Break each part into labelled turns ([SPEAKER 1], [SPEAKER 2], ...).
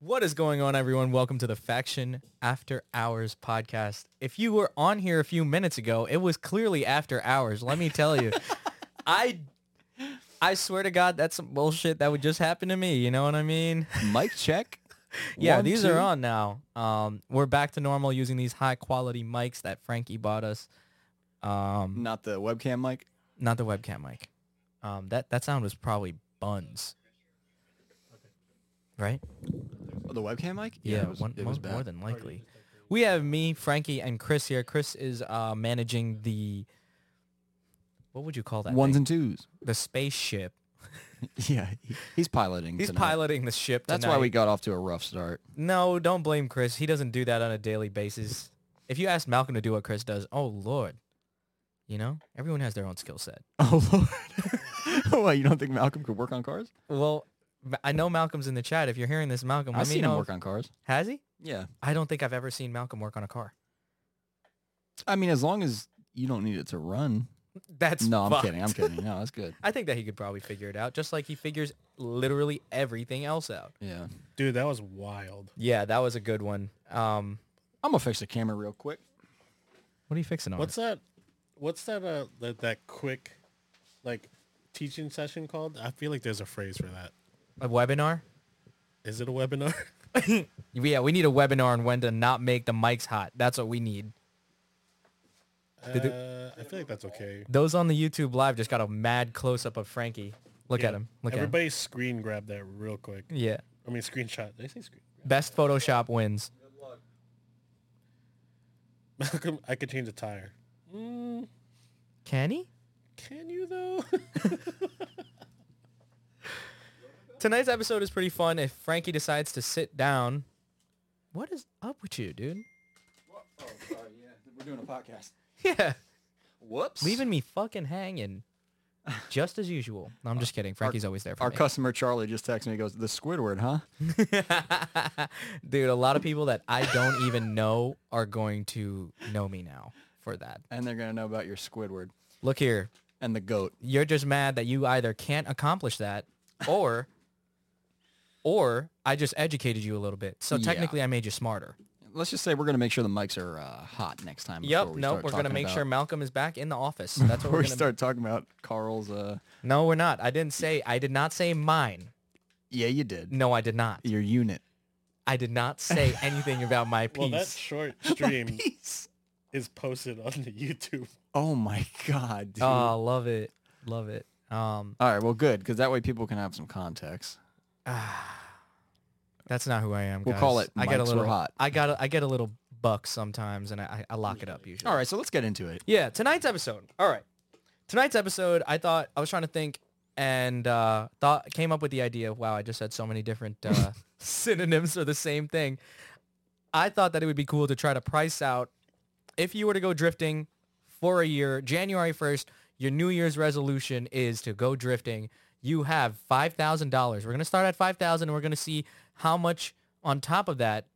[SPEAKER 1] What is going on, everyone? Welcome to the Faction After Hours podcast. If you were on here a few minutes ago, it was clearly after hours. Let me tell you, I, I swear to God, that's some bullshit that would just happen to me. You know what I mean?
[SPEAKER 2] Mic check.
[SPEAKER 1] Yeah,
[SPEAKER 2] One,
[SPEAKER 1] these
[SPEAKER 2] two.
[SPEAKER 1] are on now. Um, we're back to normal using these high quality mics that Frankie bought us. Um,
[SPEAKER 2] Not the webcam mic.
[SPEAKER 1] not the webcam mic. Um, that that sound was probably buns, right?
[SPEAKER 2] Oh, the webcam mic.
[SPEAKER 1] Yeah,
[SPEAKER 2] it was,
[SPEAKER 1] one,
[SPEAKER 2] it
[SPEAKER 1] mo-
[SPEAKER 2] was
[SPEAKER 1] more
[SPEAKER 2] bad.
[SPEAKER 1] than likely. We have me, Frankie, and Chris here. Chris is uh, managing the what would you call that?
[SPEAKER 2] Ones
[SPEAKER 1] thing?
[SPEAKER 2] and twos.
[SPEAKER 1] the spaceship.
[SPEAKER 2] Yeah, he- he's piloting.
[SPEAKER 1] He's
[SPEAKER 2] tonight.
[SPEAKER 1] piloting the ship.
[SPEAKER 2] That's
[SPEAKER 1] tonight.
[SPEAKER 2] why we got off to a rough start.
[SPEAKER 1] No, don't blame Chris. He doesn't do that on a daily basis. If you ask Malcolm to do what Chris does, oh lord, you know everyone has their own skill set.
[SPEAKER 2] Oh lord. what? You don't think Malcolm could work on cars?
[SPEAKER 1] Well, Ma- I know Malcolm's in the chat. If you're hearing this, Malcolm,
[SPEAKER 2] I've
[SPEAKER 1] let me
[SPEAKER 2] seen
[SPEAKER 1] know.
[SPEAKER 2] him work on cars.
[SPEAKER 1] Has he?
[SPEAKER 2] Yeah.
[SPEAKER 1] I don't think I've ever seen Malcolm work on a car.
[SPEAKER 2] I mean, as long as you don't need it to run.
[SPEAKER 1] That's
[SPEAKER 2] no, I'm
[SPEAKER 1] fucked.
[SPEAKER 2] kidding. I'm kidding. No, that's good.
[SPEAKER 1] I think that he could probably figure it out, just like he figures literally everything else out.
[SPEAKER 2] Yeah.
[SPEAKER 3] Dude, that was wild.
[SPEAKER 1] Yeah, that was a good one. Um,
[SPEAKER 2] I'm gonna fix the camera real quick.
[SPEAKER 1] what are you fixing on?
[SPEAKER 3] What's that? What's that? Uh, that, that quick, like, teaching session called? I feel like there's a phrase for that.
[SPEAKER 1] a webinar?
[SPEAKER 3] Is it a webinar?
[SPEAKER 1] Yeah, we need a webinar on when to not make the mics hot. That's what we need. Did it-
[SPEAKER 3] Uh, I feel like that's okay.
[SPEAKER 1] Those on the YouTube live just got a mad close up of Frankie. Look at
[SPEAKER 3] Yeah.
[SPEAKER 1] him. Look
[SPEAKER 3] Everybody screen grab that real quick.
[SPEAKER 1] at him. Yeah.
[SPEAKER 3] I mean, screenshot. Did I say screen?
[SPEAKER 1] Best Photoshop wins.
[SPEAKER 3] Malcolm, I could change a tire. Mm,
[SPEAKER 1] Can he?
[SPEAKER 3] can you though?
[SPEAKER 1] Tonight's episode is pretty fun. If Frankie decides to sit down, what is up with you, dude?
[SPEAKER 2] Oh, sorry. Yeah, we're doing a podcast.
[SPEAKER 1] Yeah.
[SPEAKER 2] Whoops.
[SPEAKER 1] leaving me fucking hanging, just as usual. No, I'm just kidding. Frankie's always there for
[SPEAKER 2] Our
[SPEAKER 1] me.
[SPEAKER 2] customer Charlie just texted me. He goes, "The Squidward, huh?"
[SPEAKER 1] Dude, a lot of people that I don't even know are going to know me now for that.
[SPEAKER 2] And they're gonna know about your Squidward
[SPEAKER 1] Look here,
[SPEAKER 2] and the goat.
[SPEAKER 1] you're just mad that you either can't accomplish that, or, or I just educated you a little bit. So
[SPEAKER 2] Yeah.
[SPEAKER 1] technically, I made you smarter.
[SPEAKER 2] Let's just say we're gonna make sure the mics are uh, hot next time.
[SPEAKER 1] Yep.
[SPEAKER 2] before we
[SPEAKER 1] Nope.
[SPEAKER 2] start
[SPEAKER 1] We're gonna
[SPEAKER 2] talking
[SPEAKER 1] make
[SPEAKER 2] about-
[SPEAKER 1] sure Malcolm is back in the office. That's what
[SPEAKER 2] before
[SPEAKER 1] we're
[SPEAKER 2] we
[SPEAKER 1] gonna.
[SPEAKER 2] start talking about Carl's. Uh,
[SPEAKER 1] No, we're not. I didn't say. I did not say mine.
[SPEAKER 2] yeah, you did
[SPEAKER 1] No, I did not.
[SPEAKER 2] your unit.
[SPEAKER 1] I did not say anything about my piece.
[SPEAKER 3] well, that short stream
[SPEAKER 2] Peace.
[SPEAKER 3] is posted on the YouTube.
[SPEAKER 2] Oh my god, dude.
[SPEAKER 1] Oh, love it. Love it. Um,
[SPEAKER 2] All right, well, good because that way people can have some context.
[SPEAKER 1] that's not who I am.
[SPEAKER 2] We'll
[SPEAKER 1] guys.
[SPEAKER 2] call it
[SPEAKER 1] I get a
[SPEAKER 2] Mike's Were
[SPEAKER 1] little
[SPEAKER 2] Hot.
[SPEAKER 1] I got. A, I get a little buck sometimes, and I, I I lock it up usually.
[SPEAKER 2] All right, so let's get into it.
[SPEAKER 1] Yeah. Tonight's episode. All right. Tonight's episode. I thought I was trying to think, and uh, thought came up with the idea. Wow, I just had so many different uh, synonyms for the same thing. I thought that it would be cool to try to price out if you were to go drifting for a year, January 1st, your New Year's resolution is to go drifting. You have $5,000. We're going to start at 5000 and we're going to see how much on top of that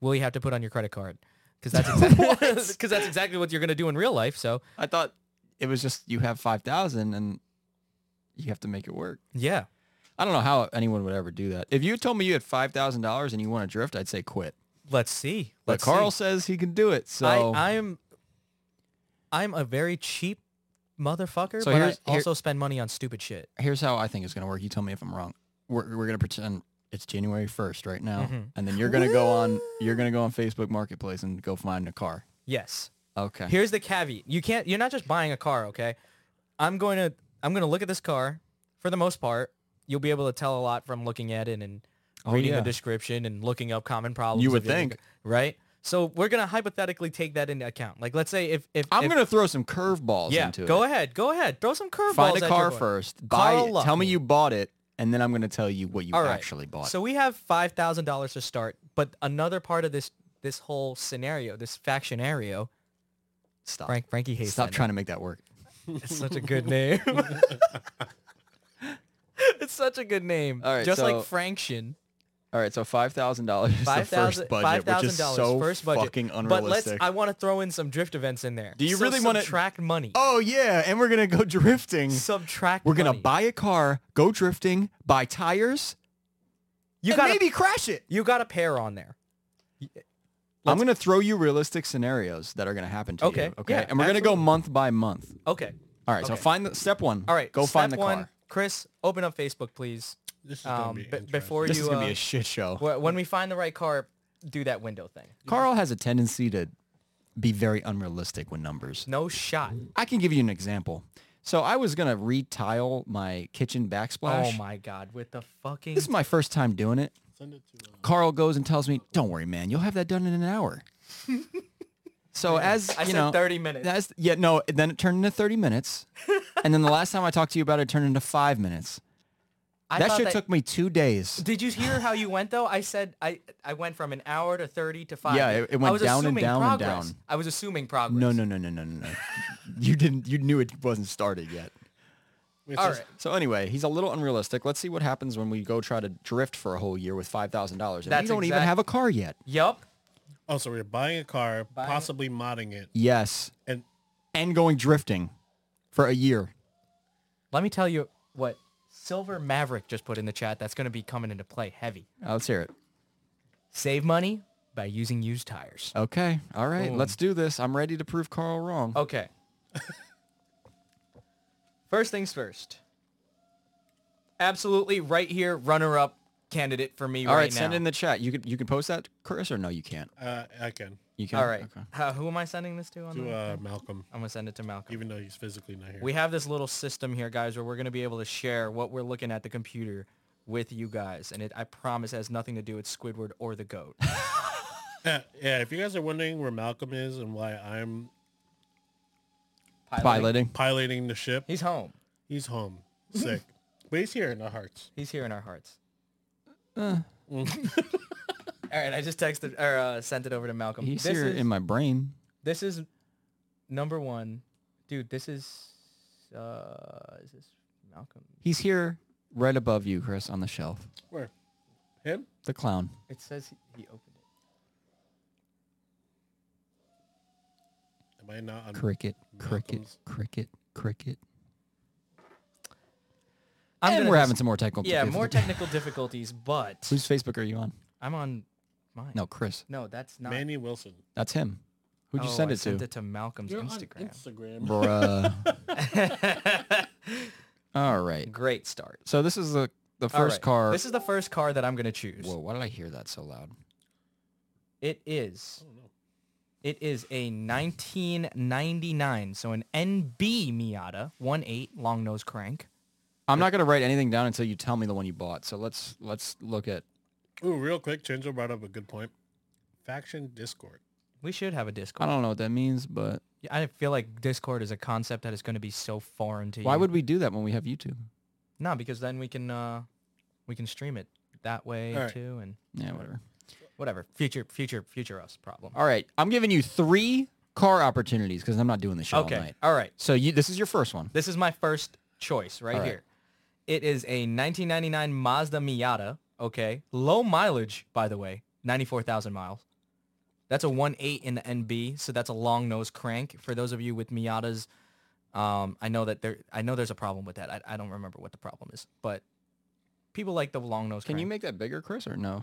[SPEAKER 1] will you have to put on your credit card. Because that's, exactly, cause that's exactly what you're going to do in real life. So,
[SPEAKER 2] I thought it was just you have five thousand and you have to make it work.
[SPEAKER 1] yeah.
[SPEAKER 2] I don't know how anyone would ever do that. If you told me you had five thousand dollars and you want to drift, I'd say quit.
[SPEAKER 1] Let's see.
[SPEAKER 2] But
[SPEAKER 1] Let's
[SPEAKER 2] Carl
[SPEAKER 1] see.
[SPEAKER 2] says he can do it, so
[SPEAKER 1] I, I'm, I'm a very cheap motherfucker,
[SPEAKER 2] So
[SPEAKER 1] but
[SPEAKER 2] here's-
[SPEAKER 1] I
[SPEAKER 2] here-
[SPEAKER 1] also spend money on stupid shit.
[SPEAKER 2] here's how I think it's gonna work. You tell me if I'm wrong. We're, we're gonna pretend it's January first right now,
[SPEAKER 1] Mhm.
[SPEAKER 2] and then you're gonna go on you're gonna go on Facebook Marketplace and go find a car.
[SPEAKER 1] Yes.
[SPEAKER 2] Okay.
[SPEAKER 1] Here's the caveat. You can't you're not just buying a car, okay? I'm going to I'm going to look at this car for the most part. You'll be able to tell a lot from looking at it and
[SPEAKER 2] Oh,
[SPEAKER 1] reading
[SPEAKER 2] yeah.
[SPEAKER 1] the description and looking up common problems.
[SPEAKER 2] You
[SPEAKER 1] of
[SPEAKER 2] would
[SPEAKER 1] the other
[SPEAKER 2] think.
[SPEAKER 1] car, right? So we're going to hypothetically take that into account. Like let's say if if
[SPEAKER 2] I'm
[SPEAKER 1] if-
[SPEAKER 2] gonna throw some curveballs
[SPEAKER 1] Yeah,
[SPEAKER 2] into
[SPEAKER 1] go
[SPEAKER 2] it.
[SPEAKER 1] ahead. Go ahead. Throw some curveballs
[SPEAKER 2] Find
[SPEAKER 1] at
[SPEAKER 2] a
[SPEAKER 1] your
[SPEAKER 2] car
[SPEAKER 1] boy.
[SPEAKER 2] first. Buy
[SPEAKER 1] Carl
[SPEAKER 2] it. Tell me
[SPEAKER 1] Luckman.
[SPEAKER 2] you bought it, and then I'm gonna tell you what you
[SPEAKER 1] All right.
[SPEAKER 2] actually bought.
[SPEAKER 1] So we have five thousand dollars to start, but another part of this this whole scenario, this factionario,
[SPEAKER 2] stop.
[SPEAKER 1] Frank Frankie hates
[SPEAKER 2] stop
[SPEAKER 1] that
[SPEAKER 2] trying to make that work.
[SPEAKER 1] It's such a good name. it's such a good name.
[SPEAKER 2] All right,
[SPEAKER 1] just like
[SPEAKER 2] so-
[SPEAKER 1] Franction.
[SPEAKER 2] All right, so five thousand dollars is
[SPEAKER 1] Five
[SPEAKER 2] the
[SPEAKER 1] thousand.
[SPEAKER 2] first
[SPEAKER 1] Five
[SPEAKER 2] budget, which
[SPEAKER 1] thousand
[SPEAKER 2] is
[SPEAKER 1] dollars.
[SPEAKER 2] so
[SPEAKER 1] first budget.
[SPEAKER 2] fucking
[SPEAKER 1] But let's.
[SPEAKER 2] unrealistic.
[SPEAKER 1] I want to throw in some drift events in there.
[SPEAKER 2] Do you
[SPEAKER 1] So
[SPEAKER 2] really wanna-
[SPEAKER 1] subtract money?
[SPEAKER 2] oh yeah, and we're gonna go drifting.
[SPEAKER 1] Subtract.
[SPEAKER 2] We're gonna
[SPEAKER 1] money.
[SPEAKER 2] buy a car, go drifting, buy tires,
[SPEAKER 1] You
[SPEAKER 2] and
[SPEAKER 1] got
[SPEAKER 2] maybe crash it.
[SPEAKER 1] you got a pair on there.
[SPEAKER 2] I'm gonna throw you realistic scenarios that are gonna happen to
[SPEAKER 1] Okay,
[SPEAKER 2] you. Okay.
[SPEAKER 1] yeah,
[SPEAKER 2] and we're gonna go
[SPEAKER 1] absolutely.
[SPEAKER 2] month by month.
[SPEAKER 1] Okay.
[SPEAKER 2] All right. So
[SPEAKER 1] Okay.
[SPEAKER 2] find the step one.
[SPEAKER 1] All right.
[SPEAKER 2] Go find the
[SPEAKER 1] step one,
[SPEAKER 2] car.
[SPEAKER 1] Chris, open up Facebook, please.
[SPEAKER 3] This is gonna
[SPEAKER 1] Um,
[SPEAKER 3] be
[SPEAKER 1] be-
[SPEAKER 3] interesting.
[SPEAKER 1] before
[SPEAKER 2] This
[SPEAKER 1] you,
[SPEAKER 2] is gonna
[SPEAKER 1] uh,
[SPEAKER 2] be a shit show.
[SPEAKER 1] wh- when we find the right car, do that window thing.
[SPEAKER 2] Carl has a tendency to be very unrealistic with numbers.
[SPEAKER 1] No shot.
[SPEAKER 2] I can give you an example. So I was gonna retile my kitchen backsplash.
[SPEAKER 1] Oh my god, with the fucking
[SPEAKER 2] This is my first time doing it.
[SPEAKER 3] Send it to, uh,
[SPEAKER 2] Carl goes and tells me, "Don't worry, man. You'll have that done in an hour." so as
[SPEAKER 1] I
[SPEAKER 2] you
[SPEAKER 1] said
[SPEAKER 2] know,
[SPEAKER 1] 30 minutes.
[SPEAKER 2] That's yeah. No, then it turned into thirty minutes, and then the last time I talked to you about it, it turned into five minutes.
[SPEAKER 1] I
[SPEAKER 2] that
[SPEAKER 1] thought
[SPEAKER 2] shit took me two days.
[SPEAKER 1] Did you hear how you went though? I said I I went from an hour to 30 to 5.
[SPEAKER 2] Yeah, it- it went
[SPEAKER 1] I was
[SPEAKER 2] down and
[SPEAKER 1] assuming
[SPEAKER 2] down and
[SPEAKER 1] progress.
[SPEAKER 2] down.
[SPEAKER 1] I was assuming progress.
[SPEAKER 2] No, no, no, no, no, no, no. you didn't. You knew it wasn't started yet.
[SPEAKER 3] wait,
[SPEAKER 1] All
[SPEAKER 3] this-
[SPEAKER 1] right.
[SPEAKER 2] So anyway, he's a little unrealistic. Let's see what happens when we go try to drift for a whole year with five thousand dollars, and
[SPEAKER 1] That's
[SPEAKER 2] we don't even
[SPEAKER 1] exact-
[SPEAKER 2] have a car yet.
[SPEAKER 1] Yup.
[SPEAKER 3] Oh, so we're buying a car,
[SPEAKER 1] Buying-
[SPEAKER 3] possibly modding it,
[SPEAKER 2] Yes,
[SPEAKER 3] and
[SPEAKER 2] and going drifting for a year.
[SPEAKER 1] Let me tell you what Silver Maverick just put in the chat that's going to be coming into play heavy.
[SPEAKER 2] Uh, let's hear it.
[SPEAKER 1] Save money by using used tires.
[SPEAKER 2] Okay. All right. Let's do this. I'm ready to prove Carl wrong.
[SPEAKER 1] Okay. first things first. Absolutely right here runner up candidate for me
[SPEAKER 2] All right.
[SPEAKER 1] right, now.
[SPEAKER 2] send in the chat. You could you can post that, Chris, or no, you can't.
[SPEAKER 3] uh, I can
[SPEAKER 2] You can.
[SPEAKER 1] All right.
[SPEAKER 2] Okay.
[SPEAKER 1] Uh, who am I sending this to on
[SPEAKER 3] do
[SPEAKER 1] the
[SPEAKER 3] uh, Malcolm,
[SPEAKER 1] I'm going to send it to Malcolm.
[SPEAKER 3] even though he's physically not here.
[SPEAKER 1] We have this little system here, guys, where we're going to be able to share what we're looking at the computer with you guys. And it, I promise, has nothing to do with Squidward or the goat.
[SPEAKER 3] yeah, if you guys are wondering where Malcolm is and why I'm
[SPEAKER 2] Piloting.
[SPEAKER 3] piloting the ship,
[SPEAKER 1] He's home.
[SPEAKER 3] he's home, sick, but he's here in our hearts.
[SPEAKER 1] He's here in our hearts. Uh, All right, I just texted or uh, sent it over to Malcolm.
[SPEAKER 2] He's
[SPEAKER 1] this
[SPEAKER 2] here
[SPEAKER 1] is,
[SPEAKER 2] in my brain.
[SPEAKER 1] This is number one, dude. This is uh, is this Malcolm?
[SPEAKER 2] He's here right above you, Chris, on the shelf.
[SPEAKER 3] Where? Him?
[SPEAKER 2] The clown.
[SPEAKER 1] It says he, he opened it.
[SPEAKER 3] Am I not on?
[SPEAKER 2] Cricket, cricket,
[SPEAKER 3] Malcolm's-
[SPEAKER 2] cricket, cricket.
[SPEAKER 1] I'm
[SPEAKER 2] and
[SPEAKER 1] gonna
[SPEAKER 2] we're
[SPEAKER 1] just-
[SPEAKER 2] having some more technical.
[SPEAKER 1] yeah more
[SPEAKER 2] difficulties.
[SPEAKER 1] technical difficulties, but
[SPEAKER 2] Whose Facebook are you on?
[SPEAKER 1] I'm on mine.
[SPEAKER 2] No, Chris.
[SPEAKER 1] no, that's not.
[SPEAKER 3] Manny Wilson.
[SPEAKER 2] That's him. Who'd you
[SPEAKER 1] Oh,
[SPEAKER 2] send
[SPEAKER 1] I
[SPEAKER 2] it to?
[SPEAKER 1] Sent it to Malcolm's
[SPEAKER 3] You're on
[SPEAKER 1] Instagram.
[SPEAKER 3] Instagram.
[SPEAKER 2] Bruh. All right.
[SPEAKER 1] Great start.
[SPEAKER 2] So this is the the
[SPEAKER 1] All
[SPEAKER 2] first
[SPEAKER 1] right.
[SPEAKER 2] car.
[SPEAKER 1] This is the first car that I'm gonna choose.
[SPEAKER 2] Whoa! Why did I hear that so loud?
[SPEAKER 1] It is.
[SPEAKER 3] don't know.
[SPEAKER 1] It is a 1999, so an NB Miata 1.8 long nose crank.
[SPEAKER 2] I'm not gonna write anything down until you tell me the one you bought. So let's let's look at.
[SPEAKER 3] Ooh, real quick, Chinzo brought up a good point. Faction Discord.
[SPEAKER 1] We should have a
[SPEAKER 2] I
[SPEAKER 1] Discord.
[SPEAKER 2] don't know what that means, but
[SPEAKER 1] Yeah, I feel like Discord is a concept that is going to be so foreign to you.
[SPEAKER 2] why would we do that when we have YouTube?
[SPEAKER 1] no? Because then we can uh, we can stream it that way
[SPEAKER 3] All right.
[SPEAKER 1] too, and
[SPEAKER 2] Yeah, whatever.
[SPEAKER 1] whatever. Future, future, future us problem.
[SPEAKER 2] All right, I'm giving you three car opportunities because I'm not doing the show all
[SPEAKER 1] okay,
[SPEAKER 2] night.
[SPEAKER 1] all right.
[SPEAKER 2] So you, this is your first one.
[SPEAKER 1] This is my first choice right
[SPEAKER 2] All right.
[SPEAKER 1] here. It is a 1999 Mazda Miata. Okay, low mileage, by the way, 94,000 miles. That's a 1.8 in the NB, so that's a long nose crank. For those of you with Miatas, um, I know that there, I know there's a problem with that. I, I don't remember what the problem is, but people like the long nose.
[SPEAKER 2] Can
[SPEAKER 1] crank.
[SPEAKER 2] you make that bigger, Chris, or no?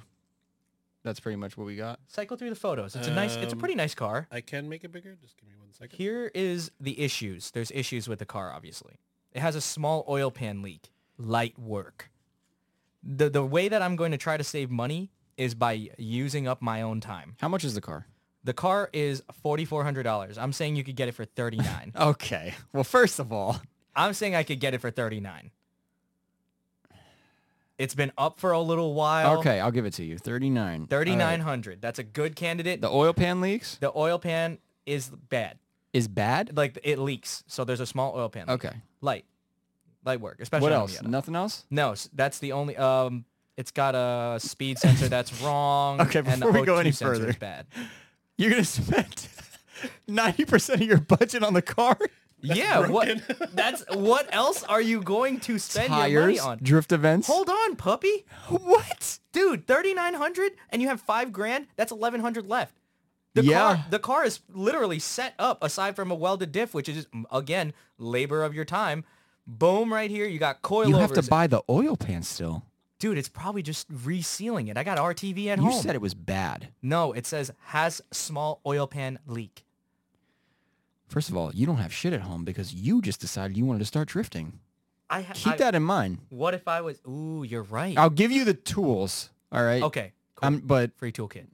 [SPEAKER 2] That's pretty much what we got.
[SPEAKER 1] cycle through the photos? It's a nice, it's a
[SPEAKER 3] Um,
[SPEAKER 1] pretty nice car.
[SPEAKER 3] I can make it bigger. Just give me one second.
[SPEAKER 1] Here is the issues. There's issues with the car, obviously. It has a small oil pan leak. Light work. The the way that I'm going to try to save money is by using up my own time.
[SPEAKER 2] How much is the car?
[SPEAKER 1] The car is forty four hundred dollars. I'm saying you could get it for thirty nine.
[SPEAKER 2] Okay. Well, first of all,
[SPEAKER 1] I'm saying I could get it for thirty nine. It's been up for a little while.
[SPEAKER 2] okay, I'll give it to you. Thirty-nine. All
[SPEAKER 1] Thirty nine
[SPEAKER 2] right.
[SPEAKER 1] hundred. That's a good candidate.
[SPEAKER 2] The oil pan leaks
[SPEAKER 1] the oil pan is bad.
[SPEAKER 2] is bad.
[SPEAKER 1] Like it leaks. So there's a small oil pan. leak.
[SPEAKER 2] Okay.
[SPEAKER 1] Light. Light work. Especially
[SPEAKER 2] What
[SPEAKER 1] on a
[SPEAKER 2] else?
[SPEAKER 1] Miata.
[SPEAKER 2] Nothing else.
[SPEAKER 1] No, s- that's the only. Um, it's got a speed sensor that's wrong.
[SPEAKER 2] Okay,
[SPEAKER 1] and the
[SPEAKER 2] before we go
[SPEAKER 1] O2
[SPEAKER 2] any
[SPEAKER 1] sensor is
[SPEAKER 2] further.
[SPEAKER 1] bad.
[SPEAKER 2] You're gonna spend ninety percent of your budget on the car.
[SPEAKER 1] yeah, what? That's what else are you going to spend your money
[SPEAKER 2] Tires,
[SPEAKER 1] on?
[SPEAKER 2] drift events.
[SPEAKER 1] Hold on, puppy.
[SPEAKER 2] What?
[SPEAKER 1] Dude, thirty nine hundred, and you have five grand. That's eleven hundred left. The
[SPEAKER 2] Yeah.
[SPEAKER 1] car, the car is literally set up aside from a welded diff, which is mm, again labor of your time. Boom, right here. You got coilovers.
[SPEAKER 2] You have to buy the oil pan still.
[SPEAKER 1] Dude, it's probably just resealing it. I got RTV at
[SPEAKER 2] You
[SPEAKER 1] home.
[SPEAKER 2] said it was bad.
[SPEAKER 1] no, it says has small oil pan leak.
[SPEAKER 2] First of all, you don't have shit at home because you just decided you wanted to start drifting.
[SPEAKER 1] I ha-
[SPEAKER 2] Keep
[SPEAKER 1] I-
[SPEAKER 2] that in mind.
[SPEAKER 1] What if I was? Ooh, you're right.
[SPEAKER 2] I'll give you the tools. All right.
[SPEAKER 1] okay, cool.
[SPEAKER 2] Um, but
[SPEAKER 1] free toolkit.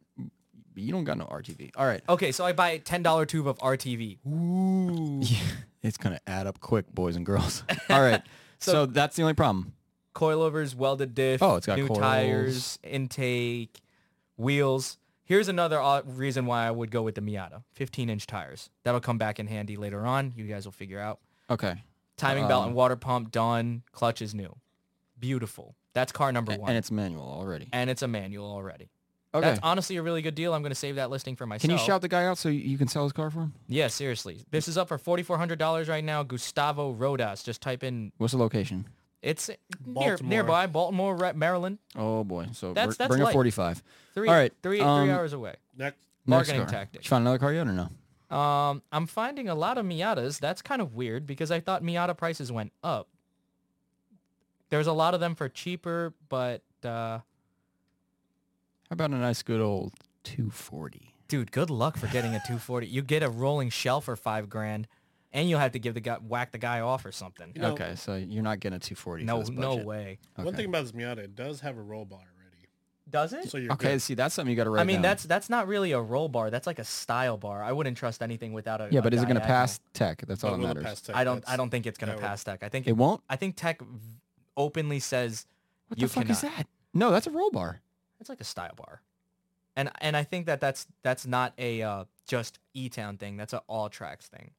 [SPEAKER 2] you don't got no RTV. All right.
[SPEAKER 1] Okay, so I buy a ten dollar tube of RTV. Ooh,
[SPEAKER 2] Yeah, it's gonna add up quick, boys and girls. All right. so, that's the only problem.
[SPEAKER 1] coilovers, welded diff.
[SPEAKER 2] Oh, it's got
[SPEAKER 1] new
[SPEAKER 2] coils.
[SPEAKER 1] tires, intake, wheels. Here's another odd reason why I would go with the Miata. 15 inch tires. That'll come back in handy later on. You guys will figure out.
[SPEAKER 2] Okay.
[SPEAKER 1] Timing belt
[SPEAKER 2] Um.
[SPEAKER 1] and water pump done. Clutch is new. Beautiful. That's car number
[SPEAKER 2] A-
[SPEAKER 1] one.
[SPEAKER 2] And it's manual already.
[SPEAKER 1] and it's a manual already.
[SPEAKER 2] Okay.
[SPEAKER 1] That's honestly a really good deal. I'm going to save that listing for myself.
[SPEAKER 2] can you shout the guy out so you- you can sell his car for him?
[SPEAKER 1] Yeah, seriously. This is up for $4,400 right now. Gustavo Rodas. Just type in,
[SPEAKER 2] What's the location?
[SPEAKER 1] it's near,
[SPEAKER 3] Baltimore.
[SPEAKER 1] nearby, Baltimore, Ra- Maryland.
[SPEAKER 2] Oh boy. So
[SPEAKER 1] That's-
[SPEAKER 2] br-
[SPEAKER 1] that's
[SPEAKER 2] bring a
[SPEAKER 1] light.
[SPEAKER 2] forty-five.
[SPEAKER 1] Three,
[SPEAKER 2] All right,
[SPEAKER 1] three,
[SPEAKER 2] um,
[SPEAKER 1] three hours away.
[SPEAKER 3] Next.
[SPEAKER 2] Next
[SPEAKER 1] Bargaining
[SPEAKER 2] car.
[SPEAKER 1] tactic.
[SPEAKER 2] Did you find another car yet or no?
[SPEAKER 1] Um, I'm finding a lot of Miatas. That's kind of weird because I thought Miata prices went up. There's a lot of them for cheaper, but uh,
[SPEAKER 2] How about a nice good old two forty?
[SPEAKER 1] dude, good luck for getting a 240. You get a rolling shell for five grand, and you'll have to give the guy whack the guy off or something.
[SPEAKER 3] You know,
[SPEAKER 2] okay, so you're not getting a two forty.
[SPEAKER 1] No,
[SPEAKER 2] this
[SPEAKER 1] no
[SPEAKER 2] budget.
[SPEAKER 1] way.
[SPEAKER 2] Okay.
[SPEAKER 3] One thing about this Miata, it does have a roll bar already,
[SPEAKER 1] Does it?
[SPEAKER 3] so you're
[SPEAKER 2] Okay,
[SPEAKER 3] Good.
[SPEAKER 2] see that's something you got to write.
[SPEAKER 1] I mean,
[SPEAKER 2] down.
[SPEAKER 1] that's that's not really a roll bar. That's like a style bar. I wouldn't trust anything without a.
[SPEAKER 2] yeah,
[SPEAKER 1] a
[SPEAKER 2] but is it going to
[SPEAKER 1] diagonal.
[SPEAKER 2] pass tech? That's all
[SPEAKER 3] But
[SPEAKER 2] that
[SPEAKER 3] with a
[SPEAKER 2] matters.
[SPEAKER 3] pass tech,
[SPEAKER 1] I don't.
[SPEAKER 3] that's-
[SPEAKER 1] I don't think it's going
[SPEAKER 3] that
[SPEAKER 1] to
[SPEAKER 3] would-
[SPEAKER 1] pass tech. I think.
[SPEAKER 2] It won't.
[SPEAKER 1] I think tech v- openly says
[SPEAKER 2] What
[SPEAKER 1] You
[SPEAKER 2] the fuck is
[SPEAKER 1] cannot.
[SPEAKER 2] that? No, that's a roll bar.
[SPEAKER 1] it's like a style bar and and i think that that's that's not a uh, just e-town thing that's an all tracks thing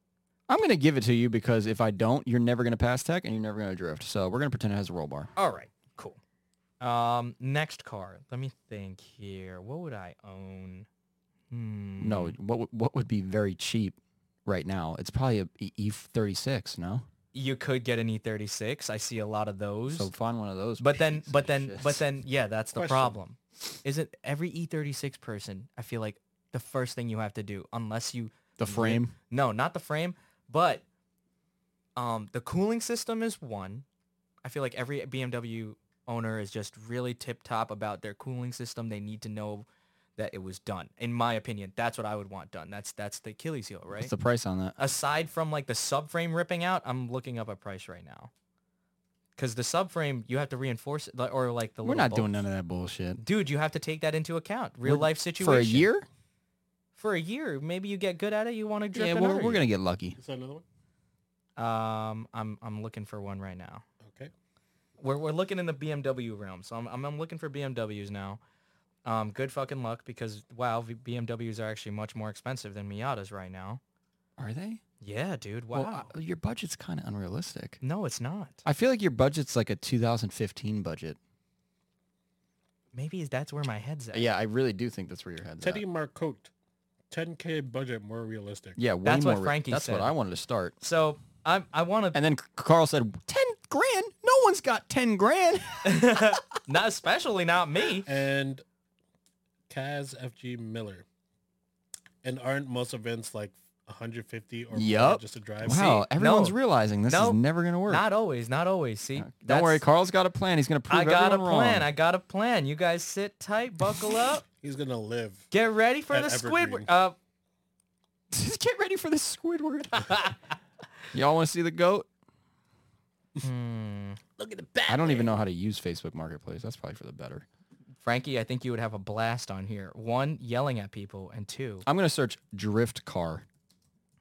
[SPEAKER 2] I'm gonna give it to you because if I don't, you're never gonna pass tech and you're never gonna drift. So we're gonna pretend it has a roll bar.
[SPEAKER 1] all right cool um next car let me think here what would i own hmm.
[SPEAKER 2] No, what w- what would be very cheap right now? It's probably a E- E36. No,
[SPEAKER 1] you could get an e36 i see a lot of those
[SPEAKER 2] so find one of those.
[SPEAKER 1] but then
[SPEAKER 2] pieces
[SPEAKER 1] but
[SPEAKER 2] of
[SPEAKER 1] then
[SPEAKER 2] shit.
[SPEAKER 1] but then yeah that's the
[SPEAKER 3] Question.
[SPEAKER 1] problem isn't every e36 person i feel like the first thing you have to do unless you
[SPEAKER 2] the frame.
[SPEAKER 1] No, not the frame, but um, the cooling system is one. I feel like every BMW owner is just really tip top about their cooling system. They need to know that it was done. In my opinion, that's what I would want done. That's that's the Achilles heel, right?
[SPEAKER 2] What's the price on that?
[SPEAKER 1] Aside from like the subframe ripping out, I'm looking up a price right now. Cause the subframe, you have to reinforce it, like- or like the.
[SPEAKER 2] We're not doing none of that bullshit.
[SPEAKER 1] Dude, you have to take that into account. Real
[SPEAKER 2] We're-
[SPEAKER 1] life situation.
[SPEAKER 2] for a year.
[SPEAKER 1] For a year, maybe you get good at it. You want to drift.
[SPEAKER 2] Yeah,
[SPEAKER 1] another
[SPEAKER 2] we're, we're
[SPEAKER 1] year.
[SPEAKER 2] gonna get lucky.
[SPEAKER 3] Is that another one?
[SPEAKER 1] Um, I'm I'm looking for one right now.
[SPEAKER 3] Okay.
[SPEAKER 1] We're we're looking in the BMW realm, so I'm I'm, I'm looking for BMWs now. Um, good fucking luck because wow, v- BMWs are actually much more expensive than Miatas right now.
[SPEAKER 2] Are they?
[SPEAKER 1] Yeah, dude. Wow.
[SPEAKER 2] Well, I- your budget's kind of unrealistic.
[SPEAKER 1] no, it's not.
[SPEAKER 2] I feel like your budget's like a 2015 budget.
[SPEAKER 1] Maybe that's where my head's at.
[SPEAKER 2] Yeah, I really do think that's where your head's
[SPEAKER 3] Teddy
[SPEAKER 2] at.
[SPEAKER 3] Marcotte, 10k budget more realistic.
[SPEAKER 2] Yeah, way
[SPEAKER 1] That's
[SPEAKER 2] more.
[SPEAKER 1] what
[SPEAKER 2] re-
[SPEAKER 1] Frankie
[SPEAKER 2] that's
[SPEAKER 1] said.
[SPEAKER 2] what I wanted to start.
[SPEAKER 1] So I'm I want to
[SPEAKER 2] And then C- Carl said, 10 grand? No one's got 10 grand.
[SPEAKER 1] not especially not me.
[SPEAKER 3] And Kaz FG Miller. And aren't most events like 150 or more
[SPEAKER 2] Yup.
[SPEAKER 3] just to drive?
[SPEAKER 2] wow,
[SPEAKER 1] See,
[SPEAKER 2] everyone's
[SPEAKER 1] no.
[SPEAKER 2] realizing this
[SPEAKER 1] No.
[SPEAKER 2] is never going to work.
[SPEAKER 1] Not always, not always. See,
[SPEAKER 2] Don't
[SPEAKER 1] That's-
[SPEAKER 2] worry, Carl's got a plan. He's going to prove
[SPEAKER 1] I got a
[SPEAKER 2] everyone
[SPEAKER 1] plan.
[SPEAKER 2] wrong.
[SPEAKER 1] I got a plan. You guys sit tight, buckle up,
[SPEAKER 3] He's gonna live.
[SPEAKER 1] get ready for
[SPEAKER 3] At
[SPEAKER 1] the
[SPEAKER 3] Evergreen.
[SPEAKER 1] Squidward. Uh,
[SPEAKER 2] Just get ready for the Squidward. Y'all want to see the goat?
[SPEAKER 3] Look at the back.
[SPEAKER 2] I don't even know how to use Facebook Marketplace. That's probably for the better.
[SPEAKER 1] Frankie, I think you would have a blast on here. One, yelling at people, and two,
[SPEAKER 2] I'm going to search drift car.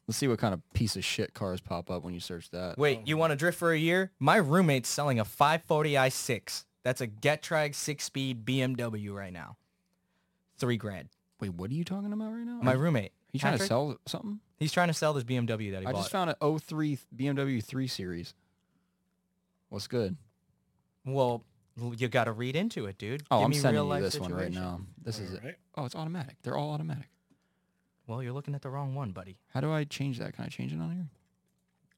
[SPEAKER 2] Let's see what kind of piece of shit cars pop up when you search that.
[SPEAKER 1] wait, you want to drift for a year? My roommate's selling a 540i6. That's a Getrag six-speed BMW right now. Three grand.
[SPEAKER 2] Wait, what are you talking about right now?
[SPEAKER 1] My
[SPEAKER 2] are
[SPEAKER 1] roommate.
[SPEAKER 2] you Hmm. trying to
[SPEAKER 1] Patrick,
[SPEAKER 2] sell something?
[SPEAKER 1] He's trying to sell this BMW that he
[SPEAKER 2] I
[SPEAKER 1] bought.
[SPEAKER 2] just found an 03 BMW 3 Series. What's good?
[SPEAKER 1] well, l- you got to read into it, dude.
[SPEAKER 2] Oh,
[SPEAKER 1] Give
[SPEAKER 2] I'm
[SPEAKER 1] me
[SPEAKER 2] sending
[SPEAKER 1] real life
[SPEAKER 2] you this one right
[SPEAKER 1] situation.
[SPEAKER 2] now. This is it.
[SPEAKER 3] Alright.
[SPEAKER 2] Oh, it's automatic. They're all automatic.
[SPEAKER 1] Well, you're looking at the wrong one, buddy.
[SPEAKER 2] How do I change that? Can I change it on here?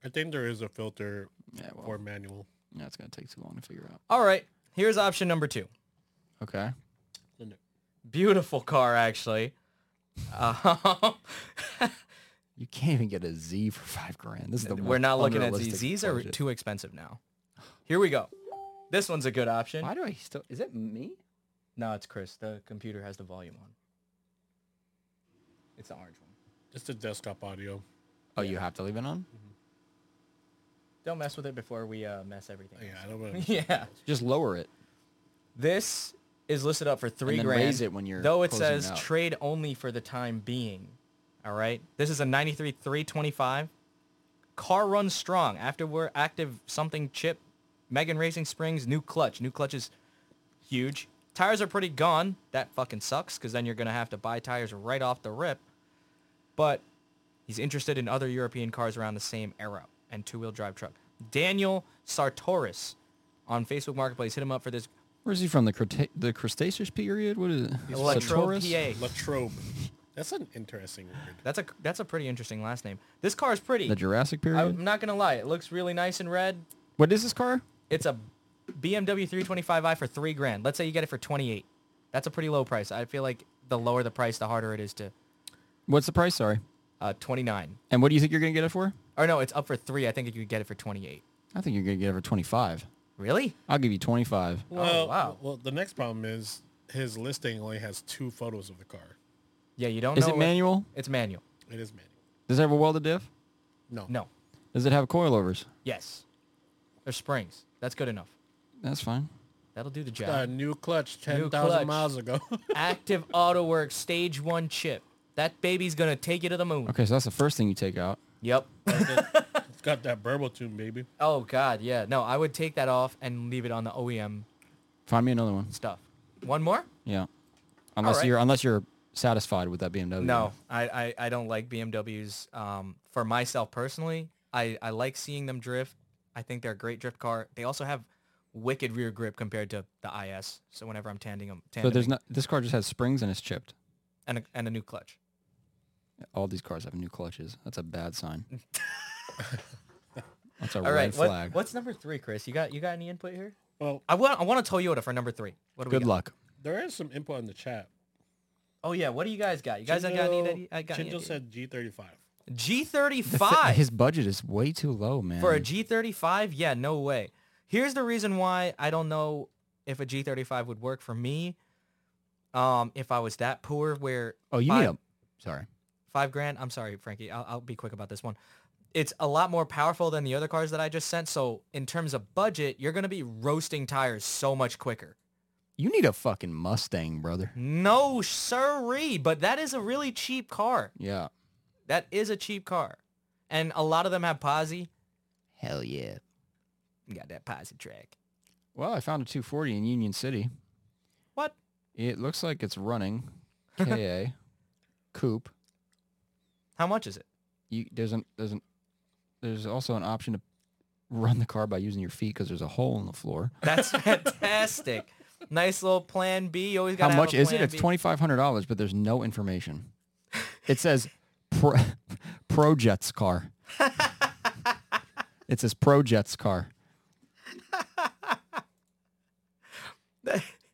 [SPEAKER 3] I think there is a filter
[SPEAKER 2] Yeah, well,
[SPEAKER 3] for manual.
[SPEAKER 2] yeah, it's gonna take too long to figure out.
[SPEAKER 1] All right, here's option number two.
[SPEAKER 2] Okay.
[SPEAKER 1] Beautiful car, actually. Uh,
[SPEAKER 2] You can't even get a Z for five grand. This is the
[SPEAKER 1] We're not looking at
[SPEAKER 2] unrealistic
[SPEAKER 1] ZZs. Are
[SPEAKER 2] budget.
[SPEAKER 1] too expensive now. Here we go. This one's a good option.
[SPEAKER 4] Why do I still? Is it me?
[SPEAKER 1] No, it's Chris. The computer has the volume on.
[SPEAKER 4] It's the orange one.
[SPEAKER 3] Just the desktop audio.
[SPEAKER 2] Oh, you have to leave it on?
[SPEAKER 1] Don't mess with it before we uh, mess everything.
[SPEAKER 3] Oh, Yeah, I
[SPEAKER 1] else
[SPEAKER 3] don't know.
[SPEAKER 1] up. yeah.
[SPEAKER 2] Just lower it.
[SPEAKER 1] This is listed up for three
[SPEAKER 2] then
[SPEAKER 1] grand.
[SPEAKER 2] raise it when you're
[SPEAKER 1] though it
[SPEAKER 2] closing
[SPEAKER 1] says
[SPEAKER 2] it out.
[SPEAKER 1] trade only for the time being. All right. This is a 93 325. Car runs strong. Afterward active something chip. Megan Racing Springs new clutch. New clutch is huge. Tires are pretty gone. That fucking sucks because then you're gonna have to buy tires right off the rip. But he's interested in other European cars around the same era and two-wheel drive truck. Daniel Sartoris on Facebook Marketplace. Hit him up for this
[SPEAKER 2] Where's he from? The Creta- the Cretaceous period? What is it?
[SPEAKER 1] Electro
[SPEAKER 2] Sartorius?
[SPEAKER 1] PA.
[SPEAKER 3] Latrobe. That's an interesting word.
[SPEAKER 1] That's a that's a pretty interesting last name. This car is pretty.
[SPEAKER 2] The Jurassic period?
[SPEAKER 1] I'm not gonna lie, it looks really nice in red.
[SPEAKER 2] what is this car?
[SPEAKER 1] It's a BMW 325i for three grand. Let's say you get it for 28. That's a pretty low price. I feel like the lower the price, the harder it is to
[SPEAKER 2] What's the price? Sorry.
[SPEAKER 1] uh, 29.
[SPEAKER 2] And what do you think you're going to get it for?
[SPEAKER 1] Or no, it's up for three. I think you could get it for 28.
[SPEAKER 2] I think you're going to get it for 25.
[SPEAKER 1] Really?
[SPEAKER 2] I'll give you 25.
[SPEAKER 3] Well,
[SPEAKER 1] wow.
[SPEAKER 3] Uh, Well, the next problem is his listing only has two photos of the car.
[SPEAKER 1] Yeah, you don't
[SPEAKER 2] Is
[SPEAKER 1] know.
[SPEAKER 2] it
[SPEAKER 1] what-
[SPEAKER 2] manual?
[SPEAKER 1] It's manual.
[SPEAKER 3] It is manual.
[SPEAKER 2] Does it have a welded diff?
[SPEAKER 3] No.
[SPEAKER 1] No.
[SPEAKER 2] Does it have coilovers?
[SPEAKER 1] Yes. There's springs. That's good enough.
[SPEAKER 2] That's fine.
[SPEAKER 1] That'll do the job.
[SPEAKER 3] Uh, new clutch
[SPEAKER 1] New
[SPEAKER 3] 10,000
[SPEAKER 1] clutch.
[SPEAKER 3] miles ago.
[SPEAKER 1] Active Auto Works Stage 1 chip. That baby's going to take you to the moon.
[SPEAKER 2] Okay, so that's the first thing you take out.
[SPEAKER 1] Yep.
[SPEAKER 3] it's got that burble tune, baby.
[SPEAKER 1] Oh God, yeah. No, I would take that off and leave it on the OEM
[SPEAKER 2] Find me another one.
[SPEAKER 1] stuff. One more?
[SPEAKER 2] Yeah. Unless
[SPEAKER 1] right.
[SPEAKER 2] you're unless you're satisfied with that BMW.
[SPEAKER 1] No, I, I, I don't like BMWs. Um, for myself personally, I, I like seeing them drift. I think they're a great drift car. They also have wicked rear grip compared to the IS. So whenever I'm tanding them,
[SPEAKER 2] So there's not this car just has springs and it's chipped.
[SPEAKER 1] and a, and a new clutch.
[SPEAKER 2] All these cars have new clutches. That's a bad sign. That's a
[SPEAKER 1] All
[SPEAKER 2] red
[SPEAKER 1] right,
[SPEAKER 2] flag.
[SPEAKER 1] what, what's number three, Chris? You got you got any input here?
[SPEAKER 3] Well,
[SPEAKER 1] I want I want a Toyota for number three. What do we
[SPEAKER 2] Good
[SPEAKER 1] got?
[SPEAKER 2] luck.
[SPEAKER 3] there is some input in the chat.
[SPEAKER 1] Oh yeah, what do you guys got? You guys got
[SPEAKER 3] Chinjo-
[SPEAKER 1] any? I got any
[SPEAKER 3] Chinjo
[SPEAKER 1] idea?
[SPEAKER 3] said G35.
[SPEAKER 2] The fi-
[SPEAKER 1] G35.
[SPEAKER 2] his budget is way too low, man.
[SPEAKER 1] For a G35, yeah, no way. Here's the reason why I don't know if a G35 would work for me. Um, if I was that poor, where
[SPEAKER 2] oh, you
[SPEAKER 1] five,
[SPEAKER 2] need a sorry.
[SPEAKER 1] five grand. I'm sorry, Frankie. I'll, I'll be quick about this one. It's a lot more powerful than the other cars that I just sent. So in terms of budget, you're gonna be roasting tires so much quicker.
[SPEAKER 2] You need a fucking Mustang, brother.
[SPEAKER 1] No siree, but that is a really cheap car.
[SPEAKER 2] Yeah.
[SPEAKER 1] That is a cheap car, and a lot of them have posi.
[SPEAKER 2] Hell yeah.
[SPEAKER 1] You got that posi track.
[SPEAKER 2] Well, I found a 240 in Union City.
[SPEAKER 1] What?
[SPEAKER 2] It looks like it's running. KA coupe.
[SPEAKER 1] How much is it?
[SPEAKER 2] You there's an there's an there's also an option to run the car by using your feet because there's a hole in the floor.
[SPEAKER 1] That's fantastic. nice little plan B. You always got.
[SPEAKER 2] How much is it?
[SPEAKER 1] B.
[SPEAKER 2] It's twenty five hundred dollars, but there's no information. It says pro, Projet's car. it says Projet's car.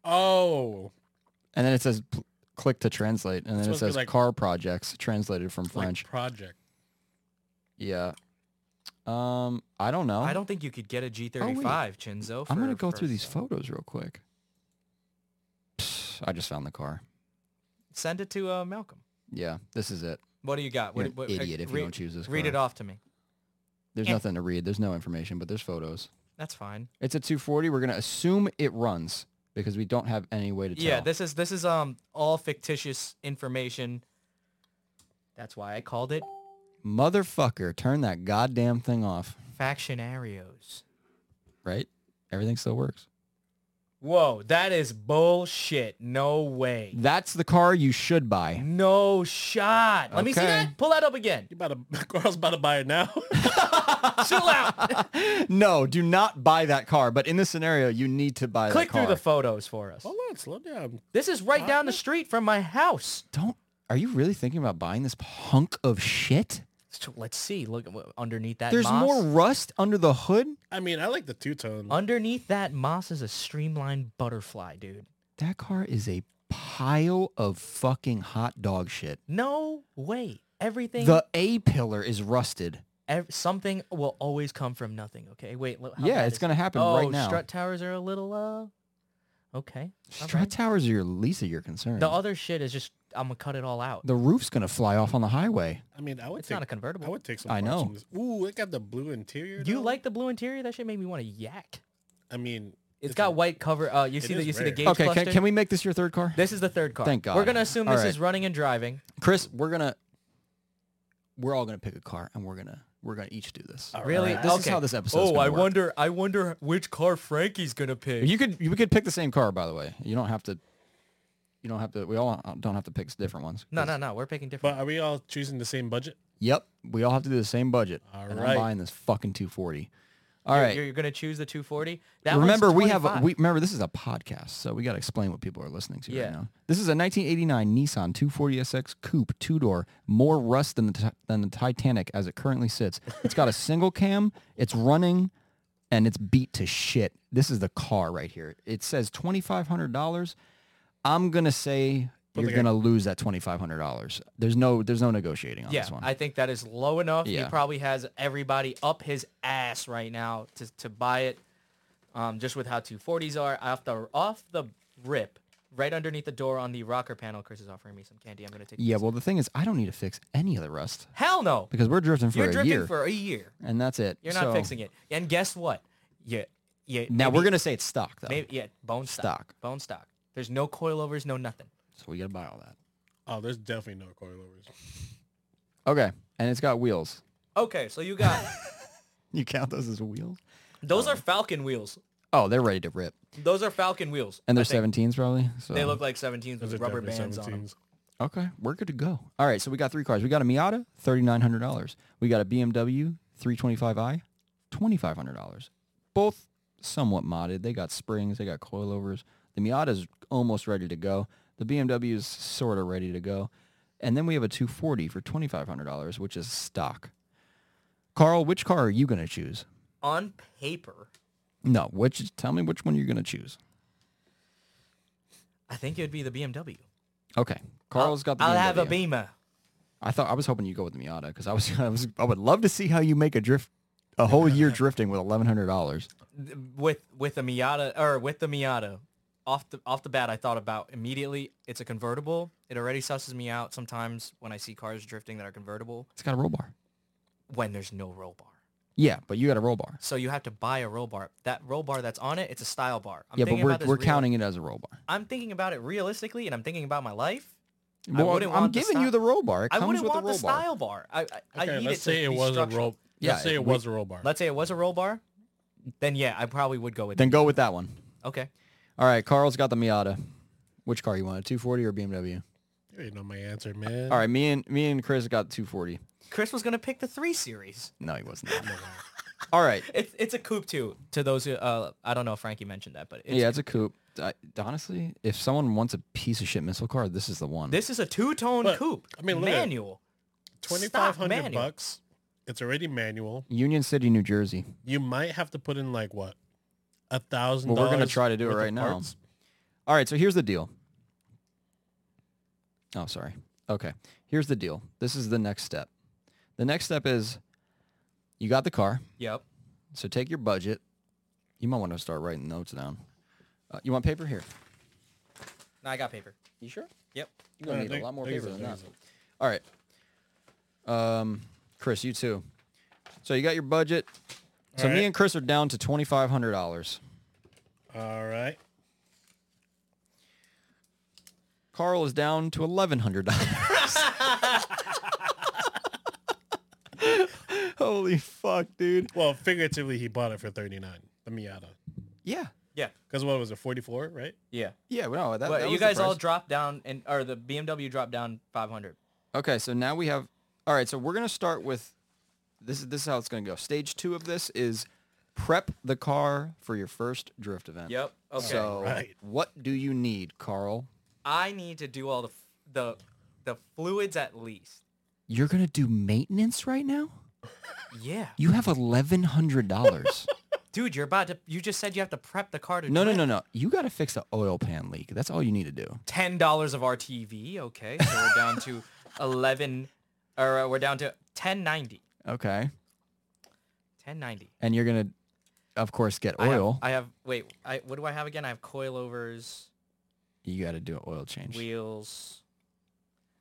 [SPEAKER 3] Oh.
[SPEAKER 2] And then it says pl- click to translate. And then it
[SPEAKER 3] supposed to be
[SPEAKER 2] says
[SPEAKER 3] like-
[SPEAKER 2] car projects translated from
[SPEAKER 3] Like
[SPEAKER 2] French.
[SPEAKER 3] project.
[SPEAKER 2] yeah. Um, I don't know.
[SPEAKER 1] I don't think you could get a G thirty five, Chinzo.
[SPEAKER 2] Oh, I'm gonna
[SPEAKER 1] for-
[SPEAKER 2] go
[SPEAKER 1] for-
[SPEAKER 2] through these photos real quick. Psst, I just found the car.
[SPEAKER 1] Send it to uh, Malcolm.
[SPEAKER 2] Yeah, this is it.
[SPEAKER 1] What do you got? what,
[SPEAKER 2] You're an
[SPEAKER 1] what- uh,
[SPEAKER 2] idiot if you
[SPEAKER 1] read-
[SPEAKER 2] don't choose this
[SPEAKER 1] Read
[SPEAKER 2] card.
[SPEAKER 1] it off to me.
[SPEAKER 2] There's
[SPEAKER 1] Eh.
[SPEAKER 2] nothing to read. There's no information, but there's photos.
[SPEAKER 1] That's fine.
[SPEAKER 2] It's a 240. We're gonna assume it runs because we don't have any way to tell.
[SPEAKER 1] Yeah, this is this is um all fictitious information. That's why I called it
[SPEAKER 2] motherfucker, turn that goddamn thing off.
[SPEAKER 1] factionarios.
[SPEAKER 2] Right? Everything still works.
[SPEAKER 1] Whoa, that is bullshit. No way.
[SPEAKER 2] That's the car you should buy.
[SPEAKER 1] No shot. Let me see
[SPEAKER 2] Okay.
[SPEAKER 1] that. Pull that up again.
[SPEAKER 3] You about to, girl's about to buy it now.
[SPEAKER 1] Chill out.
[SPEAKER 2] No, do not buy that car. But in this scenario, you need to buy
[SPEAKER 1] Click
[SPEAKER 2] that car.
[SPEAKER 1] through the photos for us.
[SPEAKER 3] Hold on, slow down.
[SPEAKER 1] This is right down the street from my house.
[SPEAKER 2] don't. Are you really thinking about buying this hunk of shit?
[SPEAKER 1] So let's see. Look at what- underneath that.
[SPEAKER 2] There's
[SPEAKER 1] moss.
[SPEAKER 2] more rust under the hood.
[SPEAKER 3] I mean, I like the two-tone.
[SPEAKER 1] Underneath that moss is a streamlined butterfly, dude.
[SPEAKER 2] That car is a pile of fucking hot dog shit.
[SPEAKER 1] No way. Everything.
[SPEAKER 2] The A pillar is rusted.
[SPEAKER 1] ev- something will always come from nothing. Okay, wait. lo- how
[SPEAKER 2] yeah,
[SPEAKER 1] bad
[SPEAKER 2] it's
[SPEAKER 1] is
[SPEAKER 2] gonna happen
[SPEAKER 1] oh,
[SPEAKER 2] right now.
[SPEAKER 1] strut towers are a little uh. Okay. all
[SPEAKER 2] Strut
[SPEAKER 1] right.
[SPEAKER 2] towers are your least of your concern.
[SPEAKER 1] The
[SPEAKER 2] The,
[SPEAKER 1] other shit is just I'm gonna cut it all out.
[SPEAKER 2] roof's gonna fly off on the highway.
[SPEAKER 3] I mean, I would
[SPEAKER 1] It's
[SPEAKER 3] take.
[SPEAKER 1] not a convertible.
[SPEAKER 3] I would take some.
[SPEAKER 2] I
[SPEAKER 3] parts
[SPEAKER 2] know.
[SPEAKER 3] from this. Ooh, it got the blue interior.
[SPEAKER 1] you
[SPEAKER 3] though?
[SPEAKER 1] like the blue interior? That shit made me want to yak.
[SPEAKER 3] I mean,
[SPEAKER 1] it's got
[SPEAKER 3] a-
[SPEAKER 1] white cover. Uh, you see
[SPEAKER 3] It
[SPEAKER 1] the
[SPEAKER 3] is
[SPEAKER 1] you see the
[SPEAKER 3] rare.
[SPEAKER 1] gauge
[SPEAKER 2] okay,
[SPEAKER 1] cluster?
[SPEAKER 2] can, can we make this your third car,
[SPEAKER 1] This is the third car.
[SPEAKER 2] Thank God.
[SPEAKER 1] We're gonna assume
[SPEAKER 2] All
[SPEAKER 1] this
[SPEAKER 2] right.
[SPEAKER 1] is running and driving.
[SPEAKER 2] Chris? We're gonna we're all gonna pick a car, and we're gonna we're gonna each do this.
[SPEAKER 3] All
[SPEAKER 1] Really?
[SPEAKER 2] right, this is
[SPEAKER 1] Okay.
[SPEAKER 2] how this episode's
[SPEAKER 1] Oh,
[SPEAKER 2] gonna
[SPEAKER 1] I
[SPEAKER 2] work.
[SPEAKER 1] wonder. I wonder which car Frankie's gonna pick.
[SPEAKER 2] You could you could pick the same car, by the way. You don't have to. You don't have to. We all don't have to pick different ones.
[SPEAKER 1] no, no, no. We're picking different.
[SPEAKER 3] But are we all choosing the same budget?
[SPEAKER 2] Yep, we all have to do the same budget.
[SPEAKER 3] All
[SPEAKER 2] and I'm
[SPEAKER 3] right.
[SPEAKER 2] buying this fucking 240. All
[SPEAKER 1] You're-
[SPEAKER 2] right.
[SPEAKER 1] you're, gonna choose the 240. That one's
[SPEAKER 2] remember, we have a,
[SPEAKER 1] 25.
[SPEAKER 2] we remember this is a podcast, so we got to explain what people are listening to
[SPEAKER 1] Yeah.
[SPEAKER 2] right now. This is a 1989 Nissan 240SX coupe, two door, more rust than the Ti- than the Titanic as it currently sits. It's got a single cam. It's running, and it's beat to shit. This is the car right here. It says twenty five hundred dollars. I'm gonna say.
[SPEAKER 3] Put
[SPEAKER 2] You're
[SPEAKER 3] the-
[SPEAKER 2] gonna lose that twenty five hundred dollars. There's no, there's no negotiating on
[SPEAKER 1] Yeah,
[SPEAKER 2] this one.
[SPEAKER 1] I think that is low enough.
[SPEAKER 2] Yeah.
[SPEAKER 1] He probably has everybody up his ass right now to, to buy it. Um, just with how 240s are off the off the rip, right underneath the door on the rocker panel. Chris is offering me some candy. I'm gonna take. a
[SPEAKER 2] yeah.
[SPEAKER 1] piece.
[SPEAKER 2] Well, the thing is, I don't need to fix any of the rust
[SPEAKER 1] Hell no.
[SPEAKER 2] because we're drifting for
[SPEAKER 1] You're
[SPEAKER 2] a
[SPEAKER 1] drifting
[SPEAKER 2] year,
[SPEAKER 1] for a year.
[SPEAKER 2] and that's it.
[SPEAKER 1] You're not
[SPEAKER 2] So-
[SPEAKER 1] fixing it. And guess what? Yeah, yeah.
[SPEAKER 2] Now we're
[SPEAKER 1] maybe-
[SPEAKER 2] gonna say it's stock though,
[SPEAKER 1] maybe Eh, yeah bone stock.
[SPEAKER 2] Stock.
[SPEAKER 1] Bone stock. There's no coilovers, no nothing.
[SPEAKER 2] so we gotta buy all that.
[SPEAKER 3] Oh, there's definitely no coilovers.
[SPEAKER 2] Okay, and it's got wheels.
[SPEAKER 1] Okay, so you got
[SPEAKER 2] You count those as wheels?
[SPEAKER 1] those are Falcon wheels.
[SPEAKER 2] Oh, they're ready to rip,
[SPEAKER 1] Those are Falcon wheels.
[SPEAKER 2] and
[SPEAKER 1] I
[SPEAKER 2] they're
[SPEAKER 1] think.
[SPEAKER 2] 17s probably. So
[SPEAKER 1] They look like 17s
[SPEAKER 3] Those
[SPEAKER 1] with
[SPEAKER 3] are
[SPEAKER 1] rubber
[SPEAKER 3] definitely
[SPEAKER 1] bands on them.
[SPEAKER 3] 17s.
[SPEAKER 2] okay. We're good to go. All right, so we got three cars. We got a Miata, thirty nine hundred dollars. We got a BMW 325i, twenty five hundred dollars. Both somewhat modded. They got springs. They got coilovers. The Miata's almost ready to go. The BMW is sort of ready to go. And then we have a 240 for $2,500, which is stock. Carl, which car are you going to choose?
[SPEAKER 1] On paper,
[SPEAKER 2] No, which tell me which one you're gonna choose.
[SPEAKER 1] I think it would be the BMW.
[SPEAKER 2] Okay, Carl's
[SPEAKER 1] I'll,
[SPEAKER 2] got the.
[SPEAKER 1] I'll have a
[SPEAKER 2] BMW.
[SPEAKER 1] Beamer.
[SPEAKER 2] I thought I was hoping you go with the Miata because I was I was I would love to see how you make a drift a whole year drifting with eleven hundred dollars.
[SPEAKER 1] Th- With with a Miata or with the Miata. Off the off the bat I thought about immediately it's a convertible. It already susses me out sometimes when I see cars drifting that are convertible
[SPEAKER 2] It's got a roll bar.
[SPEAKER 1] when there's no roll bar.
[SPEAKER 2] Yeah, but you got a roll bar.
[SPEAKER 1] So you have to buy a roll bar. That roll bar that's on it, it's a style bar. I'm
[SPEAKER 2] yeah, but
[SPEAKER 1] thinking
[SPEAKER 2] we're
[SPEAKER 1] about this
[SPEAKER 2] we're
[SPEAKER 1] real-
[SPEAKER 2] counting it as a roll bar.
[SPEAKER 1] I'm thinking about it realistically, and I'm thinking about my life.
[SPEAKER 2] Well,
[SPEAKER 1] wouldn't
[SPEAKER 2] I'm
[SPEAKER 1] want the
[SPEAKER 2] giving
[SPEAKER 1] sty-
[SPEAKER 2] you the roll bar. It
[SPEAKER 1] I
[SPEAKER 2] comes
[SPEAKER 1] wouldn't
[SPEAKER 2] with
[SPEAKER 1] want
[SPEAKER 2] the roll
[SPEAKER 1] the style bar. I, I, I
[SPEAKER 3] Okay,
[SPEAKER 1] need
[SPEAKER 3] let's
[SPEAKER 1] it
[SPEAKER 3] say
[SPEAKER 1] to
[SPEAKER 3] it
[SPEAKER 1] be
[SPEAKER 3] was a
[SPEAKER 1] structural.
[SPEAKER 3] roll.
[SPEAKER 2] Yeah,
[SPEAKER 3] let's say
[SPEAKER 2] it-
[SPEAKER 3] it
[SPEAKER 2] we-
[SPEAKER 3] was a roll bar.
[SPEAKER 1] Let's say it was a roll bar. Then yeah, I probably would go
[SPEAKER 2] bar.
[SPEAKER 1] with
[SPEAKER 2] Then go with that one.
[SPEAKER 1] Okay.
[SPEAKER 2] All right, Carl's got the Miata. Which car you want? A 240 or BMW?
[SPEAKER 3] You already know my answer, man.
[SPEAKER 2] All right, me and me and Chris got 240.
[SPEAKER 1] Chris was gonna pick the three series.
[SPEAKER 2] No, he wasn't. All right.
[SPEAKER 1] It's it's a coupe too. To those who uh, I don't know if Frankie mentioned that, but it's,
[SPEAKER 2] yeah, it's a coupe. I, honestly, if someone wants a piece of shit missile car, this is the one.
[SPEAKER 1] this is a two tone
[SPEAKER 3] But,
[SPEAKER 1] coupe.
[SPEAKER 3] I mean, look at it.
[SPEAKER 1] manual.
[SPEAKER 3] Twenty five
[SPEAKER 1] Stock
[SPEAKER 3] hundred
[SPEAKER 1] manual.
[SPEAKER 3] bucks. It's already manual.
[SPEAKER 2] Union City, New Jersey.
[SPEAKER 3] You might have to put in like what a thousand.
[SPEAKER 2] Well, we're gonna
[SPEAKER 3] dollars
[SPEAKER 2] try to do it
[SPEAKER 3] worth of
[SPEAKER 2] right now.
[SPEAKER 3] parts?
[SPEAKER 2] All right, so here's the deal. Oh, sorry. Okay. Here's the deal. This is the next step. The next step is you got the car,
[SPEAKER 1] Yep.
[SPEAKER 2] so take your budget. You might want to start writing notes down. Uh, you want paper here?
[SPEAKER 1] No, I got paper.
[SPEAKER 2] You sure?
[SPEAKER 1] Yep.
[SPEAKER 2] You're gonna
[SPEAKER 3] No,
[SPEAKER 2] need
[SPEAKER 3] there-
[SPEAKER 2] a lot more
[SPEAKER 3] there
[SPEAKER 2] paper
[SPEAKER 3] is
[SPEAKER 2] than
[SPEAKER 3] a-
[SPEAKER 2] that.
[SPEAKER 3] there is
[SPEAKER 2] All right. Um, Chris, you too. So you got your budget. So
[SPEAKER 3] All
[SPEAKER 2] me
[SPEAKER 3] right.
[SPEAKER 2] and Chris are down to twenty five hundred dollars.
[SPEAKER 3] a- All right.
[SPEAKER 2] Carl is down to eleven hundred dollars. Holy fuck, dude!
[SPEAKER 3] Well, figuratively, he bought it for thirty nine. The Miata.
[SPEAKER 2] Yeah,
[SPEAKER 1] Yeah.
[SPEAKER 3] Because what was it? Forty four, right?
[SPEAKER 1] Yeah.
[SPEAKER 2] yeah. No, that,
[SPEAKER 1] But
[SPEAKER 2] that
[SPEAKER 1] you
[SPEAKER 2] was the
[SPEAKER 1] guys all
[SPEAKER 2] price.
[SPEAKER 1] dropped down, and or the BMW dropped down 500.
[SPEAKER 2] okay. So now we have. All right, so we're gonna start with. This is this is how it's gonna go. Stage two of this is prep the car for your first drift event.
[SPEAKER 1] Yep. Okay.
[SPEAKER 2] So
[SPEAKER 3] Right.
[SPEAKER 2] what do you need, Carl?
[SPEAKER 1] I need to do all the f- the the fluids at least.
[SPEAKER 2] You're gonna do maintenance right now.
[SPEAKER 1] Yeah.
[SPEAKER 2] You have eleven hundred dollars.
[SPEAKER 1] Dude, you're about to you just said you have to prep the car to
[SPEAKER 2] no, no,
[SPEAKER 1] drift.
[SPEAKER 2] no, no. You gotta fix the oil pan leak. That's all you need to do.
[SPEAKER 1] Ten dollars of RTV, okay. So we're down to eleven or uh, we're down to ten ninety.
[SPEAKER 2] Okay.
[SPEAKER 1] 1090.
[SPEAKER 2] and you're gonna, of course, get
[SPEAKER 1] I have-
[SPEAKER 2] oil.
[SPEAKER 1] I have, wait, I what do I have again? I have coilovers,
[SPEAKER 2] you got to do an oil change.
[SPEAKER 1] wheels.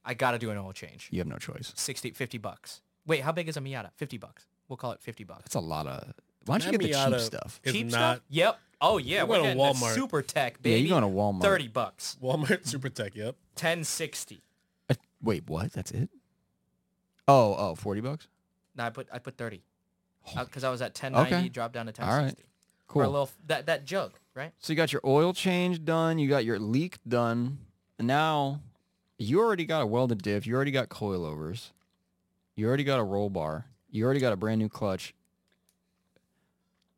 [SPEAKER 1] I got to do an oil change.
[SPEAKER 2] you have no choice.
[SPEAKER 1] 60 50 bucks. Wait, how big is a Miata? 50 bucks. We'll call it 50 bucks.
[SPEAKER 2] That's a lot of. Why don't you
[SPEAKER 3] That
[SPEAKER 2] get the cheap
[SPEAKER 3] Miata
[SPEAKER 2] stuff?
[SPEAKER 3] Is
[SPEAKER 1] Cheap
[SPEAKER 3] not
[SPEAKER 1] stuff? Yep. Oh yeah,
[SPEAKER 3] You're
[SPEAKER 1] we're
[SPEAKER 3] going to
[SPEAKER 1] getting the
[SPEAKER 3] Walmart.
[SPEAKER 1] Super Tech, baby.
[SPEAKER 2] Yeah, you're going to Walmart.
[SPEAKER 1] 30 bucks.
[SPEAKER 3] Walmart Super Tech. Yep.
[SPEAKER 1] 1060.
[SPEAKER 2] Uh, wait, what? That's it? Oh, oh, 40 bucks.
[SPEAKER 1] No, I put I put 30.
[SPEAKER 2] Holy-
[SPEAKER 1] Because I was at 1090,
[SPEAKER 2] Okay.
[SPEAKER 1] dropped down to
[SPEAKER 2] All right.
[SPEAKER 1] 1060. For a
[SPEAKER 2] Cool.
[SPEAKER 1] little f- that that jug, right?
[SPEAKER 2] So you got your oil change done. You got your leak done. And now you already got a welded diff. You already got coilovers. You already got a roll bar. You already got a brand new clutch.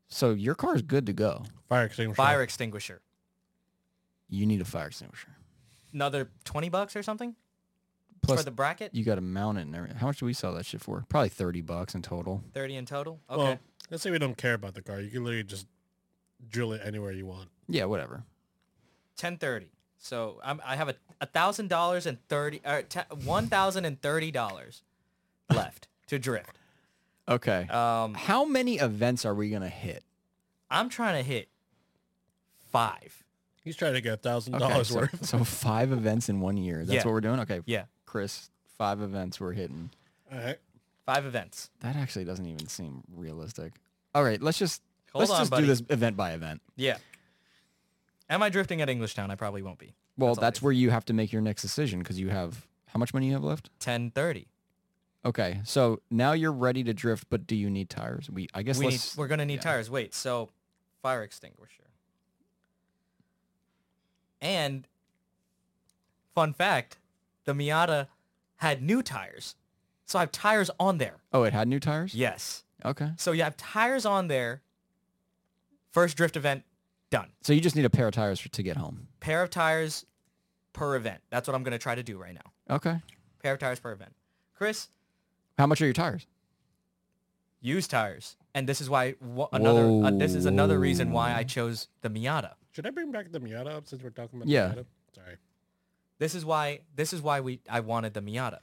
[SPEAKER 2] So your car is good to go.
[SPEAKER 3] Fire extinguisher.
[SPEAKER 1] Fire extinguisher.
[SPEAKER 2] You need a fire extinguisher.
[SPEAKER 1] Another 20 bucks or something
[SPEAKER 2] Plus,
[SPEAKER 1] for the bracket?
[SPEAKER 2] you got to mount it and everything. How much do we sell that shit for? Probably 30 bucks in total.
[SPEAKER 1] 30 in total. Okay.
[SPEAKER 3] Well, let's say we don't care about the car. You can literally just drill it anywhere you want.
[SPEAKER 2] Yeah, whatever.
[SPEAKER 1] 1030. So I'm, I have a a thousand dollars and thirty or one thousand and thirty dollars left to drift.
[SPEAKER 2] Okay.
[SPEAKER 1] Um,
[SPEAKER 2] How many events are we going to hit?
[SPEAKER 1] I'm trying to hit five.
[SPEAKER 3] He's trying to get a thousand
[SPEAKER 2] Okay,
[SPEAKER 3] dollars
[SPEAKER 2] so,
[SPEAKER 3] worth.
[SPEAKER 2] so five events in one year. That's
[SPEAKER 1] Yeah.
[SPEAKER 2] what we're doing? Okay.
[SPEAKER 1] Yeah,
[SPEAKER 2] Chris, five events we're hitting.
[SPEAKER 3] All right.
[SPEAKER 1] five events.
[SPEAKER 2] That actually doesn't even seem realistic. All right, let's just
[SPEAKER 1] Hold
[SPEAKER 2] let's
[SPEAKER 1] on,
[SPEAKER 2] just
[SPEAKER 1] buddy.
[SPEAKER 2] do this event by event.
[SPEAKER 1] Yeah. Am I drifting at English Town? I probably won't be.
[SPEAKER 2] Well,
[SPEAKER 1] That's
[SPEAKER 2] that's,
[SPEAKER 1] all it is.
[SPEAKER 2] where you have to make your next decision because you have how much money you have left?
[SPEAKER 1] 1030.
[SPEAKER 2] Okay, so now you're ready to drift, but do you need tires? We I guess
[SPEAKER 1] We need,
[SPEAKER 2] let's
[SPEAKER 1] we're gonna need
[SPEAKER 2] yeah.
[SPEAKER 1] tires. Wait, so fire extinguisher. And fun fact, the Miata had new tires, so I have tires on there.
[SPEAKER 2] Oh, it had new tires.
[SPEAKER 1] Yes.
[SPEAKER 2] Okay,
[SPEAKER 1] So you have tires on there. First drift event done.
[SPEAKER 2] so you just need a pair of tires for, to get home.
[SPEAKER 1] Pair of tires per event. That's what I'm gonna try to do right now.
[SPEAKER 2] Okay,
[SPEAKER 1] Pair of tires per event. Chris,
[SPEAKER 2] how much are your tires?
[SPEAKER 1] used tires, and this is why wha- another. Uh, this is another reason why I chose the Miata.
[SPEAKER 3] Should I bring back the Miata up since we're talking about
[SPEAKER 2] Yeah.
[SPEAKER 3] the Miata? Sorry.
[SPEAKER 1] This is why this is why we I wanted the Miata.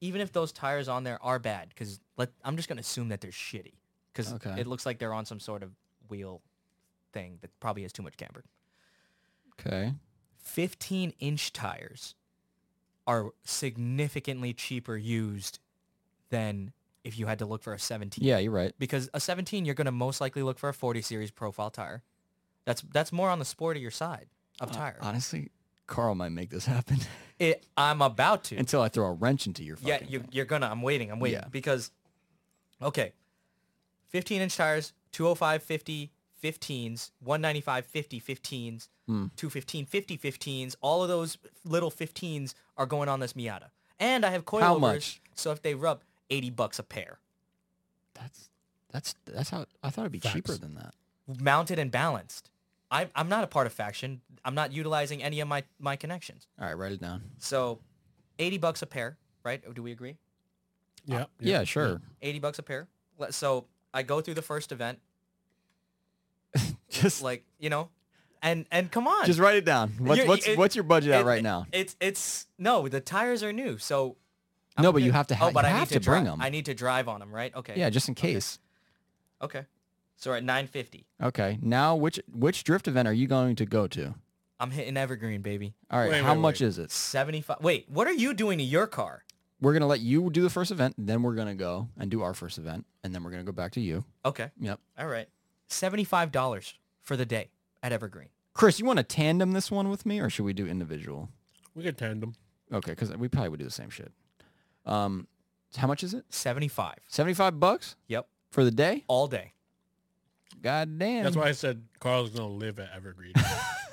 [SPEAKER 1] Even if those tires on there are bad cuz let I'm just going to assume that they're shitty cuz
[SPEAKER 2] Okay.
[SPEAKER 1] it looks like they're on some sort of wheel thing that probably has too much camber.
[SPEAKER 2] Okay,
[SPEAKER 1] 15-inch tires are significantly cheaper used than if you had to look for a 17
[SPEAKER 2] yeah, you're right.
[SPEAKER 1] because a 17 you're going to most likely look for a 40 series profile tire. That's that's more on the sportier side
[SPEAKER 2] Uh,
[SPEAKER 1] of tire.
[SPEAKER 2] Honestly, Carl might make this happen
[SPEAKER 1] it, I'm about to.
[SPEAKER 2] until I throw a wrench into your fucking.
[SPEAKER 1] Yeah, you, you're gonna. I'm waiting. I'm waiting
[SPEAKER 2] Yeah.
[SPEAKER 1] because, okay, 15 inch tires, 205, 50, 15s, 195, 50, 15s,
[SPEAKER 2] Hmm.
[SPEAKER 1] 215, 50, 15s. All of those little 15s are going on this Miata, and I have coilovers.
[SPEAKER 2] much?
[SPEAKER 1] So if they rub, 80 bucks a pair,
[SPEAKER 2] That's that's that's how I thought it'd be cheaper
[SPEAKER 3] Facts.
[SPEAKER 2] than that.
[SPEAKER 1] mounted and balanced. I, I'm not a part of faction. I'm not utilizing any of my my connections.
[SPEAKER 2] All right, write it down.
[SPEAKER 1] So, 80 bucks a pair, right? Do we agree?
[SPEAKER 3] Uh, Yeah.
[SPEAKER 2] Yeah, sure.
[SPEAKER 1] 80 bucks a pair. Le- So I go through the first event,
[SPEAKER 2] Just
[SPEAKER 1] like you know and and come on
[SPEAKER 2] Just write it down. What's
[SPEAKER 1] You're-
[SPEAKER 2] what's,
[SPEAKER 1] it-
[SPEAKER 2] what's your budget at
[SPEAKER 1] it-
[SPEAKER 2] right now?
[SPEAKER 1] it's it's no the tires are new so
[SPEAKER 2] no, but you have to ha-
[SPEAKER 1] oh but
[SPEAKER 2] you
[SPEAKER 1] i need
[SPEAKER 2] have
[SPEAKER 1] to,
[SPEAKER 2] to
[SPEAKER 1] dri-
[SPEAKER 2] bring them.
[SPEAKER 1] i need to drive on them right okay
[SPEAKER 2] yeah, just in case.
[SPEAKER 1] okay so we're at 950
[SPEAKER 2] Okay. Now which which drift event are you going to go to?
[SPEAKER 1] i'm hitting evergreen baby
[SPEAKER 2] All right,
[SPEAKER 3] Wait,
[SPEAKER 2] how
[SPEAKER 3] wait,
[SPEAKER 2] much
[SPEAKER 3] wait.
[SPEAKER 2] is it?
[SPEAKER 1] 75 wait what are you doing to your car
[SPEAKER 2] We're going to let you do the first event, then we're going to go and do our first event, and then we're going to go back to you.
[SPEAKER 1] okay
[SPEAKER 2] Yep.
[SPEAKER 1] all right 75 dollars for the day at evergreen
[SPEAKER 2] Chris, you want to tandem this one with me or should we do individual?
[SPEAKER 3] We could tandem.
[SPEAKER 2] Okay, cuz we probably would do the same shit. Um how much is it?
[SPEAKER 1] 75
[SPEAKER 2] 75 bucks
[SPEAKER 1] yep
[SPEAKER 2] for the day?
[SPEAKER 1] all day
[SPEAKER 2] God damn.
[SPEAKER 3] That's why I said Carl's gonna live at Evergreen.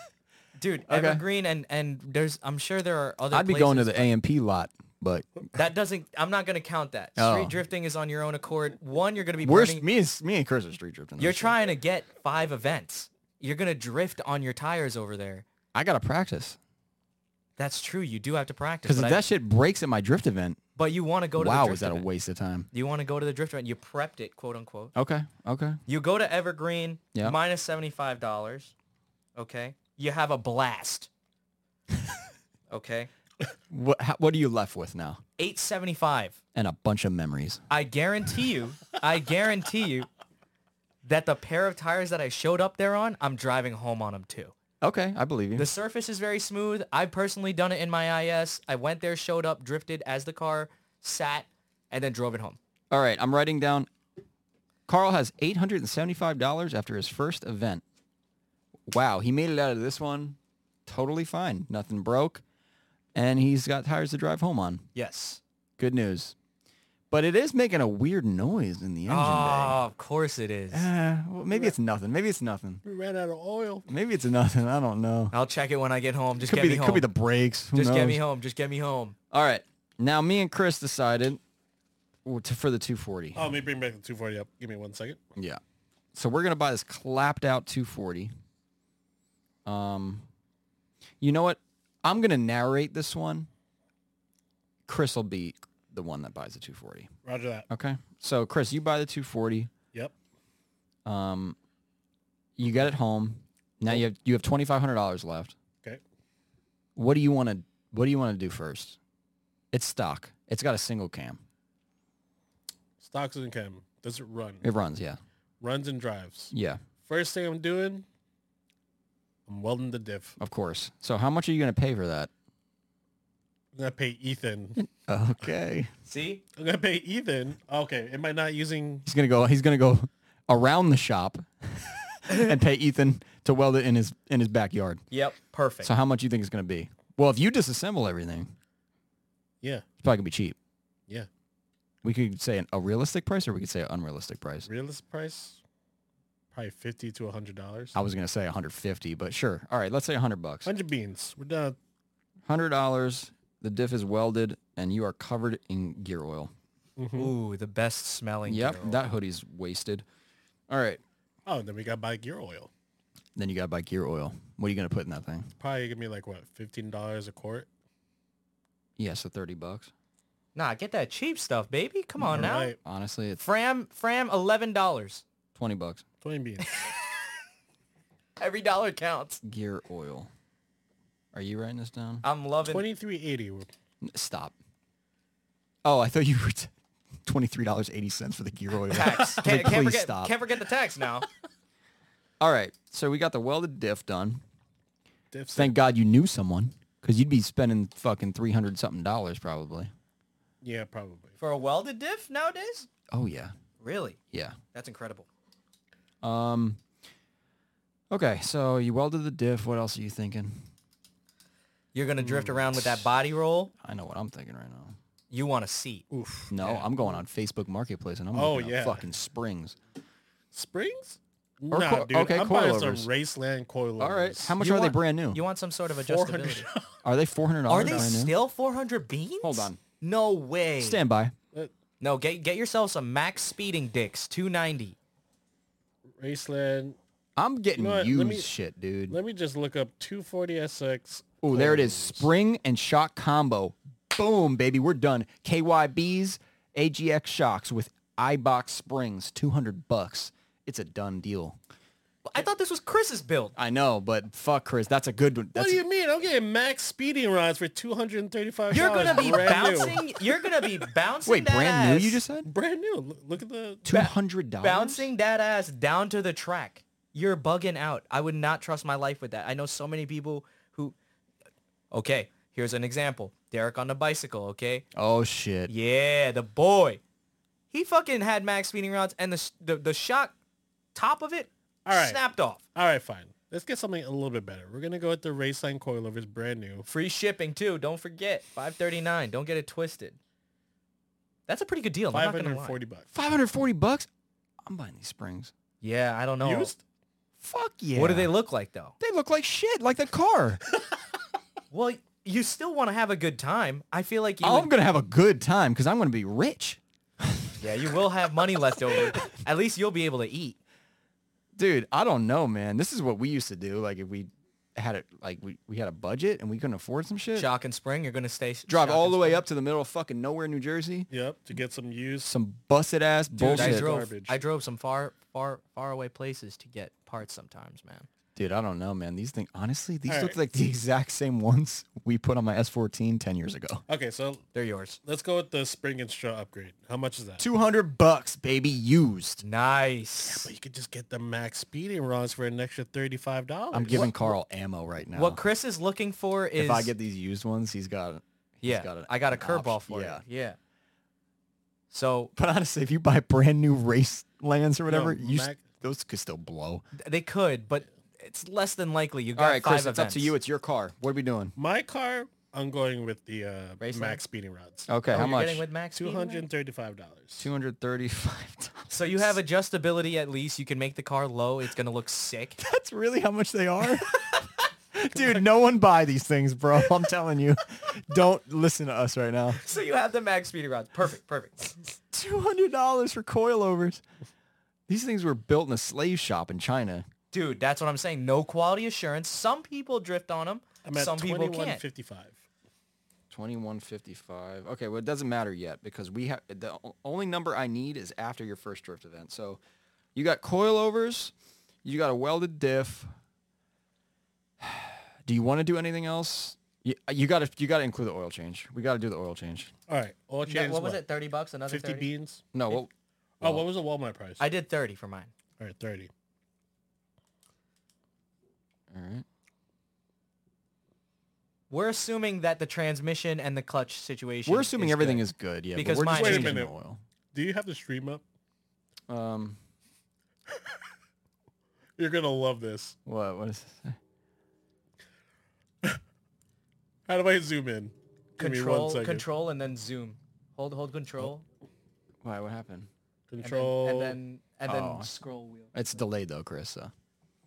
[SPEAKER 1] dude
[SPEAKER 2] Okay.
[SPEAKER 1] evergreen and and there's i'm sure there are other
[SPEAKER 2] I'd be going to
[SPEAKER 1] places.
[SPEAKER 2] the AMP lot, but
[SPEAKER 1] that doesn't i'm not going to count that
[SPEAKER 2] Oh.
[SPEAKER 1] street drifting is on your own accord one you're going to be
[SPEAKER 2] we're
[SPEAKER 1] burning
[SPEAKER 2] me and me and Chris are street drifting.
[SPEAKER 1] You're
[SPEAKER 2] this year.
[SPEAKER 1] trying to get five events. You're gonna drift on your tires over there.
[SPEAKER 2] I got to practice.
[SPEAKER 1] That's true. You do have to practice.
[SPEAKER 2] Because if
[SPEAKER 1] But, I-
[SPEAKER 2] that shit breaks at my drift event,
[SPEAKER 1] but you want to go to the
[SPEAKER 2] wow,
[SPEAKER 1] drift
[SPEAKER 2] was that a
[SPEAKER 1] event.
[SPEAKER 2] waste of time?
[SPEAKER 1] You want to go to the drift event. You prepped it, quote unquote.
[SPEAKER 2] Okay, okay.
[SPEAKER 1] You go to Evergreen,
[SPEAKER 2] Yeah.
[SPEAKER 1] minus seventy five dollars. Okay. You have a blast. okay.
[SPEAKER 2] What how, what are you left with now?
[SPEAKER 1] Eight seventy five.
[SPEAKER 2] And a bunch of memories.
[SPEAKER 1] I guarantee you. I guarantee you. that the pair of tires that I showed up there on, I'm driving home on them too.
[SPEAKER 2] Okay, I believe you.
[SPEAKER 1] The surface is very smooth. I've personally done it in my IS. I went there, showed up, drifted as the car, sat, and then drove it home.
[SPEAKER 2] All right, I'm writing down. Carl has $875 after his first event. Wow, he made it out of this one totally fine. Nothing broke. And he's got tires to drive home on.
[SPEAKER 1] Yes.
[SPEAKER 2] Good news. But it is making a weird noise in the engine bay.
[SPEAKER 1] Oh, of course it is.
[SPEAKER 2] Uh, well, maybe it's nothing. Maybe it's nothing.
[SPEAKER 3] We ran out of oil.
[SPEAKER 2] Maybe it's nothing. I don't know.
[SPEAKER 1] I'll check it when I get home. Just
[SPEAKER 2] Could
[SPEAKER 1] get
[SPEAKER 2] be,
[SPEAKER 1] me
[SPEAKER 2] the,
[SPEAKER 1] home.
[SPEAKER 2] could be the brakes. Who
[SPEAKER 1] Just get me
[SPEAKER 2] knows?
[SPEAKER 1] home. Just get me home.
[SPEAKER 2] All right. Now me and Chris decided well, to, for the 240.
[SPEAKER 3] Oh, let me bring back the 240 up. Give me one second.
[SPEAKER 2] Yeah. So we're gonna buy this clapped out 240. Um, you know what? I'm gonna narrate this one. Chris will be the one that buys the 240.
[SPEAKER 3] Roger that.
[SPEAKER 2] Okay. So Chris, you buy the 240.
[SPEAKER 3] Yep.
[SPEAKER 2] Um, you get it home. Now you have you have twenty five hundred dollars left.
[SPEAKER 3] Okay.
[SPEAKER 2] What do you want to What do you want to do first? It's stock. It's got a single cam.
[SPEAKER 3] Stocks and cam. Does it run?
[SPEAKER 2] It runs. Yeah.
[SPEAKER 3] Runs and drives.
[SPEAKER 2] Yeah.
[SPEAKER 3] First thing I'm doing, I'm welding the diff.
[SPEAKER 2] Of course. So how much are you gonna pay for that?
[SPEAKER 3] I'm gonna pay Ethan.
[SPEAKER 2] Okay.
[SPEAKER 1] See?
[SPEAKER 3] I'm gonna pay Ethan. Okay, am I not using?
[SPEAKER 2] He's gonna go. He's gonna go around the shop and pay Ethan to weld it in his in his backyard.
[SPEAKER 1] Yep. Perfect.
[SPEAKER 2] So how much you think it's gonna be? Well, if you disassemble everything,
[SPEAKER 3] Yeah,
[SPEAKER 2] it's probably gonna be cheap.
[SPEAKER 3] yeah.
[SPEAKER 2] We could say an, a realistic price, or we could say an unrealistic price.
[SPEAKER 3] Realist price, probably fifty to hundred dollars.
[SPEAKER 2] I was gonna say 150, but sure. All right, let's say 100 bucks.
[SPEAKER 3] Hundred beans. We're done.
[SPEAKER 2] Hundred dollars. The diff is welded, and you are covered in gear oil.
[SPEAKER 1] Ooh, the best smelling.
[SPEAKER 2] Yep,
[SPEAKER 1] girl.
[SPEAKER 2] that hoodie's wasted. All right,
[SPEAKER 3] Oh, and then we got to buy gear oil.
[SPEAKER 2] then you gotta buy gear oil. What are you gonna put in that thing?
[SPEAKER 3] Probably give me like what fifteen dollars a quart.
[SPEAKER 2] Yeah, so 30 bucks.
[SPEAKER 1] Nah, get that cheap stuff, baby. Come on now.
[SPEAKER 3] Alright,
[SPEAKER 2] Honestly, it's
[SPEAKER 1] Fram, Fram, eleven dollars.
[SPEAKER 2] 20 bucks.
[SPEAKER 3] twenty beans.
[SPEAKER 1] Every dollar counts.
[SPEAKER 2] gear oil. Are you writing this down?
[SPEAKER 1] I'm loving.
[SPEAKER 3] Twenty three eighty.
[SPEAKER 2] N- Stop. Oh, I thought you were t- $23.80 for the gear oil.
[SPEAKER 1] tax. Can't,
[SPEAKER 2] Like,
[SPEAKER 1] can't
[SPEAKER 2] please
[SPEAKER 1] forget,
[SPEAKER 2] stop.
[SPEAKER 1] can't forget the tax now.
[SPEAKER 2] All right. So we got the welded diff done.
[SPEAKER 3] Diff.
[SPEAKER 2] Thank God you knew someone because you'd be spending fucking 300 something dollars probably.
[SPEAKER 3] yeah, probably.
[SPEAKER 1] For a welded diff nowadays?
[SPEAKER 2] Oh, yeah.
[SPEAKER 1] Really?
[SPEAKER 2] Yeah.
[SPEAKER 1] That's incredible.
[SPEAKER 2] Um. Okay. So you welded the diff. What else are you thinking?
[SPEAKER 1] You're gonna
[SPEAKER 2] Mm.
[SPEAKER 1] drift around with that body roll.
[SPEAKER 2] I know what I'm thinking right now.
[SPEAKER 1] You want a seat.
[SPEAKER 3] Oof.
[SPEAKER 2] No, I'm going on Facebook Marketplace and I'm
[SPEAKER 3] Oh,
[SPEAKER 2] looking up
[SPEAKER 3] yeah.
[SPEAKER 2] fucking springs.
[SPEAKER 3] Springs?
[SPEAKER 2] Or
[SPEAKER 3] nah,
[SPEAKER 2] coil-
[SPEAKER 3] dude.
[SPEAKER 2] okay,
[SPEAKER 3] I'm buying some
[SPEAKER 2] coilovers.
[SPEAKER 3] Raceland coilovers.
[SPEAKER 2] All right. How much
[SPEAKER 1] You
[SPEAKER 2] are they
[SPEAKER 1] want-
[SPEAKER 2] brand new?
[SPEAKER 1] You want some sort of
[SPEAKER 3] Four hundred.
[SPEAKER 1] adjustability.
[SPEAKER 2] Are they four hundred
[SPEAKER 1] Are
[SPEAKER 2] dollars?
[SPEAKER 1] they still 400 beans?
[SPEAKER 2] Hold on.
[SPEAKER 1] No way.
[SPEAKER 2] Stand by.
[SPEAKER 1] No, get get yourself some max speeding dicks. 290.
[SPEAKER 3] Raceland.
[SPEAKER 2] I'm getting
[SPEAKER 3] know what? Let
[SPEAKER 2] used
[SPEAKER 3] me-
[SPEAKER 2] shit, dude.
[SPEAKER 3] Let me just look up 240SX.
[SPEAKER 2] Oh, there it is.
[SPEAKER 3] coilovers.
[SPEAKER 2] Spring and shock combo. Boom, baby. We're done. KYBs, AGX shocks with iBox springs. Two hundred bucks. It's a done deal.
[SPEAKER 1] I thought this was Chris's build.
[SPEAKER 2] I know, but fuck, Chris, that's a good one.
[SPEAKER 3] What
[SPEAKER 2] That's
[SPEAKER 3] do you mean? I'm getting max speeding rods for 235.
[SPEAKER 1] You're gonna be
[SPEAKER 3] brand
[SPEAKER 1] bouncing.
[SPEAKER 3] New.
[SPEAKER 1] You're gonna be bouncing.
[SPEAKER 2] wait,
[SPEAKER 1] that
[SPEAKER 2] brand
[SPEAKER 1] ass,
[SPEAKER 2] new. You just said
[SPEAKER 3] Brand new. Look- Look at the.
[SPEAKER 2] two hundred dollars.
[SPEAKER 1] bouncing that ass down to the track. You're bugging out. I would not trust my life with that. I know so many people who. Okay, here's an example. Derek on the bicycle. Okay,
[SPEAKER 2] Oh shit.
[SPEAKER 1] yeah, the boy. He fucking had max speeding rods, and the s- the, the shock top of it
[SPEAKER 3] All right.
[SPEAKER 1] snapped off.
[SPEAKER 3] All right, fine. Let's get something a little bit better. We're gonna go with the Raceline coilovers, brand new.
[SPEAKER 1] Free shipping too. Don't forget, five thirty nine. Don't get it twisted. That's a pretty good deal. I'm not gonna lie.
[SPEAKER 3] 540 bucks.
[SPEAKER 2] Five hundred forty bucks. I'm buying these springs.
[SPEAKER 1] Yeah, I don't know.
[SPEAKER 3] Used?
[SPEAKER 2] Fuck yeah.
[SPEAKER 1] What do they look like though?
[SPEAKER 2] They look like shit, like the car.
[SPEAKER 1] Well, you still want to have a good time. I feel like you.
[SPEAKER 2] I'm
[SPEAKER 1] would-
[SPEAKER 2] gonna have a good time because I'm gonna be rich.
[SPEAKER 1] yeah, you will have money left over. At least you'll be able to eat.
[SPEAKER 2] dude i don't know man this is what we used to do like if we had it like we, we had a budget and we couldn't afford some shit
[SPEAKER 1] Shock and spring, you're gonna stay.
[SPEAKER 2] drive all the way up to the middle of fucking nowhere new jersey
[SPEAKER 3] Yep. To get some used.
[SPEAKER 2] some busted ass
[SPEAKER 1] Dude, I
[SPEAKER 2] bullshit
[SPEAKER 1] drove.
[SPEAKER 3] Garbage.
[SPEAKER 1] I drove some far, far, far away places to get parts sometimes, man.
[SPEAKER 2] Dude, I don't know, man. These things, honestly, these
[SPEAKER 3] All
[SPEAKER 2] look
[SPEAKER 3] right.
[SPEAKER 2] like the exact same ones we put on my S14 10 years ago.
[SPEAKER 3] Okay, so
[SPEAKER 1] They're yours.
[SPEAKER 3] let's go with the spring and straw upgrade. How much is that?
[SPEAKER 2] 200 bucks, baby, used.
[SPEAKER 1] Nice.
[SPEAKER 3] But you could just get the max speeding rods for an extra thirty-five dollars.
[SPEAKER 2] I'm giving Carl ammo right now.
[SPEAKER 1] What Chris is looking for is
[SPEAKER 2] if I get these used ones, he's got he's
[SPEAKER 1] yeah,
[SPEAKER 2] got an-
[SPEAKER 1] I got a
[SPEAKER 2] an option.
[SPEAKER 1] curveball for
[SPEAKER 2] Yeah.
[SPEAKER 1] you. Yeah. So
[SPEAKER 2] But honestly, if you buy brand new race lands or whatever,
[SPEAKER 3] No,
[SPEAKER 2] you s-
[SPEAKER 3] Mac-
[SPEAKER 2] those could still blow.
[SPEAKER 1] th- they could, but it's less than likely. You got
[SPEAKER 2] All right,
[SPEAKER 1] five
[SPEAKER 2] Chris, it's
[SPEAKER 1] events.
[SPEAKER 2] up to you. It's your car. What are we doing?
[SPEAKER 3] my car. I'm going with the uh,
[SPEAKER 1] Raceland?
[SPEAKER 3] max speeding rods.
[SPEAKER 2] Okay,
[SPEAKER 1] Oh,
[SPEAKER 2] how
[SPEAKER 1] you're
[SPEAKER 2] much?
[SPEAKER 1] Getting with max speed
[SPEAKER 3] Two
[SPEAKER 1] on
[SPEAKER 3] hundred and
[SPEAKER 1] that?
[SPEAKER 3] thirty-five dollars.
[SPEAKER 2] 235.
[SPEAKER 1] So you have adjustability at least. You can make the car low. It's gonna look sick.
[SPEAKER 2] That's really how much they are. Dude, no one buy these things, bro. I'm telling you. Don't listen to us right now.
[SPEAKER 1] so you have the max speed rods. Perfect. Perfect.
[SPEAKER 2] $200 for coilovers. These things were built in a slave shop in China.
[SPEAKER 1] Dude, that's what I'm saying. No quality assurance. Some people drift on them.
[SPEAKER 3] I'm at
[SPEAKER 1] Some people
[SPEAKER 3] twenty-one
[SPEAKER 1] can't.
[SPEAKER 3] fifty-five.
[SPEAKER 2] 2155. Okay, well it doesn't matter yet because we have the o- only number I need is after your first drift event. So you got coilovers, you got a welded diff. Do you want to do anything else? You, uh, you gotta you gotta include the oil change. We gotta do the oil change.
[SPEAKER 3] All right, all
[SPEAKER 1] That-
[SPEAKER 3] chains.
[SPEAKER 1] what was it? Thirty bucks? Another
[SPEAKER 3] Fifty
[SPEAKER 1] thirty?
[SPEAKER 3] beans.
[SPEAKER 2] No, well,
[SPEAKER 3] Oh, what was the Walmart price?
[SPEAKER 1] I did thirty for mine.
[SPEAKER 3] all right, thirty.
[SPEAKER 2] all right.
[SPEAKER 1] We're assuming that the transmission and the clutch situation.
[SPEAKER 2] We're assuming everything
[SPEAKER 1] good.
[SPEAKER 2] is good, yeah.
[SPEAKER 1] Because
[SPEAKER 2] but we're just
[SPEAKER 1] mine- Wait a
[SPEAKER 2] changing
[SPEAKER 3] minute.
[SPEAKER 2] the
[SPEAKER 3] Do you have the stream up?
[SPEAKER 2] oil. Um,
[SPEAKER 3] You're gonna love this.
[SPEAKER 2] what what is?
[SPEAKER 3] How do I zoom in? Give me one
[SPEAKER 1] control,
[SPEAKER 3] second.
[SPEAKER 1] control, and then zoom. Hold, hold, control,
[SPEAKER 2] Why? What happened?
[SPEAKER 3] Control.
[SPEAKER 1] and then and then, and
[SPEAKER 2] Oh.
[SPEAKER 1] then scroll wheel.
[SPEAKER 2] It's delayed though, Chris. So.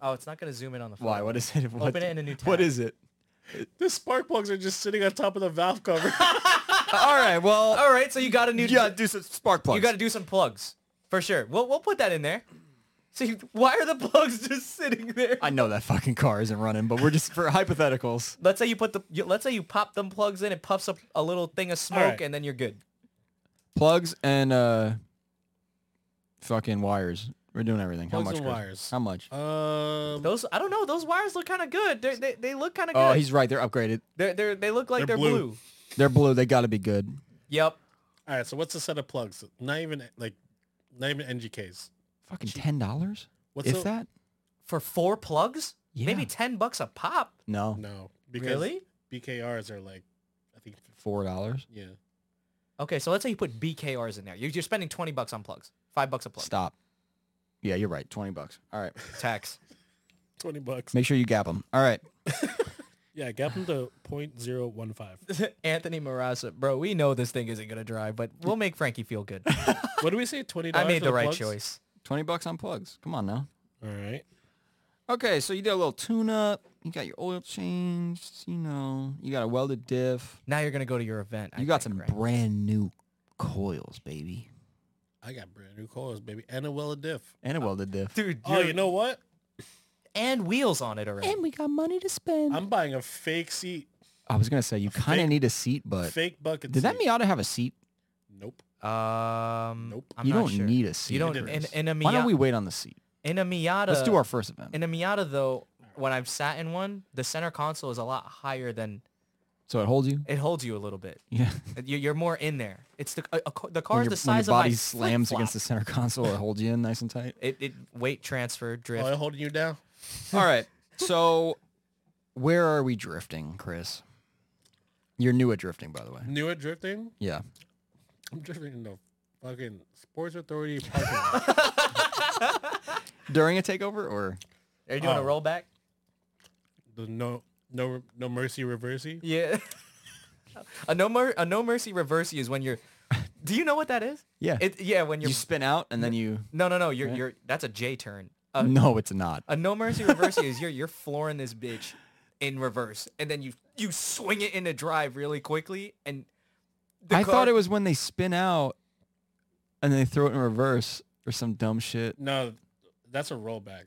[SPEAKER 1] Oh, it's not gonna zoom in on the phone.
[SPEAKER 2] Why? What is it? What,
[SPEAKER 1] Open it in a new
[SPEAKER 2] What
[SPEAKER 1] tab.
[SPEAKER 2] is it?
[SPEAKER 3] the spark plugs are just sitting on top of the valve cover.
[SPEAKER 2] all right. Well,
[SPEAKER 1] All right, so you got a new.
[SPEAKER 2] you gotta do some spark plugs.
[SPEAKER 1] you got to do some plugs for sure. We'll we'll put that in there. See, why are the plugs just sitting there?
[SPEAKER 2] I know that fucking car isn't running, but we're just for hypotheticals.
[SPEAKER 1] Let's say you put the. You, let's say you pop them plugs in. It puffs up a little thing of smoke,
[SPEAKER 3] right.
[SPEAKER 1] and then you're good.
[SPEAKER 2] Plugs and uh, fucking wires. We're doing everything.
[SPEAKER 3] Plugs
[SPEAKER 2] How much?
[SPEAKER 3] and
[SPEAKER 2] Chris?
[SPEAKER 3] wires.
[SPEAKER 2] How much?
[SPEAKER 3] um,
[SPEAKER 1] Those I don't know. Those wires look kind of good. They're, they they look kind of
[SPEAKER 2] Oh,
[SPEAKER 1] good.
[SPEAKER 2] he's right. They're upgraded.
[SPEAKER 1] They're, they're, they look like
[SPEAKER 3] They're
[SPEAKER 1] they're,
[SPEAKER 3] blue.
[SPEAKER 1] blue.
[SPEAKER 2] They're blue. They gotta be good.
[SPEAKER 1] Yep.
[SPEAKER 3] All right, so what's the set of plugs? Not even like, not even NGKs.
[SPEAKER 2] Fucking ten dollars,
[SPEAKER 3] What's
[SPEAKER 2] if
[SPEAKER 3] the,
[SPEAKER 2] that.
[SPEAKER 1] For four plugs,
[SPEAKER 2] Yeah.
[SPEAKER 1] maybe ten bucks a pop.
[SPEAKER 2] No,
[SPEAKER 3] No, because
[SPEAKER 1] Really?
[SPEAKER 3] BKRs are like, I think,
[SPEAKER 2] four dollars.
[SPEAKER 3] yeah.
[SPEAKER 1] Okay, so let's say you put BKRs in there. You're, you're spending twenty bucks on plugs. Five bucks a plug.
[SPEAKER 2] Stop. Yeah, you're right. Twenty bucks. All right.
[SPEAKER 1] Tax.
[SPEAKER 3] 20 bucks.
[SPEAKER 2] Make sure you gap them. All right.
[SPEAKER 3] Yeah, gap them to 0.015.
[SPEAKER 1] Anthony Marasa, bro, we know this thing isn't gonna drive, but we'll make Frankie feel good.
[SPEAKER 3] what do we say? $20?
[SPEAKER 1] I made
[SPEAKER 3] for
[SPEAKER 1] the right
[SPEAKER 3] plugs?
[SPEAKER 1] choice.
[SPEAKER 2] Twenty bucks on plugs. Come on now.
[SPEAKER 3] All right.
[SPEAKER 2] Okay, so you did a little tune-up. You got your oil changed. You know, you got a welded diff.
[SPEAKER 1] Now you're gonna go to your event. I
[SPEAKER 2] You got
[SPEAKER 1] think,
[SPEAKER 2] some
[SPEAKER 1] right?
[SPEAKER 2] brand new coils, baby,
[SPEAKER 3] I got brand new coils, baby. And a well diff.
[SPEAKER 2] and a welded diff.
[SPEAKER 1] dude.
[SPEAKER 3] Oh, you know what?
[SPEAKER 1] and wheels on it already.
[SPEAKER 2] And we got money to spend.
[SPEAKER 3] I'm buying a fake seat.
[SPEAKER 2] I was gonna say you kind of
[SPEAKER 3] fake-
[SPEAKER 2] need a seat, but
[SPEAKER 3] Fake bucket
[SPEAKER 2] did that
[SPEAKER 3] seat.
[SPEAKER 2] Miata have a seat?
[SPEAKER 3] Nope.
[SPEAKER 1] Um,
[SPEAKER 3] Nope.
[SPEAKER 1] I'm
[SPEAKER 2] you
[SPEAKER 1] not
[SPEAKER 2] don't
[SPEAKER 1] sure.
[SPEAKER 2] need a seat.
[SPEAKER 1] You don't.
[SPEAKER 3] didn't.
[SPEAKER 1] In, in a Miata,
[SPEAKER 2] Why don't we wait on the seat?
[SPEAKER 1] in a Miata,
[SPEAKER 2] Let's do our first event.
[SPEAKER 1] in a Miata though. When I've sat in one, the center console is a lot higher than
[SPEAKER 2] so it holds you.
[SPEAKER 1] it holds you a little bit.
[SPEAKER 2] Yeah.
[SPEAKER 1] You- You're more in there. It's the a, a, ca- the
[SPEAKER 2] When
[SPEAKER 1] car is
[SPEAKER 2] your,
[SPEAKER 1] the
[SPEAKER 2] when your
[SPEAKER 1] size of
[SPEAKER 2] body
[SPEAKER 1] my
[SPEAKER 2] slams
[SPEAKER 1] flip-flop.
[SPEAKER 2] against the center console, it holds you in nice and tight.
[SPEAKER 1] It, it weight transfer drift.
[SPEAKER 3] Oh, I'm holding you down.
[SPEAKER 2] All right. So where are we drifting, Chris? You're new at drifting, by the way.
[SPEAKER 3] New at drifting?
[SPEAKER 2] Yeah.
[SPEAKER 3] I'm drifting in the fucking Sports Authority parking lot.
[SPEAKER 2] During a takeover or
[SPEAKER 1] Are you doing a
[SPEAKER 3] Oh.
[SPEAKER 1] rollback?
[SPEAKER 3] The no, no, no mercy reversey.
[SPEAKER 1] Yeah. a no mer- a no mercy reversey is when you're. Do you know what that is?
[SPEAKER 2] Yeah.
[SPEAKER 1] It yeah when you're
[SPEAKER 2] you spin out and then you
[SPEAKER 1] no no no you're you're that's a J turn. A,
[SPEAKER 2] No, it's not.
[SPEAKER 1] a no mercy reversey is you're you're flooring this bitch in reverse and then you you swing it into drive really quickly and. the
[SPEAKER 2] I
[SPEAKER 1] car-
[SPEAKER 2] thought it was when they spin out and they throw it in reverse or some dumb shit.
[SPEAKER 3] No, that's a rollback.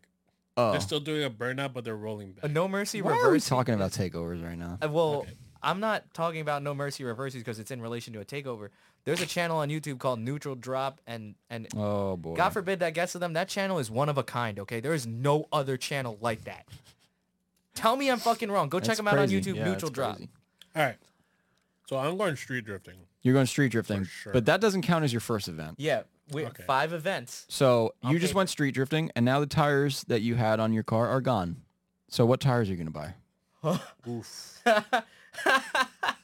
[SPEAKER 2] Oh.
[SPEAKER 3] They're still doing a burnout, but they're rolling back.
[SPEAKER 1] a no mercy
[SPEAKER 2] Why
[SPEAKER 1] reversey.
[SPEAKER 2] are we talking about takeovers right now?
[SPEAKER 1] Uh, well, I'm not talking about No Mercy Reverses because it's in relation to a takeover. There's a channel on YouTube called Neutral Drop, and and
[SPEAKER 2] Oh boy.
[SPEAKER 1] God forbid that gets to them. That channel is one of a kind. Okay, there is no other channel like that. Tell me I'm fucking wrong. Go check
[SPEAKER 2] That's
[SPEAKER 1] them out
[SPEAKER 2] crazy.
[SPEAKER 1] on YouTube.
[SPEAKER 2] Yeah,
[SPEAKER 1] Neutral
[SPEAKER 2] that's
[SPEAKER 1] Drop.
[SPEAKER 2] crazy.
[SPEAKER 3] All right. So I'm going street drifting.
[SPEAKER 2] You're going street drifting,
[SPEAKER 3] sure.
[SPEAKER 2] but that doesn't count as your first event.
[SPEAKER 1] Yeah, we,
[SPEAKER 3] Okay.
[SPEAKER 1] five events.
[SPEAKER 2] So you
[SPEAKER 1] On
[SPEAKER 2] just
[SPEAKER 1] paper.
[SPEAKER 2] went street drifting, and now the tires that you had on your car are gone. So what tires are you gonna buy?
[SPEAKER 3] Oof.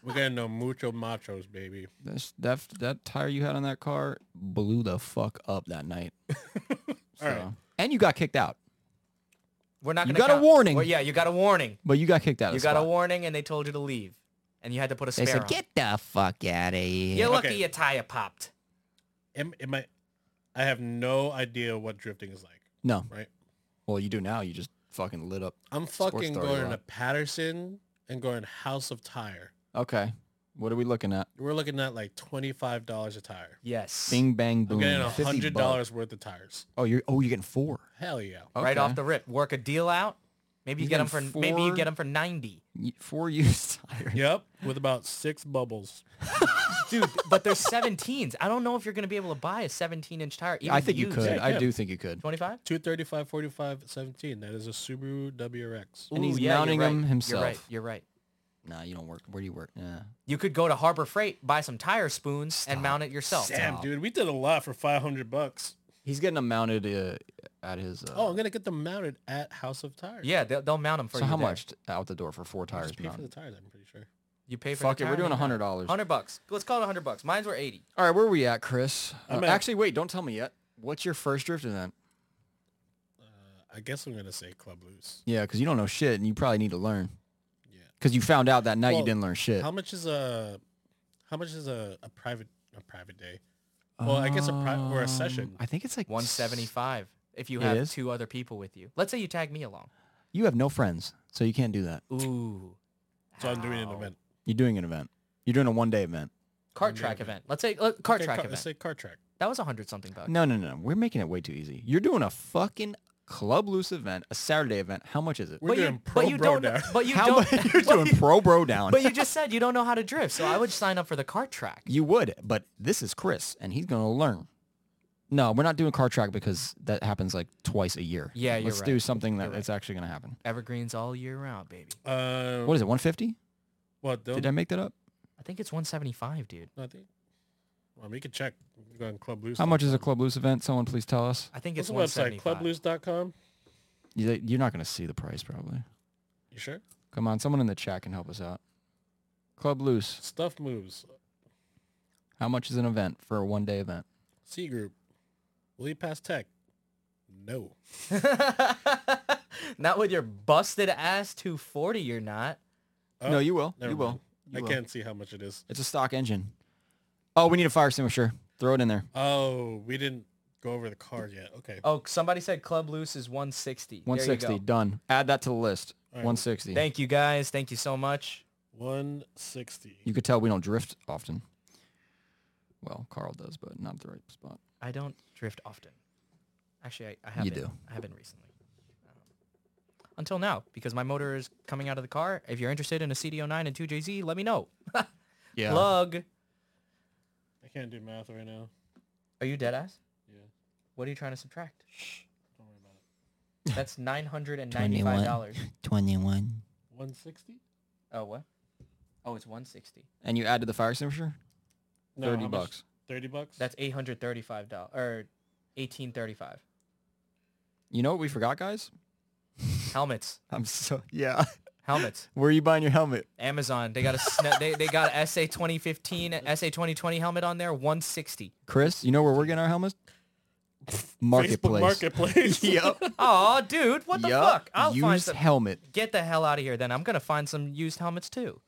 [SPEAKER 3] We're getting no mucho machos, baby.
[SPEAKER 2] That's, that that tire you had on that car blew the fuck up that night.
[SPEAKER 3] All right.
[SPEAKER 2] So- And you got kicked out,
[SPEAKER 1] We're not.
[SPEAKER 2] You
[SPEAKER 1] Gonna
[SPEAKER 2] got a
[SPEAKER 1] count-
[SPEAKER 2] warning.
[SPEAKER 1] Well, yeah, you got a warning.
[SPEAKER 2] but you got kicked out.
[SPEAKER 1] You
[SPEAKER 2] of
[SPEAKER 1] got a
[SPEAKER 2] spot.
[SPEAKER 1] warning, and they told you to leave, and you had to put a spare.
[SPEAKER 2] They said,
[SPEAKER 1] on.
[SPEAKER 2] "Get the fuck out of here."
[SPEAKER 1] You're lucky
[SPEAKER 3] Okay.
[SPEAKER 1] your tire popped.
[SPEAKER 3] Am, am I? I have no idea what drifting is like.
[SPEAKER 2] No.
[SPEAKER 3] Right.
[SPEAKER 2] Well, you do now. You just fucking lit up.
[SPEAKER 3] I'm
[SPEAKER 2] Sports
[SPEAKER 3] fucking
[SPEAKER 2] story
[SPEAKER 3] going
[SPEAKER 2] lot.
[SPEAKER 3] to Patterson and going House of Tire.
[SPEAKER 2] Okay. What are we looking at?
[SPEAKER 3] We're looking at like twenty five dollars a tire.
[SPEAKER 1] Yes.
[SPEAKER 2] Bing bang
[SPEAKER 3] I'm
[SPEAKER 2] boom.
[SPEAKER 3] getting a
[SPEAKER 2] 50
[SPEAKER 3] hundred
[SPEAKER 2] bucks.
[SPEAKER 3] dollars worth of tires.
[SPEAKER 2] Oh, you're oh you're getting four.
[SPEAKER 3] Hell yeah.
[SPEAKER 1] Right
[SPEAKER 2] Okay.
[SPEAKER 1] off the rip, work a deal out. Maybe you,
[SPEAKER 2] You
[SPEAKER 1] get them for
[SPEAKER 2] getting
[SPEAKER 1] maybe you
[SPEAKER 2] four-
[SPEAKER 1] get them for ninety,
[SPEAKER 2] Y- four used tires.
[SPEAKER 3] Yep. With about six bubbles.
[SPEAKER 1] dude. But they're seventeens. I don't know if you're gonna be able to buy a seventeen inch tire. Even
[SPEAKER 2] I think you
[SPEAKER 1] used.
[SPEAKER 2] could.
[SPEAKER 3] Yeah,
[SPEAKER 2] I
[SPEAKER 3] yeah.
[SPEAKER 2] do think you could.
[SPEAKER 1] Twenty-five.
[SPEAKER 3] 235, 45, 17. That is a Subaru WRX.
[SPEAKER 2] And he's mounting them himself.
[SPEAKER 1] You're right. You're right.
[SPEAKER 2] Nah, you don't work. Where do you work? Yeah.
[SPEAKER 1] You could go to Harbor Freight, buy some tire spoons, and mount it yourself.
[SPEAKER 3] Damn, dude. We did a lot for 500 bucks.
[SPEAKER 2] He's getting them mounted uh, at his. Uh,
[SPEAKER 3] Oh, I'm going to get them mounted at House of Tires.
[SPEAKER 1] Yeah, they'll, they'll mount them for
[SPEAKER 2] so
[SPEAKER 1] you.
[SPEAKER 2] how
[SPEAKER 1] there.
[SPEAKER 2] much t- out the door for four
[SPEAKER 3] I'll
[SPEAKER 2] tires
[SPEAKER 3] Just pay for the
[SPEAKER 2] mounted?
[SPEAKER 3] tires, I'm pretty sure.
[SPEAKER 1] You pay for.
[SPEAKER 2] Fuck
[SPEAKER 1] the
[SPEAKER 2] it,
[SPEAKER 1] tire
[SPEAKER 2] we're doing
[SPEAKER 1] and the
[SPEAKER 2] hundred
[SPEAKER 1] mount.
[SPEAKER 2] dollars.
[SPEAKER 1] Hundred bucks. Let's call it hundred bucks. Mine's were eighty.
[SPEAKER 2] All right, where are we at, Chris? Uh,
[SPEAKER 3] I'm at-
[SPEAKER 2] actually, wait, don't tell me yet. What's your first drift event?
[SPEAKER 3] Uh, I guess I'm going to say Club Loose.
[SPEAKER 2] Yeah, because you don't know shit, and you probably need to learn.
[SPEAKER 3] Yeah.
[SPEAKER 2] Because you found out that night you
[SPEAKER 3] Well,
[SPEAKER 2] didn't learn shit.
[SPEAKER 3] How much is a how much is a, a private a private day? Well, I guess a pri- or a session.
[SPEAKER 2] Um, I think it's like
[SPEAKER 1] One seventy-five. If you
[SPEAKER 2] It
[SPEAKER 1] have
[SPEAKER 2] is?
[SPEAKER 1] two other people with you, let's say you tag me along.
[SPEAKER 2] You have no friends, so you can't do that.
[SPEAKER 1] Ooh.
[SPEAKER 3] So I'm doing an
[SPEAKER 1] Ow.
[SPEAKER 3] event.
[SPEAKER 2] You're doing an event. You're doing a one day event.
[SPEAKER 1] Cart
[SPEAKER 3] Maybe.
[SPEAKER 1] track event. Let's say uh, cart
[SPEAKER 3] Okay,
[SPEAKER 1] track
[SPEAKER 3] car-
[SPEAKER 1] event.
[SPEAKER 3] Let's say car track.
[SPEAKER 1] That was a hundred something bucks.
[SPEAKER 2] No, no, no. We're making it way too easy. You're doing a fucking club loose event, a Saturday event. How much is it?
[SPEAKER 3] We're doing pro
[SPEAKER 1] but you
[SPEAKER 3] bro
[SPEAKER 1] don't. know-
[SPEAKER 3] now.
[SPEAKER 1] But you
[SPEAKER 2] How
[SPEAKER 1] don't.
[SPEAKER 2] much? You're
[SPEAKER 1] but
[SPEAKER 2] doing
[SPEAKER 1] you-
[SPEAKER 2] pro bro down.
[SPEAKER 1] But you just said you don't know how to drift, so I would sign up for the cart track.
[SPEAKER 2] You would, but this is Chris, and he's gonna learn. No, we're not doing car track because that happens like twice a year.
[SPEAKER 1] Yeah, you're
[SPEAKER 2] Let's do
[SPEAKER 1] right.
[SPEAKER 2] something that
[SPEAKER 1] You're right.
[SPEAKER 2] it's actually gonna happen.
[SPEAKER 1] Evergreens all year round, baby.
[SPEAKER 3] Uh,
[SPEAKER 2] What is it? 150?
[SPEAKER 3] What? Did
[SPEAKER 2] Did I make that up?
[SPEAKER 1] I think it's 175, dude.
[SPEAKER 3] I think. Well, we could check. Go on Club Loose.
[SPEAKER 2] How much is a club loose event? Someone please tell us.
[SPEAKER 1] I think
[SPEAKER 3] What's
[SPEAKER 1] it's
[SPEAKER 3] the website?
[SPEAKER 1] 175.
[SPEAKER 3] Clubloose.com.
[SPEAKER 2] You- You're not gonna see the price probably.
[SPEAKER 3] You sure?
[SPEAKER 2] Come on, someone in the chat can help us out. Club loose.
[SPEAKER 3] Stuff moves.
[SPEAKER 2] How much is an event for a one day event?
[SPEAKER 3] C Group. Will you pass tech? No.
[SPEAKER 1] not with your busted ass 240, you're not.
[SPEAKER 3] Oh,
[SPEAKER 2] no, you will.
[SPEAKER 3] never
[SPEAKER 2] You will.
[SPEAKER 3] mind.
[SPEAKER 2] You
[SPEAKER 3] I
[SPEAKER 2] will.
[SPEAKER 3] can't see how much it is.
[SPEAKER 2] It's a stock engine. Oh, we need a fire extinguisher. Throw it in there.
[SPEAKER 3] Oh, we didn't go over the card yet. Okay.
[SPEAKER 1] Oh, somebody said Club Loose is 160. There you
[SPEAKER 2] 160.
[SPEAKER 1] go.
[SPEAKER 2] Done. Add that to the list.
[SPEAKER 3] All right.
[SPEAKER 2] 160.
[SPEAKER 1] Thank you guys. Thank you so much.
[SPEAKER 3] 160.
[SPEAKER 2] You could tell we don't drift often. Well, Carl does, but not the right spot.
[SPEAKER 1] I don't drift often. Actually, I, I haven't.
[SPEAKER 2] do.
[SPEAKER 1] I haven't recently. Um, until now, because my motor is coming out of the car. If you're interested in a CD09 and 2JZ, let me know.
[SPEAKER 2] Yeah.
[SPEAKER 1] Plug.
[SPEAKER 3] I can't do math right now.
[SPEAKER 1] Are you dead ass?
[SPEAKER 3] Yeah.
[SPEAKER 1] What are you trying to subtract?
[SPEAKER 3] Don't worry about it.
[SPEAKER 1] That's nine hundred and ninety-five dollars.
[SPEAKER 2] 21.
[SPEAKER 3] 160?
[SPEAKER 1] Oh what? Oh, it's one sixty.
[SPEAKER 2] And you add to the fire extinguisher?
[SPEAKER 3] No,
[SPEAKER 2] 30
[SPEAKER 3] how much?
[SPEAKER 2] bucks.
[SPEAKER 3] 30 bucks?
[SPEAKER 1] That's eight hundred thirty-five dollars or eighteen thirty-five.
[SPEAKER 2] You know what we forgot, guys?
[SPEAKER 1] Helmets,
[SPEAKER 2] I'm so, yeah.
[SPEAKER 1] helmets.
[SPEAKER 2] Where are you buying your helmet?
[SPEAKER 1] Amazon. They got a sna- they they got a SA twenty fifteen, SA twenty twenty helmet on there. One sixty.
[SPEAKER 2] Chris, you know where we're getting our helmets?
[SPEAKER 3] Facebook
[SPEAKER 2] Marketplace.
[SPEAKER 3] Marketplace.
[SPEAKER 2] Yep.
[SPEAKER 1] Oh, dude, what the
[SPEAKER 2] Yup.
[SPEAKER 1] fuck? I'll find
[SPEAKER 2] Used
[SPEAKER 1] some.
[SPEAKER 2] helmet.
[SPEAKER 1] Get the hell out of here. Then I'm gonna find some used helmets too.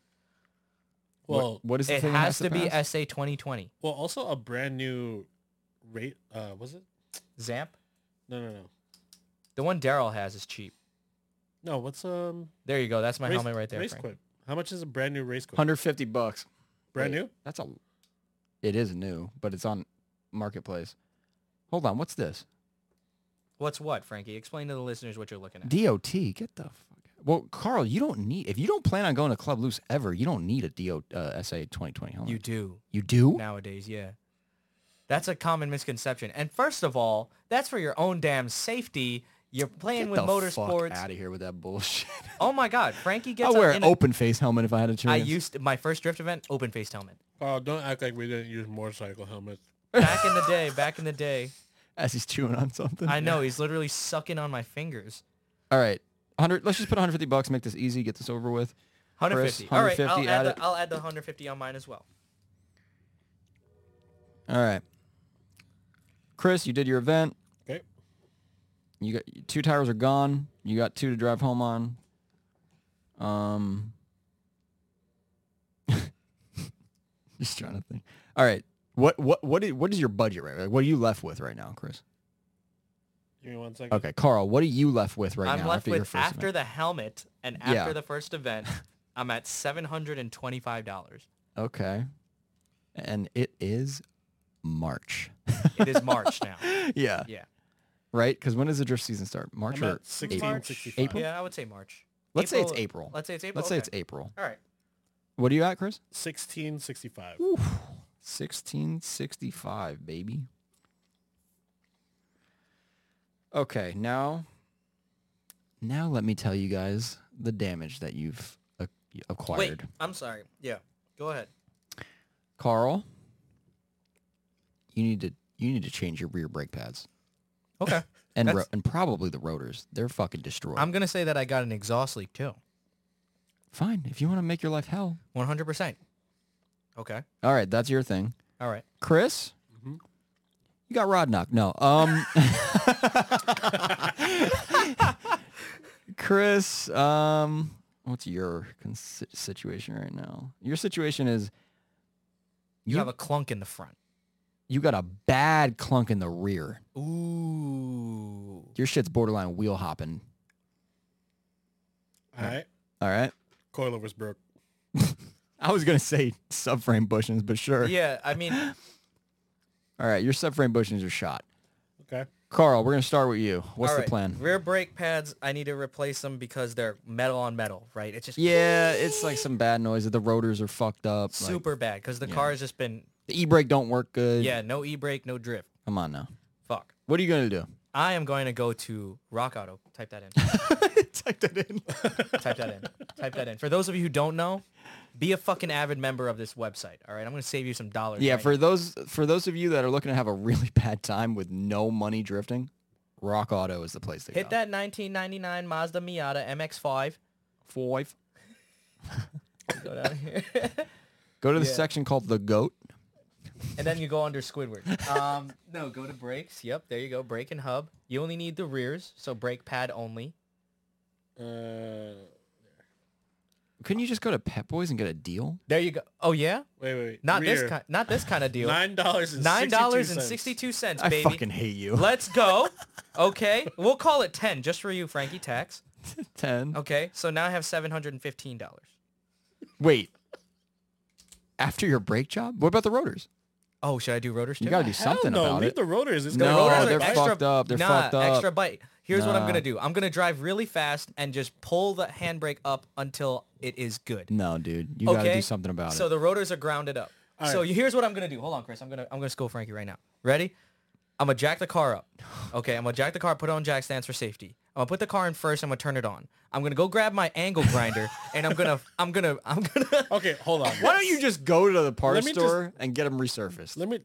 [SPEAKER 3] Well,
[SPEAKER 2] What- what is the
[SPEAKER 1] It
[SPEAKER 2] thing that
[SPEAKER 1] has to be
[SPEAKER 2] pass?
[SPEAKER 1] SA twenty twenty.
[SPEAKER 3] well, also a brand new rate. Uh, was it?
[SPEAKER 1] Zamp.
[SPEAKER 3] No, no, no.
[SPEAKER 1] The one Daryl has is cheap.
[SPEAKER 3] No, what's um?
[SPEAKER 1] There you go. That's my
[SPEAKER 3] race,
[SPEAKER 1] helmet right there.
[SPEAKER 3] Race
[SPEAKER 1] Frank.
[SPEAKER 3] quip. How much is a brand new race quip?
[SPEAKER 2] 150 bucks.
[SPEAKER 3] Brand
[SPEAKER 2] Wait,
[SPEAKER 3] new?
[SPEAKER 2] That's a. It is new, but it's on marketplace. Hold on, what's this?
[SPEAKER 1] What's what, Frankie? Explain to the listeners what you're looking at.
[SPEAKER 2] DOT. Get the fuck. out. Well, Carl, you don't need if you don't plan on going to Club Loose ever, you don't need a DO uh, SA 2020 helmet.
[SPEAKER 1] You do
[SPEAKER 2] you do?
[SPEAKER 1] nowadays, yeah. That's a common misconception. And first of all, that's for your own damn safety. You're playing with motorsports.
[SPEAKER 2] out of here with that bullshit.
[SPEAKER 1] Oh my God, Frankie gets
[SPEAKER 2] I'll
[SPEAKER 1] up
[SPEAKER 2] wear
[SPEAKER 1] in
[SPEAKER 2] an
[SPEAKER 1] a-
[SPEAKER 2] open face helmet if I had a chance.
[SPEAKER 1] I used my first drift event open faced helmet.
[SPEAKER 3] Carl, Oh, don't act like we didn't use motorcycle helmets.
[SPEAKER 1] Back in the day, back in the day.
[SPEAKER 2] as he's chewing on something.
[SPEAKER 1] I know he's literally sucking on my fingers.
[SPEAKER 2] All right. 100 let's just put 150 bucks, make this easy, get this over with.
[SPEAKER 1] 150.
[SPEAKER 2] Chris,
[SPEAKER 1] All right,
[SPEAKER 2] 150,
[SPEAKER 1] I'll
[SPEAKER 2] add
[SPEAKER 1] add,
[SPEAKER 2] it.
[SPEAKER 1] the, I'll add the 150 on mine as well.
[SPEAKER 2] All right. Chris, you did your event.
[SPEAKER 3] Okay.
[SPEAKER 2] You got two tires are gone. You got two to drive home on. Um Just trying to think. All right. What what what is, what is your budget right? Like, what are you left with right now, Chris?
[SPEAKER 3] Give me one second.
[SPEAKER 2] Okay, Carl, what are you left with right
[SPEAKER 1] I'm
[SPEAKER 2] now
[SPEAKER 1] left
[SPEAKER 2] after your
[SPEAKER 1] with
[SPEAKER 2] first
[SPEAKER 1] after
[SPEAKER 2] event?
[SPEAKER 1] the helmet and
[SPEAKER 2] Yeah.
[SPEAKER 1] after the first event, I'm at $725.
[SPEAKER 2] Okay. And it is March.
[SPEAKER 1] It is March now.
[SPEAKER 2] yeah.
[SPEAKER 1] Yeah.
[SPEAKER 2] Right? Because when does the drift season start? March
[SPEAKER 3] I'm
[SPEAKER 2] or
[SPEAKER 3] at 16,
[SPEAKER 2] April?
[SPEAKER 3] 65.
[SPEAKER 2] April?
[SPEAKER 1] Yeah, I would say March.
[SPEAKER 2] Let's say it's April.
[SPEAKER 1] Let's say it's April.
[SPEAKER 2] Let's say it's
[SPEAKER 1] okay.
[SPEAKER 2] April.
[SPEAKER 1] All right.
[SPEAKER 2] What are you at, Chris?
[SPEAKER 3] 1665.
[SPEAKER 2] 1665, baby. Okay, now now let me tell you guys the damage that you've ac- acquired.
[SPEAKER 1] Wait, I'm sorry. Yeah, go ahead.
[SPEAKER 2] Carl, you need to you need to change your rear brake pads
[SPEAKER 1] Okay.
[SPEAKER 2] and ro-
[SPEAKER 1] That's-
[SPEAKER 2] and probably the rotors. They're fucking destroyed.
[SPEAKER 1] I'm going to say that I got an exhaust leak too.
[SPEAKER 2] Fine, if you want to make your life hell.
[SPEAKER 1] 100%. Okay.
[SPEAKER 2] All right, that's your thing.
[SPEAKER 1] All right.
[SPEAKER 2] Chris,
[SPEAKER 1] Mm-hmm.
[SPEAKER 2] you got rod knock. No, um, Chris, um, what's your con- si- situation right now? Your situation is
[SPEAKER 1] You,
[SPEAKER 2] You-
[SPEAKER 1] have a clunk in the front.
[SPEAKER 2] you got a bad clunk in the rear.
[SPEAKER 1] Ooh.
[SPEAKER 2] Your shit's borderline wheel hopping.
[SPEAKER 3] All right.
[SPEAKER 2] All right,
[SPEAKER 3] Coilover's broke.
[SPEAKER 2] I was gonna say subframe bushings, but sure.
[SPEAKER 1] Yeah, I mean,
[SPEAKER 2] All right, your subframe bushings are shot.
[SPEAKER 3] Okay.
[SPEAKER 2] Carl, we're gonna start with you. What's
[SPEAKER 1] all
[SPEAKER 2] the
[SPEAKER 1] right,
[SPEAKER 2] plan?
[SPEAKER 1] Rear brake pads, I need to replace them because they're metal on metal, right? It's just
[SPEAKER 2] Yeah, it's like some bad noise. The rotors are fucked up. like,
[SPEAKER 1] super bad because the car has just been,
[SPEAKER 2] the e-brake don't work good.
[SPEAKER 1] yeah, no e-brake, no drift.
[SPEAKER 2] Come on now.
[SPEAKER 1] Fuck.
[SPEAKER 2] What are you gonna do?
[SPEAKER 1] I am going to go to Rock Auto. Type that in.
[SPEAKER 2] Type that in.
[SPEAKER 1] Type that in. Type that in. For those of you who don't know, be a fucking avid member of this website. All right, I'm going to save you some dollars.
[SPEAKER 2] Yeah,
[SPEAKER 1] right
[SPEAKER 2] for those for those of you that are looking to have a really bad time with no money drifting, Rock Auto is the place to
[SPEAKER 1] Hit
[SPEAKER 2] go.
[SPEAKER 1] that 1999 Mazda Miata MX-5.
[SPEAKER 2] Five.
[SPEAKER 1] Go down here.
[SPEAKER 2] Go to the
[SPEAKER 1] Yeah.
[SPEAKER 2] section called the Goat.
[SPEAKER 1] and then you go under Squidward. Um, no, go to brakes. Yep, there you go. Brake and hub. You only need the rears, so brake pad only.
[SPEAKER 3] Uh,
[SPEAKER 2] Couldn't you just go to Pet Boys and get a deal?
[SPEAKER 1] There you go. Oh yeah,
[SPEAKER 3] wait, wait, wait.
[SPEAKER 1] not this
[SPEAKER 3] Rear.
[SPEAKER 1] kind. Not this kind of deal.
[SPEAKER 3] Nine dollars and
[SPEAKER 1] Nine dollars and
[SPEAKER 3] sixty
[SPEAKER 1] sixty-two cents,
[SPEAKER 2] I
[SPEAKER 1] baby.
[SPEAKER 2] fucking hate you.
[SPEAKER 1] Let's go. Okay, we'll call it ten just for you, Frankie Tax.
[SPEAKER 2] Ten.
[SPEAKER 1] Okay, so now I have seven hundred and fifteen dollars.
[SPEAKER 2] Wait. After your brake job, what about the rotors?
[SPEAKER 1] Oh, should I do rotors too?
[SPEAKER 2] You gotta do
[SPEAKER 3] Hell
[SPEAKER 2] something
[SPEAKER 3] no,
[SPEAKER 2] about
[SPEAKER 3] leave
[SPEAKER 2] it.
[SPEAKER 3] the rotors. It's
[SPEAKER 2] No,
[SPEAKER 3] got
[SPEAKER 1] The rotors
[SPEAKER 2] they're
[SPEAKER 1] are extra,
[SPEAKER 2] fucked up, they're
[SPEAKER 1] nah,
[SPEAKER 2] fucked up.
[SPEAKER 1] extra bite. Here's what I'm
[SPEAKER 2] Nah.
[SPEAKER 1] gonna do. I'm gonna drive really fast and just pull the handbrake up until it is good.
[SPEAKER 2] No, dude, you gotta do something about
[SPEAKER 1] so
[SPEAKER 2] it.
[SPEAKER 1] the rotors are grounded up.
[SPEAKER 3] All
[SPEAKER 1] so
[SPEAKER 3] right.
[SPEAKER 1] you, here's what I'm gonna do. Hold on, Chris. I'm gonna I'm gonna school Frankie right now. Ready? I'm gonna jack the car up. Okay, I'm gonna jack the car, put it on jack stands for safety. I'm gonna put the car in first. I'm gonna turn it on. I'm gonna go grab my angle grinder and I'm gonna I'm gonna I'm gonna.
[SPEAKER 3] Okay, hold on.
[SPEAKER 2] Why don't you just go to the parts
[SPEAKER 3] me just-
[SPEAKER 2] store and get them resurfaced?
[SPEAKER 3] Let me.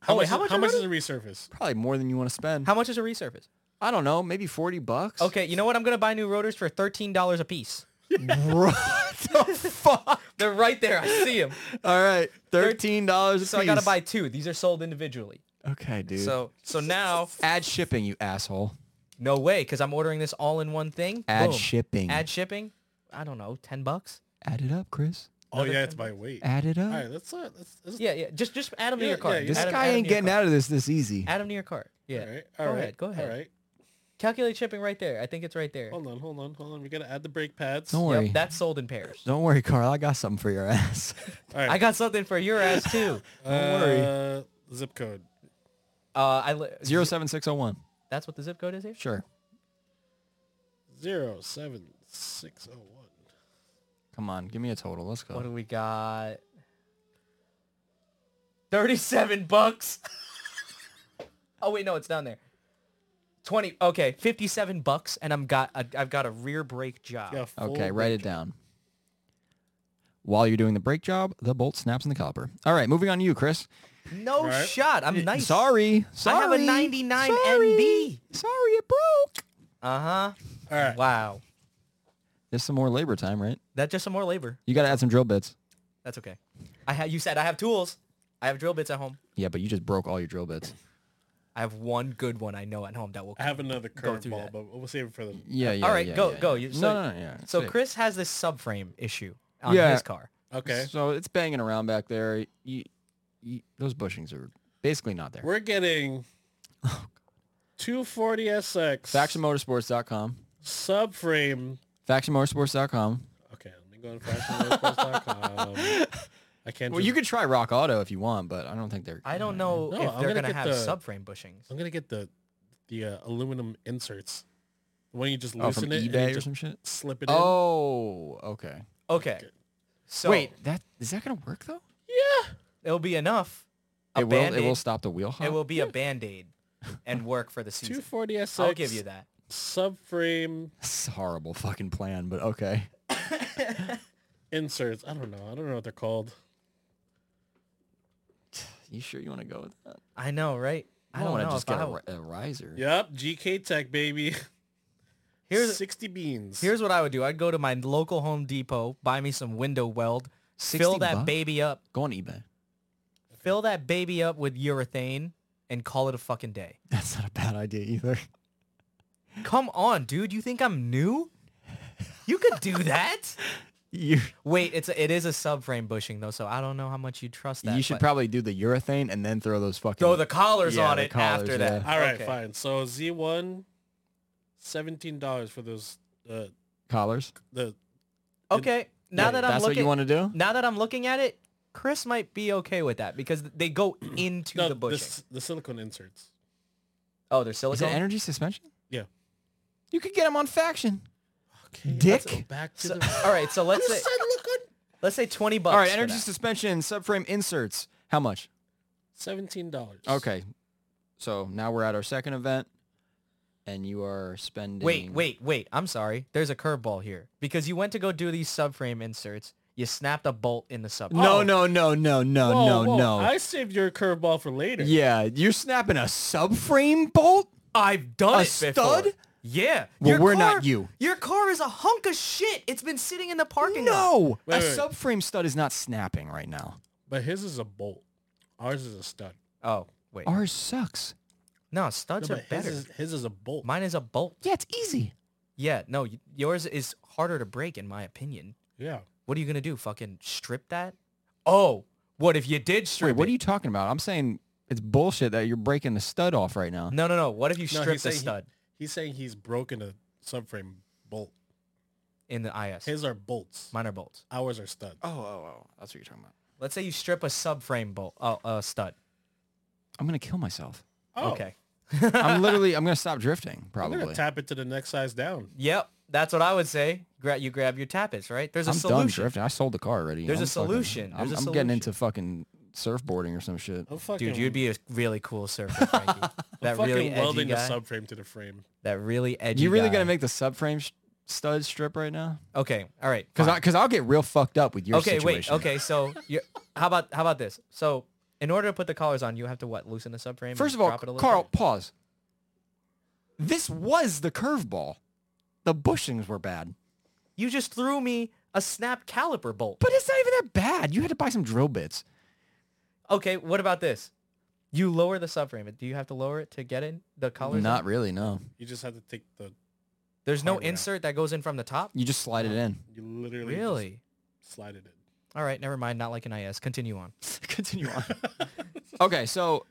[SPEAKER 3] How
[SPEAKER 1] Oh, wait,
[SPEAKER 3] much?
[SPEAKER 1] how much
[SPEAKER 3] how
[SPEAKER 1] are
[SPEAKER 3] much is a resurface?
[SPEAKER 2] Probably more than you want to spend.
[SPEAKER 1] How much is a resurface?
[SPEAKER 2] I don't know, maybe 40 bucks.
[SPEAKER 1] Okay, you know what? I'm gonna buy new rotors for thirteen dollars a piece.
[SPEAKER 2] what the fuck?
[SPEAKER 1] They're right there. I see them.
[SPEAKER 2] All right, thirteen dollars a
[SPEAKER 1] So I
[SPEAKER 2] piece.
[SPEAKER 1] gotta buy two. These are sold individually.
[SPEAKER 2] Okay, dude.
[SPEAKER 1] So so now
[SPEAKER 2] add shipping, you asshole.
[SPEAKER 1] no way because I'm ordering this all in one thing.
[SPEAKER 2] Add
[SPEAKER 1] Boom.
[SPEAKER 2] shipping.
[SPEAKER 1] Add shipping. I don't know, ten bucks.
[SPEAKER 2] Add it up, Chris.
[SPEAKER 3] Oh yeah, it's by weight.
[SPEAKER 2] Add it up.
[SPEAKER 3] All right, let's uh, let's,
[SPEAKER 1] Uh-huh.
[SPEAKER 3] let's
[SPEAKER 1] Yeah, yeah. Just just add them to
[SPEAKER 3] Yeah,
[SPEAKER 1] your cart.
[SPEAKER 3] yeah, yeah.
[SPEAKER 2] This
[SPEAKER 1] Add 'em-
[SPEAKER 2] guy
[SPEAKER 1] add 'em
[SPEAKER 2] ain't
[SPEAKER 1] to your
[SPEAKER 2] getting
[SPEAKER 1] cart.
[SPEAKER 2] out of this this easy.
[SPEAKER 1] Add them to your cart. Yeah.
[SPEAKER 3] All
[SPEAKER 1] go
[SPEAKER 3] right,
[SPEAKER 1] ahead. Go ahead.
[SPEAKER 3] All right,
[SPEAKER 1] Calculate shipping right there. I think it's right there.
[SPEAKER 3] hold on, hold on, hold on. We gotta add the brake pads.
[SPEAKER 2] Don't
[SPEAKER 3] All
[SPEAKER 2] worry.
[SPEAKER 1] Yep, that's sold in pairs.
[SPEAKER 2] Don't worry, Carl. I got something for your ass.
[SPEAKER 3] right,
[SPEAKER 1] I got something for your ass too.
[SPEAKER 3] don't
[SPEAKER 2] worry.
[SPEAKER 3] Uh, zip code.
[SPEAKER 1] Uh, I li- oh
[SPEAKER 2] Zero seven six zero one.
[SPEAKER 1] That's what the zip code is here.
[SPEAKER 2] Sure.
[SPEAKER 3] zero seven six zero one.
[SPEAKER 2] Come on, give me a total. Let's
[SPEAKER 1] What
[SPEAKER 2] go.
[SPEAKER 1] do we got? 37 bucks. oh wait, no, it's down there. 20. Okay, 57 bucks and I'm got I- I've got a rear brake job.
[SPEAKER 3] Yeah, full
[SPEAKER 2] Okay, write it down. While you're doing the brake job, the bolt snaps in the copper. All right, moving on to you, Chris.
[SPEAKER 1] No
[SPEAKER 3] Right.
[SPEAKER 1] shot. I'm nice.
[SPEAKER 2] Sorry, sorry.
[SPEAKER 1] I have a 99
[SPEAKER 2] sorry.
[SPEAKER 1] NB.
[SPEAKER 2] Sorry, it broke.
[SPEAKER 1] Uh-huh.
[SPEAKER 3] All right.
[SPEAKER 1] Wow.
[SPEAKER 2] There's some more labor time, right?
[SPEAKER 1] That's just some more labor.
[SPEAKER 2] You got to add some drill bits.
[SPEAKER 1] That's okay. I ha- you said I have tools. I have drill bits at home.
[SPEAKER 2] Yeah, but you just broke all your drill bits.
[SPEAKER 1] I have one good one I know at home that will
[SPEAKER 3] I have another
[SPEAKER 1] through
[SPEAKER 3] curveball,
[SPEAKER 1] that.
[SPEAKER 3] but we'll save it for the.
[SPEAKER 2] Yeah, yeah.
[SPEAKER 1] All right,
[SPEAKER 2] yeah,
[SPEAKER 1] go-
[SPEAKER 2] yeah,
[SPEAKER 1] go.
[SPEAKER 2] yeah.
[SPEAKER 1] You-
[SPEAKER 2] No,
[SPEAKER 1] so-
[SPEAKER 2] no, no, yeah.
[SPEAKER 1] So
[SPEAKER 2] Sit.
[SPEAKER 1] Chris has this subframe issue on
[SPEAKER 2] Yeah.
[SPEAKER 1] his car.
[SPEAKER 3] Okay,
[SPEAKER 2] So it's banging around back there. You, you, those bushings are basically not there.
[SPEAKER 3] we're getting
[SPEAKER 1] Oh,
[SPEAKER 3] two forty SX
[SPEAKER 2] FactionMotorsports.com.
[SPEAKER 3] subframe.
[SPEAKER 2] FactionMotorsports.com.
[SPEAKER 3] Okay, let me go to fashionmotorsports.com. I can't.
[SPEAKER 2] Well,
[SPEAKER 3] do-
[SPEAKER 2] you could try Rock Auto if you want, but I don't think they're.
[SPEAKER 1] I don't know
[SPEAKER 3] No,
[SPEAKER 1] if
[SPEAKER 3] I'm
[SPEAKER 1] they're
[SPEAKER 3] gonna
[SPEAKER 1] going to
[SPEAKER 3] get
[SPEAKER 1] have
[SPEAKER 3] the-
[SPEAKER 1] subframe bushings.
[SPEAKER 3] I'm gonna get the the uh, aluminum inserts. When you just
[SPEAKER 2] Oh, from
[SPEAKER 3] loosen it and you
[SPEAKER 2] eBay or
[SPEAKER 3] just
[SPEAKER 2] some shit.
[SPEAKER 3] slip it in.
[SPEAKER 2] Oh, okay.
[SPEAKER 1] Okay.
[SPEAKER 3] Okay.
[SPEAKER 1] So
[SPEAKER 2] Wait, that is that gonna work though?
[SPEAKER 3] Yeah.
[SPEAKER 1] it'll be enough. A
[SPEAKER 2] it will. It
[SPEAKER 1] Band-Aid-
[SPEAKER 2] will stop the wheel hop.
[SPEAKER 1] it will be a band-aid and work for the season.
[SPEAKER 3] 240 SX.
[SPEAKER 1] I'll give you that.
[SPEAKER 3] Subframe
[SPEAKER 2] It's a horrible fucking plan, but okay.
[SPEAKER 3] inserts. I don't know. I don't know what they're called.
[SPEAKER 2] You sure you want to go with that?
[SPEAKER 1] I know, right? I don't,
[SPEAKER 2] wanna
[SPEAKER 1] know
[SPEAKER 2] just
[SPEAKER 1] if
[SPEAKER 2] get
[SPEAKER 1] I
[SPEAKER 2] a
[SPEAKER 1] would-
[SPEAKER 2] ri- a, riser.
[SPEAKER 3] Yep. GK Tech, baby.
[SPEAKER 1] Here's
[SPEAKER 3] 60 beans.
[SPEAKER 1] here's what I would do. I'd go to my local Home Depot, buy me some window weld,
[SPEAKER 2] 60
[SPEAKER 1] fill that
[SPEAKER 2] bucks?
[SPEAKER 1] baby up,
[SPEAKER 2] Go on eBay.
[SPEAKER 1] fill that baby up with urethane, and call it a fucking day.
[SPEAKER 2] That's not a bad idea either.
[SPEAKER 1] Come on, dude. You think I'm new? You could do that.
[SPEAKER 2] You
[SPEAKER 1] Wait, it's a, it is a subframe bushing though, so I don't know how much you trust that.
[SPEAKER 2] you should
[SPEAKER 1] but-
[SPEAKER 2] probably do the urethane and then throw those fucking.
[SPEAKER 1] throw the collars
[SPEAKER 2] Yeah,
[SPEAKER 1] on
[SPEAKER 2] the
[SPEAKER 1] it
[SPEAKER 2] collars,
[SPEAKER 1] after
[SPEAKER 2] yeah.
[SPEAKER 1] that.
[SPEAKER 3] All right,
[SPEAKER 1] Okay.
[SPEAKER 3] fine. So Z1, $17 for those. Uh,
[SPEAKER 2] collars.
[SPEAKER 3] the
[SPEAKER 1] Okay. Now
[SPEAKER 2] Yeah,
[SPEAKER 1] that I'm
[SPEAKER 2] that's what
[SPEAKER 1] looking,
[SPEAKER 2] you want to do.
[SPEAKER 1] now that I'm looking at it, Chris might be okay with that because they go into
[SPEAKER 3] no,
[SPEAKER 1] the
[SPEAKER 3] the,
[SPEAKER 1] bushing.
[SPEAKER 3] s- the silicone inserts.
[SPEAKER 1] oh, they're
[SPEAKER 2] Is it
[SPEAKER 1] silicone.
[SPEAKER 2] energy suspension?
[SPEAKER 3] Yeah.
[SPEAKER 2] You could get them on faction.
[SPEAKER 3] Okay.
[SPEAKER 2] Dick.
[SPEAKER 3] Let's go back to
[SPEAKER 1] So-
[SPEAKER 3] the.
[SPEAKER 1] all right, so let's say
[SPEAKER 3] Just said look good.
[SPEAKER 1] let's say twenty bucks.
[SPEAKER 2] All right,
[SPEAKER 1] for
[SPEAKER 2] energy
[SPEAKER 1] that.
[SPEAKER 2] suspension subframe inserts. How much?
[SPEAKER 3] $17.
[SPEAKER 2] Okay. So now we're at our second event, and you are spending.
[SPEAKER 1] Wait, wait, wait. I'm sorry. There's a curveball here because you went to go do these subframe inserts. You snapped a bolt in the Oh, subframe.
[SPEAKER 2] No, no, no, no, no,
[SPEAKER 3] Whoa,
[SPEAKER 2] no,
[SPEAKER 3] whoa,
[SPEAKER 2] no.
[SPEAKER 3] I saved your curveball for later.
[SPEAKER 2] Yeah, you're snapping a subframe bolt.
[SPEAKER 1] I've done
[SPEAKER 2] A
[SPEAKER 1] it before.
[SPEAKER 2] stud?
[SPEAKER 1] Yeah.
[SPEAKER 2] Well,
[SPEAKER 1] Your
[SPEAKER 2] we're not
[SPEAKER 1] car-
[SPEAKER 2] you.
[SPEAKER 1] Your car is a hunk of shit. It's been sitting in the parking lot.
[SPEAKER 2] No,
[SPEAKER 3] Wait,
[SPEAKER 2] a
[SPEAKER 3] wait, wait.
[SPEAKER 2] subframe stud is not snapping right now.
[SPEAKER 3] But his is a bolt. Ours is a stud.
[SPEAKER 1] Oh wait.
[SPEAKER 2] Ours sucks.
[SPEAKER 1] No,
[SPEAKER 3] No,
[SPEAKER 1] studs
[SPEAKER 3] but
[SPEAKER 1] are better.
[SPEAKER 3] His is, his is a bolt.
[SPEAKER 1] Mine is a bolt.
[SPEAKER 2] Yeah, it's easy.
[SPEAKER 1] Yeah, no, y- yours is harder to break in my opinion.
[SPEAKER 3] yeah.
[SPEAKER 1] What are you gonna do? Fucking strip that? Oh, what if you did strip?
[SPEAKER 2] Wait, what are
[SPEAKER 1] it?
[SPEAKER 2] you talking about? I'm saying it's bullshit that you're breaking the stud off right now.
[SPEAKER 1] No, no, no. What if you
[SPEAKER 3] No,
[SPEAKER 1] strip the
[SPEAKER 3] saying he-
[SPEAKER 1] stud
[SPEAKER 3] he's saying he's broken a subframe bolt.
[SPEAKER 1] in the IS?
[SPEAKER 3] His are bolts.
[SPEAKER 1] minor bolts.
[SPEAKER 3] Ours are studs.
[SPEAKER 2] Oh, oh, oh, that's what you're talking about.
[SPEAKER 1] Let's say you strip a subframe bolt, uh, uh, stud.
[SPEAKER 2] I'm gonna kill myself.
[SPEAKER 1] Okay.
[SPEAKER 2] I'm literally. I'm gonna stop drifting.
[SPEAKER 3] I'm
[SPEAKER 2] Probably.
[SPEAKER 3] Oh, gonna tap it to the next size down.
[SPEAKER 1] Yep, that's what I would say. Gra- you grab your tappets, right? There's a
[SPEAKER 2] I'm done
[SPEAKER 1] solution.
[SPEAKER 2] drifting. I sold the car already.
[SPEAKER 1] There's
[SPEAKER 2] I'm
[SPEAKER 1] a solution.
[SPEAKER 2] Fucking, I'm,
[SPEAKER 1] There's a
[SPEAKER 2] I'm getting
[SPEAKER 1] solution. Oh,
[SPEAKER 2] into fucking surfboarding or some shit.
[SPEAKER 3] I'm fucking,
[SPEAKER 1] Dude, you'd be a really cool surfer, Frankie.
[SPEAKER 3] I'm
[SPEAKER 1] that
[SPEAKER 3] fucking
[SPEAKER 1] really edgy
[SPEAKER 3] welding
[SPEAKER 1] guy.
[SPEAKER 3] the subframe to the frame.
[SPEAKER 1] that really edgy.
[SPEAKER 2] You really
[SPEAKER 1] guy.
[SPEAKER 2] gonna make the subframe sh- stud strip right now?
[SPEAKER 1] Okay, all right.
[SPEAKER 2] Because
[SPEAKER 1] fine.
[SPEAKER 2] I because I'll get real fucked up with your
[SPEAKER 1] okay,
[SPEAKER 2] situation.
[SPEAKER 1] wait. Okay, so you how about how about this? So in order to put the collars on, you have to what? Loosen the subframe.
[SPEAKER 2] First of
[SPEAKER 1] and
[SPEAKER 2] all,
[SPEAKER 1] drop it a little
[SPEAKER 2] Carl,
[SPEAKER 1] bit?
[SPEAKER 2] pause. This was the curveball. The bushings were bad,
[SPEAKER 1] you just threw me a snap caliper bolt.
[SPEAKER 2] but it's not even that bad. You had to buy some drill bits.
[SPEAKER 1] Okay, what about this? You lower the subframe. Do you have to lower it to get in the collars?
[SPEAKER 2] Not
[SPEAKER 1] in?
[SPEAKER 2] really. No,
[SPEAKER 3] You just have to take the.
[SPEAKER 1] There's no
[SPEAKER 3] hardware.
[SPEAKER 1] insert that goes in from the top.
[SPEAKER 2] you just slide it in.
[SPEAKER 3] You literally really
[SPEAKER 1] Really?
[SPEAKER 3] slide it in.
[SPEAKER 1] All right, never mind. Not like an IS. Continue on.
[SPEAKER 2] Continue on. okay, so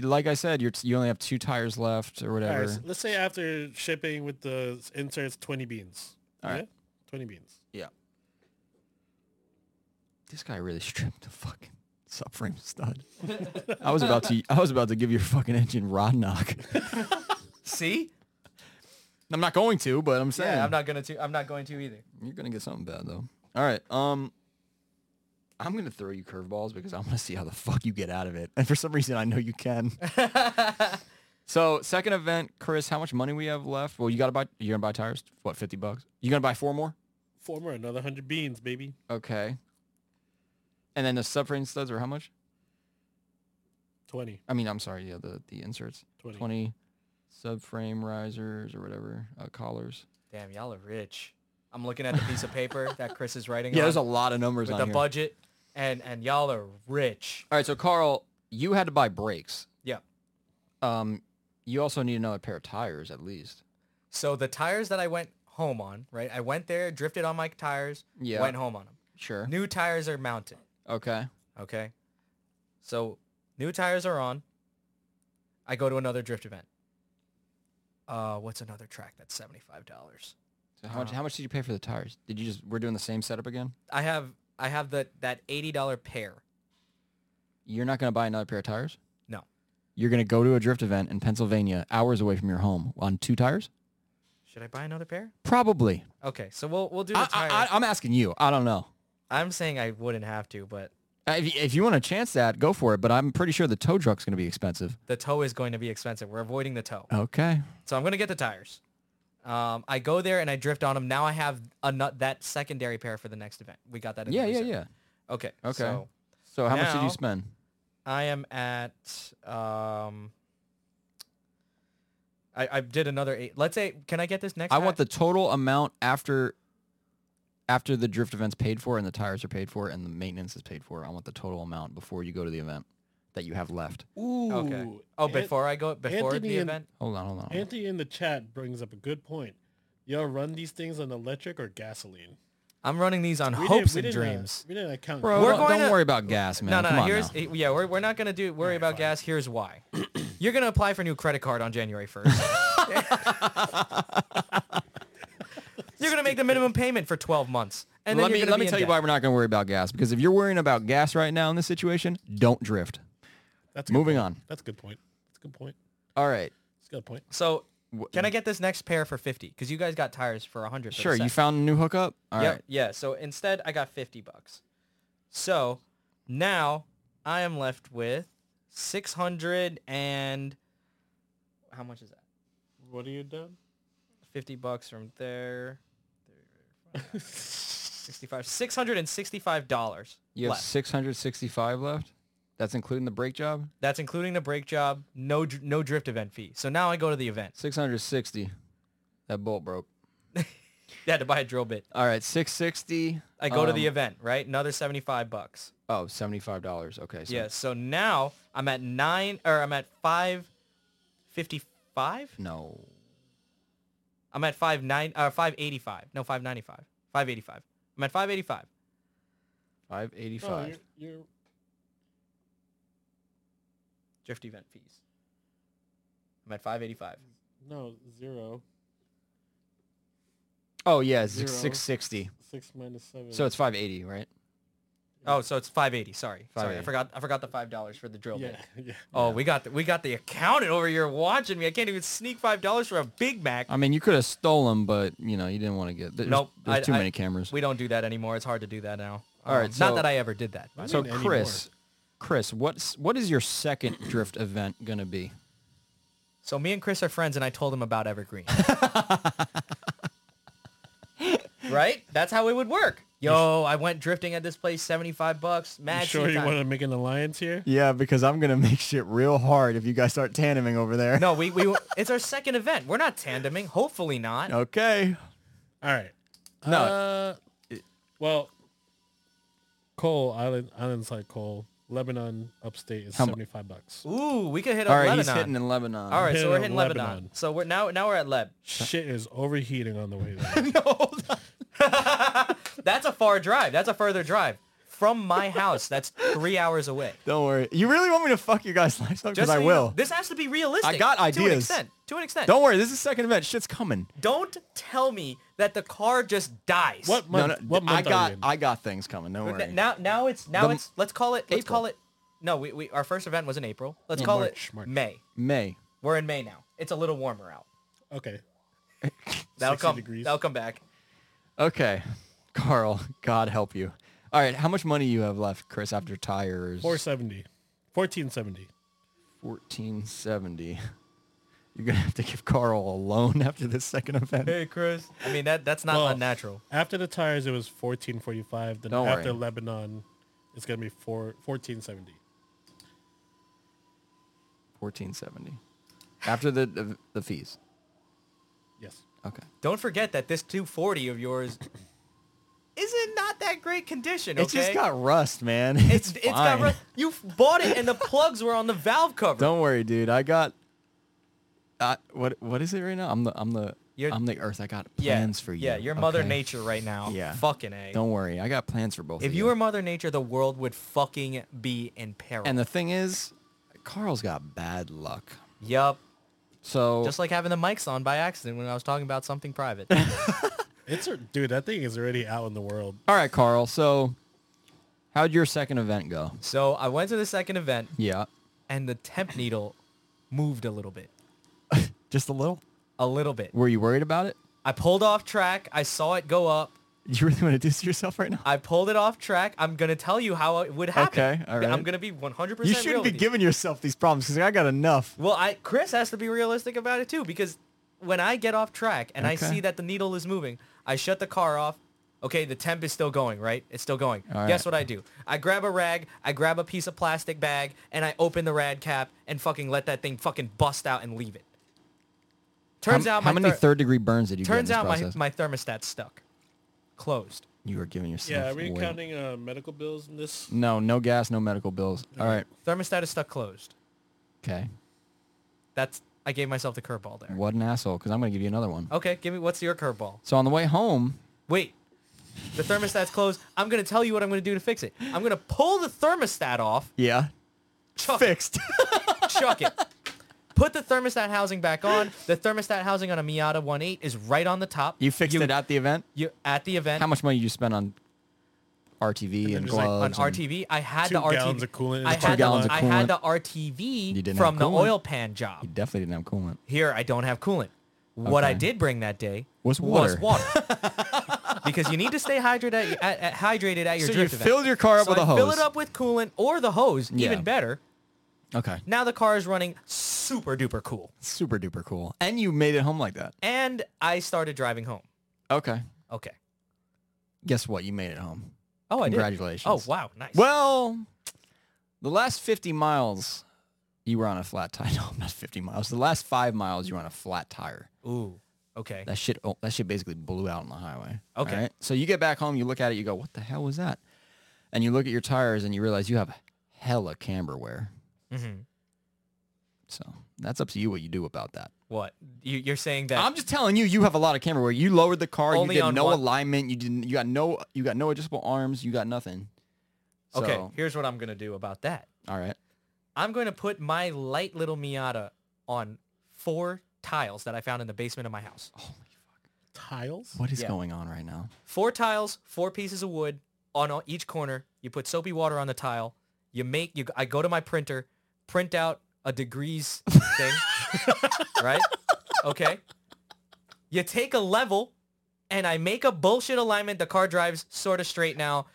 [SPEAKER 2] like I said, you're you only have two tires left or
[SPEAKER 3] All
[SPEAKER 2] whatever.
[SPEAKER 3] right, so let's say after shipping with the s- inserts, twenty beans.
[SPEAKER 2] All right.
[SPEAKER 3] Yeah? twenty beans.
[SPEAKER 2] This guy really stripped the fucking subframe stud. I was about to I was about to give your fucking engine rod knock.
[SPEAKER 1] See?
[SPEAKER 2] I'm not going to, but I'm saying
[SPEAKER 1] Yeah, I'm not gonna. To, I'm not going to either.
[SPEAKER 2] you're gonna get something bad though. All right, um, I'm gonna throw you curveballs because I'm gonna see how the fuck you get out of it, and for some reason I know you can. so second event, Chris, how much money we have left? Well, you gotta buy. You're gonna buy tires. What, fifty bucks? You gonna buy four more?
[SPEAKER 3] Four more, another hundred beans, baby.
[SPEAKER 2] Okay. And then the subframe studs are how much?
[SPEAKER 3] Twenty.
[SPEAKER 2] I mean, I'm sorry, yeah, the the inserts.
[SPEAKER 3] 20.
[SPEAKER 2] 20 subframe risers or whatever uh, collars.
[SPEAKER 1] Damn, y'all are rich. I'm looking at the piece of paper that Chris is writing.
[SPEAKER 2] Yeah,
[SPEAKER 1] on
[SPEAKER 2] there's a lot of numbers
[SPEAKER 1] with
[SPEAKER 2] on
[SPEAKER 1] the
[SPEAKER 2] here.
[SPEAKER 1] budget, and and y'all are rich.
[SPEAKER 2] All right, so Carl, you had to buy brakes.
[SPEAKER 1] Yeah.
[SPEAKER 2] Um, you also need another pair of tires at least.
[SPEAKER 1] So the tires that I went home on, right? I went there, drifted on my tires,
[SPEAKER 2] Yeah.
[SPEAKER 1] went home on them.
[SPEAKER 2] Sure.
[SPEAKER 1] New tires are mounted.
[SPEAKER 2] Okay.
[SPEAKER 1] Okay. So new tires are on. I go to another drift event. Uh, what's another track that's seventy five dollars?
[SPEAKER 2] So how much?
[SPEAKER 1] Uh,
[SPEAKER 2] How much did you pay for the tires? Did you just? We're doing the same setup again.
[SPEAKER 1] I have I have that that eighty dollar pair.
[SPEAKER 2] You're not gonna buy another pair of tires.
[SPEAKER 1] No.
[SPEAKER 2] You're gonna go to a drift event in Pennsylvania, hours away from your home, on two tires.
[SPEAKER 1] Should I buy another pair?
[SPEAKER 2] Probably.
[SPEAKER 1] Okay, so we'll we'll do the
[SPEAKER 2] I,
[SPEAKER 1] tires.
[SPEAKER 2] I, I, I'm asking you. I don't know.
[SPEAKER 1] I'm saying I wouldn't have to, but
[SPEAKER 2] Uh, If, y- if you want to chance that, go for it. But I'm pretty sure the tow truck's gonna be expensive.
[SPEAKER 1] the toe is going to be expensive. We're avoiding the toe.
[SPEAKER 2] Okay.
[SPEAKER 1] So I'm going to get the tires. Um, I go there and I drift on them. Now I have a nut, that secondary pair for the next event. We got that. In the
[SPEAKER 2] Yeah, yeah,
[SPEAKER 1] reserve.
[SPEAKER 2] yeah.
[SPEAKER 1] Okay.
[SPEAKER 2] Okay.
[SPEAKER 1] So
[SPEAKER 2] So how much did
[SPEAKER 1] Now-
[SPEAKER 2] you spend?
[SPEAKER 1] I am at, um, I, I did another eight. Let's say, can I get this next?
[SPEAKER 2] I want
[SPEAKER 1] pack?
[SPEAKER 2] the total amount after after the drift event's paid for and the tires are paid for and the maintenance is paid for. I want the total amount before you go to the event that you have left.
[SPEAKER 3] Ooh.
[SPEAKER 1] Okay. Oh, before I go, before
[SPEAKER 3] Anthony
[SPEAKER 1] the
[SPEAKER 3] and-
[SPEAKER 1] event.
[SPEAKER 2] Hold on, hold on.
[SPEAKER 3] Anthony in the chat brings up a good point. Y'all run these things on electric or gasoline?
[SPEAKER 1] I'm running these on
[SPEAKER 3] We
[SPEAKER 1] hopes
[SPEAKER 3] didn't-
[SPEAKER 1] and
[SPEAKER 3] we didn't, uh,
[SPEAKER 1] dreams.
[SPEAKER 3] we didn't account.
[SPEAKER 2] Bro,
[SPEAKER 1] We're
[SPEAKER 2] don't,
[SPEAKER 1] going
[SPEAKER 2] don't
[SPEAKER 1] to-
[SPEAKER 2] worry about gas, man.
[SPEAKER 1] No, no,
[SPEAKER 2] Come
[SPEAKER 1] no.
[SPEAKER 2] on
[SPEAKER 1] Here's
[SPEAKER 2] now.
[SPEAKER 1] yeah. We're, we're not gonna do worry about gas. Here's why. You're gonna apply for new credit card on January first. you're gonna make the minimum payment for 12 months, and then
[SPEAKER 2] let
[SPEAKER 1] you're
[SPEAKER 2] me
[SPEAKER 1] gonna
[SPEAKER 2] let
[SPEAKER 1] be
[SPEAKER 2] me
[SPEAKER 1] in
[SPEAKER 2] tell you
[SPEAKER 1] debt.
[SPEAKER 2] why we're not going to worry about gas because if you're worrying about gas right now in this situation, don't drift.
[SPEAKER 3] That's a good
[SPEAKER 2] Moving
[SPEAKER 3] point.
[SPEAKER 2] on.
[SPEAKER 3] That's a good point. That's a good point.
[SPEAKER 2] All right.
[SPEAKER 3] That's a good point.
[SPEAKER 1] So can I get this next pair for 50? Because you guys got tires for 100. for the
[SPEAKER 2] Sure, you
[SPEAKER 1] set.
[SPEAKER 2] found a new hookup? All right.
[SPEAKER 1] Yep. Yeah. So instead, I got 50 bucks. So now I am left with 600 and how much is that?
[SPEAKER 3] What are you doing?
[SPEAKER 1] 50 bucks from there. 65 665 dollars
[SPEAKER 2] You have
[SPEAKER 1] left.
[SPEAKER 2] 665 left? That's including the brake job?
[SPEAKER 1] That's including the brake job, no dr- no drift event fee. So now I go to the event.
[SPEAKER 2] 660. That bolt broke.
[SPEAKER 1] They had to buy a drill bit.
[SPEAKER 2] All right, 660.
[SPEAKER 1] I go to the
[SPEAKER 2] um,
[SPEAKER 1] event, right? Another 75 bucks.
[SPEAKER 2] Oh, $75. Okay. So
[SPEAKER 1] Yeah, so now I'm at 9 or I'm at 555.
[SPEAKER 2] No.
[SPEAKER 1] I'm at 59 uh 585. No, 595. 585. I'm at 585.
[SPEAKER 2] 585.
[SPEAKER 3] Oh, you're, you're,
[SPEAKER 1] Drift event fees. I'm at 585.
[SPEAKER 3] no, zero.
[SPEAKER 2] Oh, yeah, it's
[SPEAKER 3] Zero.
[SPEAKER 2] 660.
[SPEAKER 3] Six minus seven.
[SPEAKER 2] So it's 580, right?
[SPEAKER 1] Oh, so it's 580. Sorry. Sorry. I
[SPEAKER 2] 580.
[SPEAKER 1] forgot I forgot the $5 for the drill
[SPEAKER 3] yeah,
[SPEAKER 1] bit.
[SPEAKER 3] yeah.
[SPEAKER 1] Oh, we got the, we got the accountant over here watching me. I can't even sneak five dollars for a Big Mac.
[SPEAKER 2] I mean, you could have stolen, but, you know, you didn't want to get... There's,
[SPEAKER 1] Nope,
[SPEAKER 2] There's
[SPEAKER 1] I-
[SPEAKER 2] too
[SPEAKER 1] I-
[SPEAKER 2] many cameras.
[SPEAKER 1] We don't do that anymore. It's hard to do that now.
[SPEAKER 2] All right,
[SPEAKER 1] Um,
[SPEAKER 2] so-
[SPEAKER 1] not that I ever did that. but-
[SPEAKER 2] so,
[SPEAKER 3] Not anymore.
[SPEAKER 2] Chris, Chris, what's what is your second drift event going to be?
[SPEAKER 1] So me and Chris are friends, and I told him about Evergreen. right? That's how it would work. Yo, I went drifting at this place, seventy-five bucks.
[SPEAKER 3] You
[SPEAKER 1] Mad
[SPEAKER 3] sure
[SPEAKER 1] tea
[SPEAKER 3] you
[SPEAKER 1] time.
[SPEAKER 3] want to make an alliance here?
[SPEAKER 2] Yeah, because I'm going to make shit real hard if you guys start tandeming over there.
[SPEAKER 1] No, we, we it's our second event. We're not tandeming. Hopefully not.
[SPEAKER 2] Okay.
[SPEAKER 3] All right.
[SPEAKER 2] No.
[SPEAKER 3] Uh, well, coal island islands like coal. Lebanon upstate is
[SPEAKER 2] How mu-
[SPEAKER 3] seventy five bucks.
[SPEAKER 1] Ooh, we could hit up
[SPEAKER 2] All right,
[SPEAKER 1] Lebanon.
[SPEAKER 2] he's hitting in Lebanon.
[SPEAKER 1] All right,
[SPEAKER 3] Hit
[SPEAKER 1] so we're
[SPEAKER 3] up
[SPEAKER 1] hitting Lebanon.
[SPEAKER 3] Lebanon.
[SPEAKER 1] So we're now now we're at Leb.
[SPEAKER 3] Shit is overheating on the way there.
[SPEAKER 1] No, hold on. that's a far drive. That's a further drive from my house. That's three hours away.
[SPEAKER 2] Don't worry. You really want me to fuck your guys' livestock? Because
[SPEAKER 1] so
[SPEAKER 2] I
[SPEAKER 1] you
[SPEAKER 2] will.
[SPEAKER 1] know, this has to be realistic.
[SPEAKER 2] I got
[SPEAKER 1] To an
[SPEAKER 2] ideas.
[SPEAKER 1] extent. To an extent. Don't,
[SPEAKER 2] Don't worry. This is second event. Shit's coming.
[SPEAKER 1] tell me that the car just dies.
[SPEAKER 3] what
[SPEAKER 2] No,
[SPEAKER 3] month?
[SPEAKER 2] no.
[SPEAKER 3] what
[SPEAKER 2] I
[SPEAKER 3] month
[SPEAKER 2] got.
[SPEAKER 3] are we in?
[SPEAKER 2] I got things coming. Don't
[SPEAKER 1] N-
[SPEAKER 2] worry.
[SPEAKER 1] Now, now it's now
[SPEAKER 2] The-
[SPEAKER 1] it's let's call it let's
[SPEAKER 2] April.
[SPEAKER 1] call it. No, we, we our first event was in April. Let's
[SPEAKER 3] No,
[SPEAKER 1] call
[SPEAKER 3] March,
[SPEAKER 1] it
[SPEAKER 3] March.
[SPEAKER 1] May.
[SPEAKER 2] May.
[SPEAKER 1] We're in May now. It's a little warmer out.
[SPEAKER 3] okay.
[SPEAKER 1] That'll
[SPEAKER 3] 60
[SPEAKER 1] come.
[SPEAKER 3] degrees.
[SPEAKER 1] That'll come back.
[SPEAKER 2] Okay, Carl, God help you. All right, how much money you have left, Chris, after tires?
[SPEAKER 3] 470. 1470.
[SPEAKER 2] Fourteen seventy. You're gonna have to give Carl a loan after this second event.
[SPEAKER 1] Hey, Chris. I mean that that's not
[SPEAKER 3] Well,
[SPEAKER 1] unnatural.
[SPEAKER 3] After the tires, it was 1445. Then
[SPEAKER 2] Don't
[SPEAKER 3] after
[SPEAKER 2] worry.
[SPEAKER 3] Lebanon, it's going to be four, 1470.
[SPEAKER 2] Fourteen seventy. After the, the the fees.
[SPEAKER 3] Yes.
[SPEAKER 2] Okay.
[SPEAKER 1] Don't forget that this 240 of yours is in not that great condition. Okay?
[SPEAKER 2] It just got rust, man.
[SPEAKER 1] It's
[SPEAKER 2] It's,
[SPEAKER 1] it's got
[SPEAKER 2] fine.
[SPEAKER 1] ru- you bought it and the plugs were on the valve cover.
[SPEAKER 2] Don't worry, dude. I got. I, what what is it right now? I'm the I'm the
[SPEAKER 1] You're-
[SPEAKER 2] I'm the Earth. I got
[SPEAKER 1] yeah,
[SPEAKER 2] plans for you.
[SPEAKER 1] Yeah, you're Mother
[SPEAKER 2] okay?
[SPEAKER 1] Nature right now.
[SPEAKER 2] Yeah.
[SPEAKER 1] Fucking a.
[SPEAKER 2] Don't worry, I got plans for both.
[SPEAKER 1] if
[SPEAKER 2] of
[SPEAKER 1] you
[SPEAKER 2] you
[SPEAKER 1] were Mother Nature, the world would fucking be in peril.
[SPEAKER 2] and the thing is, Carl's got bad luck.
[SPEAKER 1] yup.
[SPEAKER 2] So
[SPEAKER 1] Just like having the mics on by accident when I was talking about something private.
[SPEAKER 3] It's a, dude, that thing is already out in the world.
[SPEAKER 2] all right, Carl. So how'd your second event go?
[SPEAKER 1] so I went to the second event
[SPEAKER 2] Yeah,
[SPEAKER 1] and the temp needle moved a little bit.
[SPEAKER 2] just a little.
[SPEAKER 1] A little bit.
[SPEAKER 2] Were you worried about it?
[SPEAKER 1] I pulled off track. I saw it go up.
[SPEAKER 2] You really want to do this to yourself right now?
[SPEAKER 1] I pulled it off track. I'm gonna tell you how it would happen.
[SPEAKER 2] Okay, all right.
[SPEAKER 1] I'm gonna be 100. percent
[SPEAKER 2] You shouldn't be giving yourself these problems because I got enough.
[SPEAKER 1] Well, I Chris has to be realistic about it too because when I get off track and I
[SPEAKER 2] Okay.
[SPEAKER 1] see that the needle is moving, I shut the car off. Okay, the temp is still going, right? It's still going.
[SPEAKER 2] All
[SPEAKER 1] Guess
[SPEAKER 2] right.
[SPEAKER 1] what I do? I grab a rag, I grab a piece of plastic bag, and I open the rad cap and fucking let that thing fucking bust out and leave it. Turns
[SPEAKER 2] how,
[SPEAKER 1] out
[SPEAKER 2] how
[SPEAKER 1] my
[SPEAKER 2] many
[SPEAKER 1] thir-
[SPEAKER 2] third degree burns did you
[SPEAKER 1] turns
[SPEAKER 2] get
[SPEAKER 1] out
[SPEAKER 2] in this
[SPEAKER 1] my,
[SPEAKER 2] process?
[SPEAKER 1] my thermostat's stuck, closed.
[SPEAKER 2] you were giving yourself.
[SPEAKER 3] Yeah, are we
[SPEAKER 2] way-
[SPEAKER 3] counting uh, medical bills in this?
[SPEAKER 2] No, no gas, no medical bills. All right.
[SPEAKER 1] Thermostat is stuck closed.
[SPEAKER 2] Okay.
[SPEAKER 1] That's I gave myself the curveball there.
[SPEAKER 2] What an asshole, because I'm going to give you another one.
[SPEAKER 1] Okay, give me what's your curveball?
[SPEAKER 2] So on the way home,
[SPEAKER 1] Wait. The thermostat's closed. I'm gonna tell you what I'm gonna do to fix it. I'm gonna pull the thermostat off,
[SPEAKER 2] yeah,
[SPEAKER 1] chuck
[SPEAKER 2] fixed.
[SPEAKER 1] it, chuck it. Put the thermostat housing back on. The thermostat housing on a Miata 1.8 is right on the top.
[SPEAKER 2] you fixed
[SPEAKER 1] You-
[SPEAKER 2] it at the event.
[SPEAKER 1] You at the event
[SPEAKER 2] How much money did you spend on RTV and
[SPEAKER 3] there's like
[SPEAKER 2] gloves?
[SPEAKER 1] on
[SPEAKER 2] and-
[SPEAKER 1] RTV? I had
[SPEAKER 3] Two
[SPEAKER 1] the RTV.
[SPEAKER 3] gallons of coolant in
[SPEAKER 1] I
[SPEAKER 3] the
[SPEAKER 1] had,
[SPEAKER 2] parking
[SPEAKER 1] the,
[SPEAKER 2] lot.
[SPEAKER 1] I had the RTV
[SPEAKER 2] You didn't
[SPEAKER 1] from
[SPEAKER 2] have
[SPEAKER 1] the
[SPEAKER 2] coolant.
[SPEAKER 1] oil pan job.
[SPEAKER 2] You definitely didn't have coolant.
[SPEAKER 1] Here I don't have coolant. What I
[SPEAKER 2] Okay.
[SPEAKER 1] did bring that day
[SPEAKER 2] Was
[SPEAKER 1] water. because you need to stay hydrated at, at, at- hydrated at your
[SPEAKER 2] So you
[SPEAKER 1] drift event.
[SPEAKER 2] filled your car up
[SPEAKER 1] So
[SPEAKER 2] with
[SPEAKER 1] I
[SPEAKER 2] a
[SPEAKER 1] Fill
[SPEAKER 2] hose.
[SPEAKER 1] it up with coolant or the hose,
[SPEAKER 2] Yeah.
[SPEAKER 1] even better.
[SPEAKER 2] Okay.
[SPEAKER 1] Now the car is running super duper cool.
[SPEAKER 2] Super duper cool. And you made it home like that.
[SPEAKER 1] And I started driving home.
[SPEAKER 2] Okay.
[SPEAKER 1] Okay.
[SPEAKER 2] Guess what? You made it home.
[SPEAKER 1] Oh, I
[SPEAKER 2] Congratulations.
[SPEAKER 1] did. Oh, wow. Nice.
[SPEAKER 2] Well, the last 50 miles, you were on a flat tire. No, not 50 miles. The last five miles, you were on a flat tire.
[SPEAKER 1] Ooh. Okay.
[SPEAKER 2] That shit, oh, that shit basically blew out on the highway.
[SPEAKER 1] Okay.
[SPEAKER 2] Alright? So you get back home, you look at it, you go, what the hell was that? And you look at your tires and you realize you have hella camber wear.
[SPEAKER 1] Mhm.
[SPEAKER 2] So that's up to you what you do about that.
[SPEAKER 1] What? You, you're saying that?
[SPEAKER 2] I'm just telling you, you have a lot of camber wear. You lowered the car.
[SPEAKER 1] Only
[SPEAKER 2] you
[SPEAKER 1] on
[SPEAKER 2] did no
[SPEAKER 1] one-
[SPEAKER 2] alignment. You didn't. You got no. You got no adjustable arms. You got nothing. So,
[SPEAKER 1] okay. Here's what I'm going to do about that.
[SPEAKER 2] All right.
[SPEAKER 1] I'm going to put my light little Miata on four tiles that I found in the basement of my house.
[SPEAKER 3] Tiles?
[SPEAKER 2] What is
[SPEAKER 1] Yeah.
[SPEAKER 2] going on right now?
[SPEAKER 1] four tiles, four pieces of wood on all- each corner. You put soapy water on the tile. You make you. I go to my printer, print out a degrees thing, right? Okay. You take a level, and I make a bullshit alignment. The car drives sort of straight now.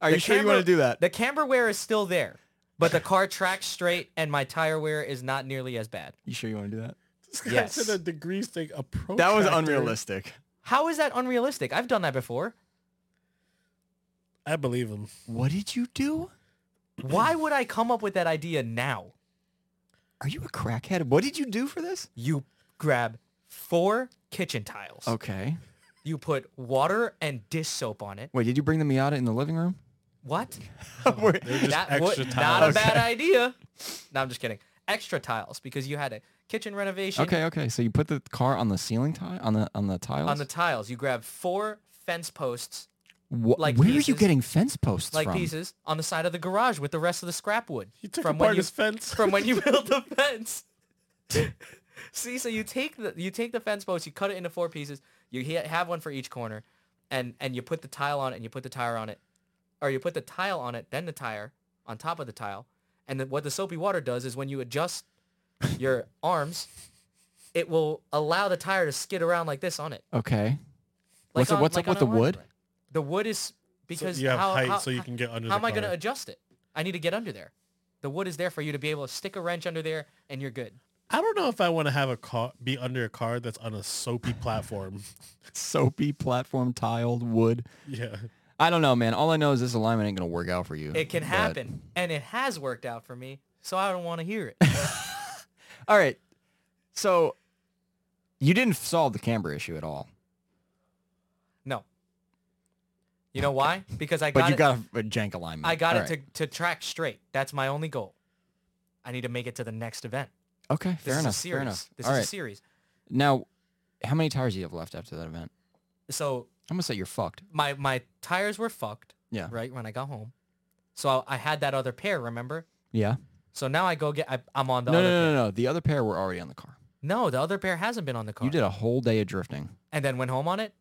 [SPEAKER 2] Are
[SPEAKER 1] The
[SPEAKER 2] you sure you want to
[SPEAKER 1] camber-
[SPEAKER 2] do that?
[SPEAKER 1] The camber wear is still there, but the car tracks straight, and my tire wear is not nearly as bad.
[SPEAKER 2] You sure you want to do that?
[SPEAKER 3] This guy
[SPEAKER 1] Yes.
[SPEAKER 3] said a degrees thing.
[SPEAKER 2] That
[SPEAKER 3] A
[SPEAKER 2] was
[SPEAKER 3] protractor.
[SPEAKER 2] unrealistic.
[SPEAKER 1] How is that unrealistic? I've done that before.
[SPEAKER 3] I believe him.
[SPEAKER 2] What did you do?
[SPEAKER 1] Why would I come up with that idea now?
[SPEAKER 2] Are you a crackhead? What did you do for this?
[SPEAKER 1] you grab four kitchen tiles.
[SPEAKER 2] Okay.
[SPEAKER 1] You put water and dish soap on it.
[SPEAKER 2] Wait, did you bring the Miata in the living room?
[SPEAKER 1] What?
[SPEAKER 2] Wait,
[SPEAKER 3] They're just
[SPEAKER 1] That wa-
[SPEAKER 3] extra
[SPEAKER 1] Not a
[SPEAKER 3] tiles.
[SPEAKER 1] bad idea. No, I'm just kidding. Extra tiles because you had a kitchen renovation
[SPEAKER 2] okay, okay. So you put the car on the ceiling tile on the on the tiles.
[SPEAKER 1] on the tiles. You grab four fence posts,
[SPEAKER 2] Wha-
[SPEAKER 1] like
[SPEAKER 2] where are you
[SPEAKER 1] pieces.
[SPEAKER 2] getting fence posts
[SPEAKER 1] like
[SPEAKER 2] from?
[SPEAKER 1] pieces, on the side of the garage with the rest of the scrap wood
[SPEAKER 3] He took
[SPEAKER 1] from
[SPEAKER 3] apart
[SPEAKER 1] when you
[SPEAKER 3] his fence.
[SPEAKER 1] from when you built the fence. See, so you take the you take the fence post, you cut it into four pieces. You ha- have one for each corner, and and you put the tile on it, and you put the tire on it, or you put the tile on it, then the tire on top of the tile. And then what the soapy water does is when you adjust your arms, it will allow the tire to skid around like this on it.
[SPEAKER 2] Okay.
[SPEAKER 1] Like
[SPEAKER 2] What's up-
[SPEAKER 1] on-
[SPEAKER 2] what's up
[SPEAKER 1] on
[SPEAKER 2] with
[SPEAKER 1] a
[SPEAKER 2] the
[SPEAKER 1] line
[SPEAKER 2] wood?
[SPEAKER 1] break. The wood is because
[SPEAKER 3] so you have
[SPEAKER 1] how,
[SPEAKER 3] height,
[SPEAKER 1] how-
[SPEAKER 3] so you can get under.
[SPEAKER 1] how
[SPEAKER 3] the
[SPEAKER 1] am I going to
[SPEAKER 3] car.
[SPEAKER 1] adjust it? I need to get under there. The wood is there for you to be able to stick a wrench under there, and you're good.
[SPEAKER 3] I don't know if I want to have a car be under a car that's on a soapy platform.
[SPEAKER 2] Soapy platform tiled wood.
[SPEAKER 3] yeah.
[SPEAKER 2] I don't know, man. All I know is this alignment ain't gonna work out for you.
[SPEAKER 1] It can
[SPEAKER 2] but-
[SPEAKER 1] happen, and it has worked out for me. So I don't want to hear it.
[SPEAKER 2] All right. So you didn't solve the camber issue at all,
[SPEAKER 1] No. You know why? Because I
[SPEAKER 2] but
[SPEAKER 1] got
[SPEAKER 2] you
[SPEAKER 1] it.
[SPEAKER 2] got a, a jank alignment.
[SPEAKER 1] I got
[SPEAKER 2] All
[SPEAKER 1] it
[SPEAKER 2] right.
[SPEAKER 1] to, to track straight. That's my only goal. I need to make it to the next event.
[SPEAKER 2] Okay,
[SPEAKER 1] This
[SPEAKER 2] fair
[SPEAKER 1] is
[SPEAKER 2] enough.
[SPEAKER 1] a series.
[SPEAKER 2] Fair enough.
[SPEAKER 1] This
[SPEAKER 2] All
[SPEAKER 1] is
[SPEAKER 2] right.
[SPEAKER 1] a series.
[SPEAKER 2] Now, how many tires do you have left after that event?
[SPEAKER 1] So
[SPEAKER 2] I'm gonna say you're fucked.
[SPEAKER 1] my my tires were fucked,
[SPEAKER 2] Yeah.
[SPEAKER 1] right, when I got home. So I had that other pair, remember?
[SPEAKER 2] Yeah.
[SPEAKER 1] So now I go get I, I'm on the
[SPEAKER 2] No, no,
[SPEAKER 1] other
[SPEAKER 2] no,
[SPEAKER 1] pair.
[SPEAKER 2] no, no. The other pair were already on the car.
[SPEAKER 1] No, the other pair hasn't been on the car.
[SPEAKER 2] You did a whole day of drifting.
[SPEAKER 1] And then went home on it?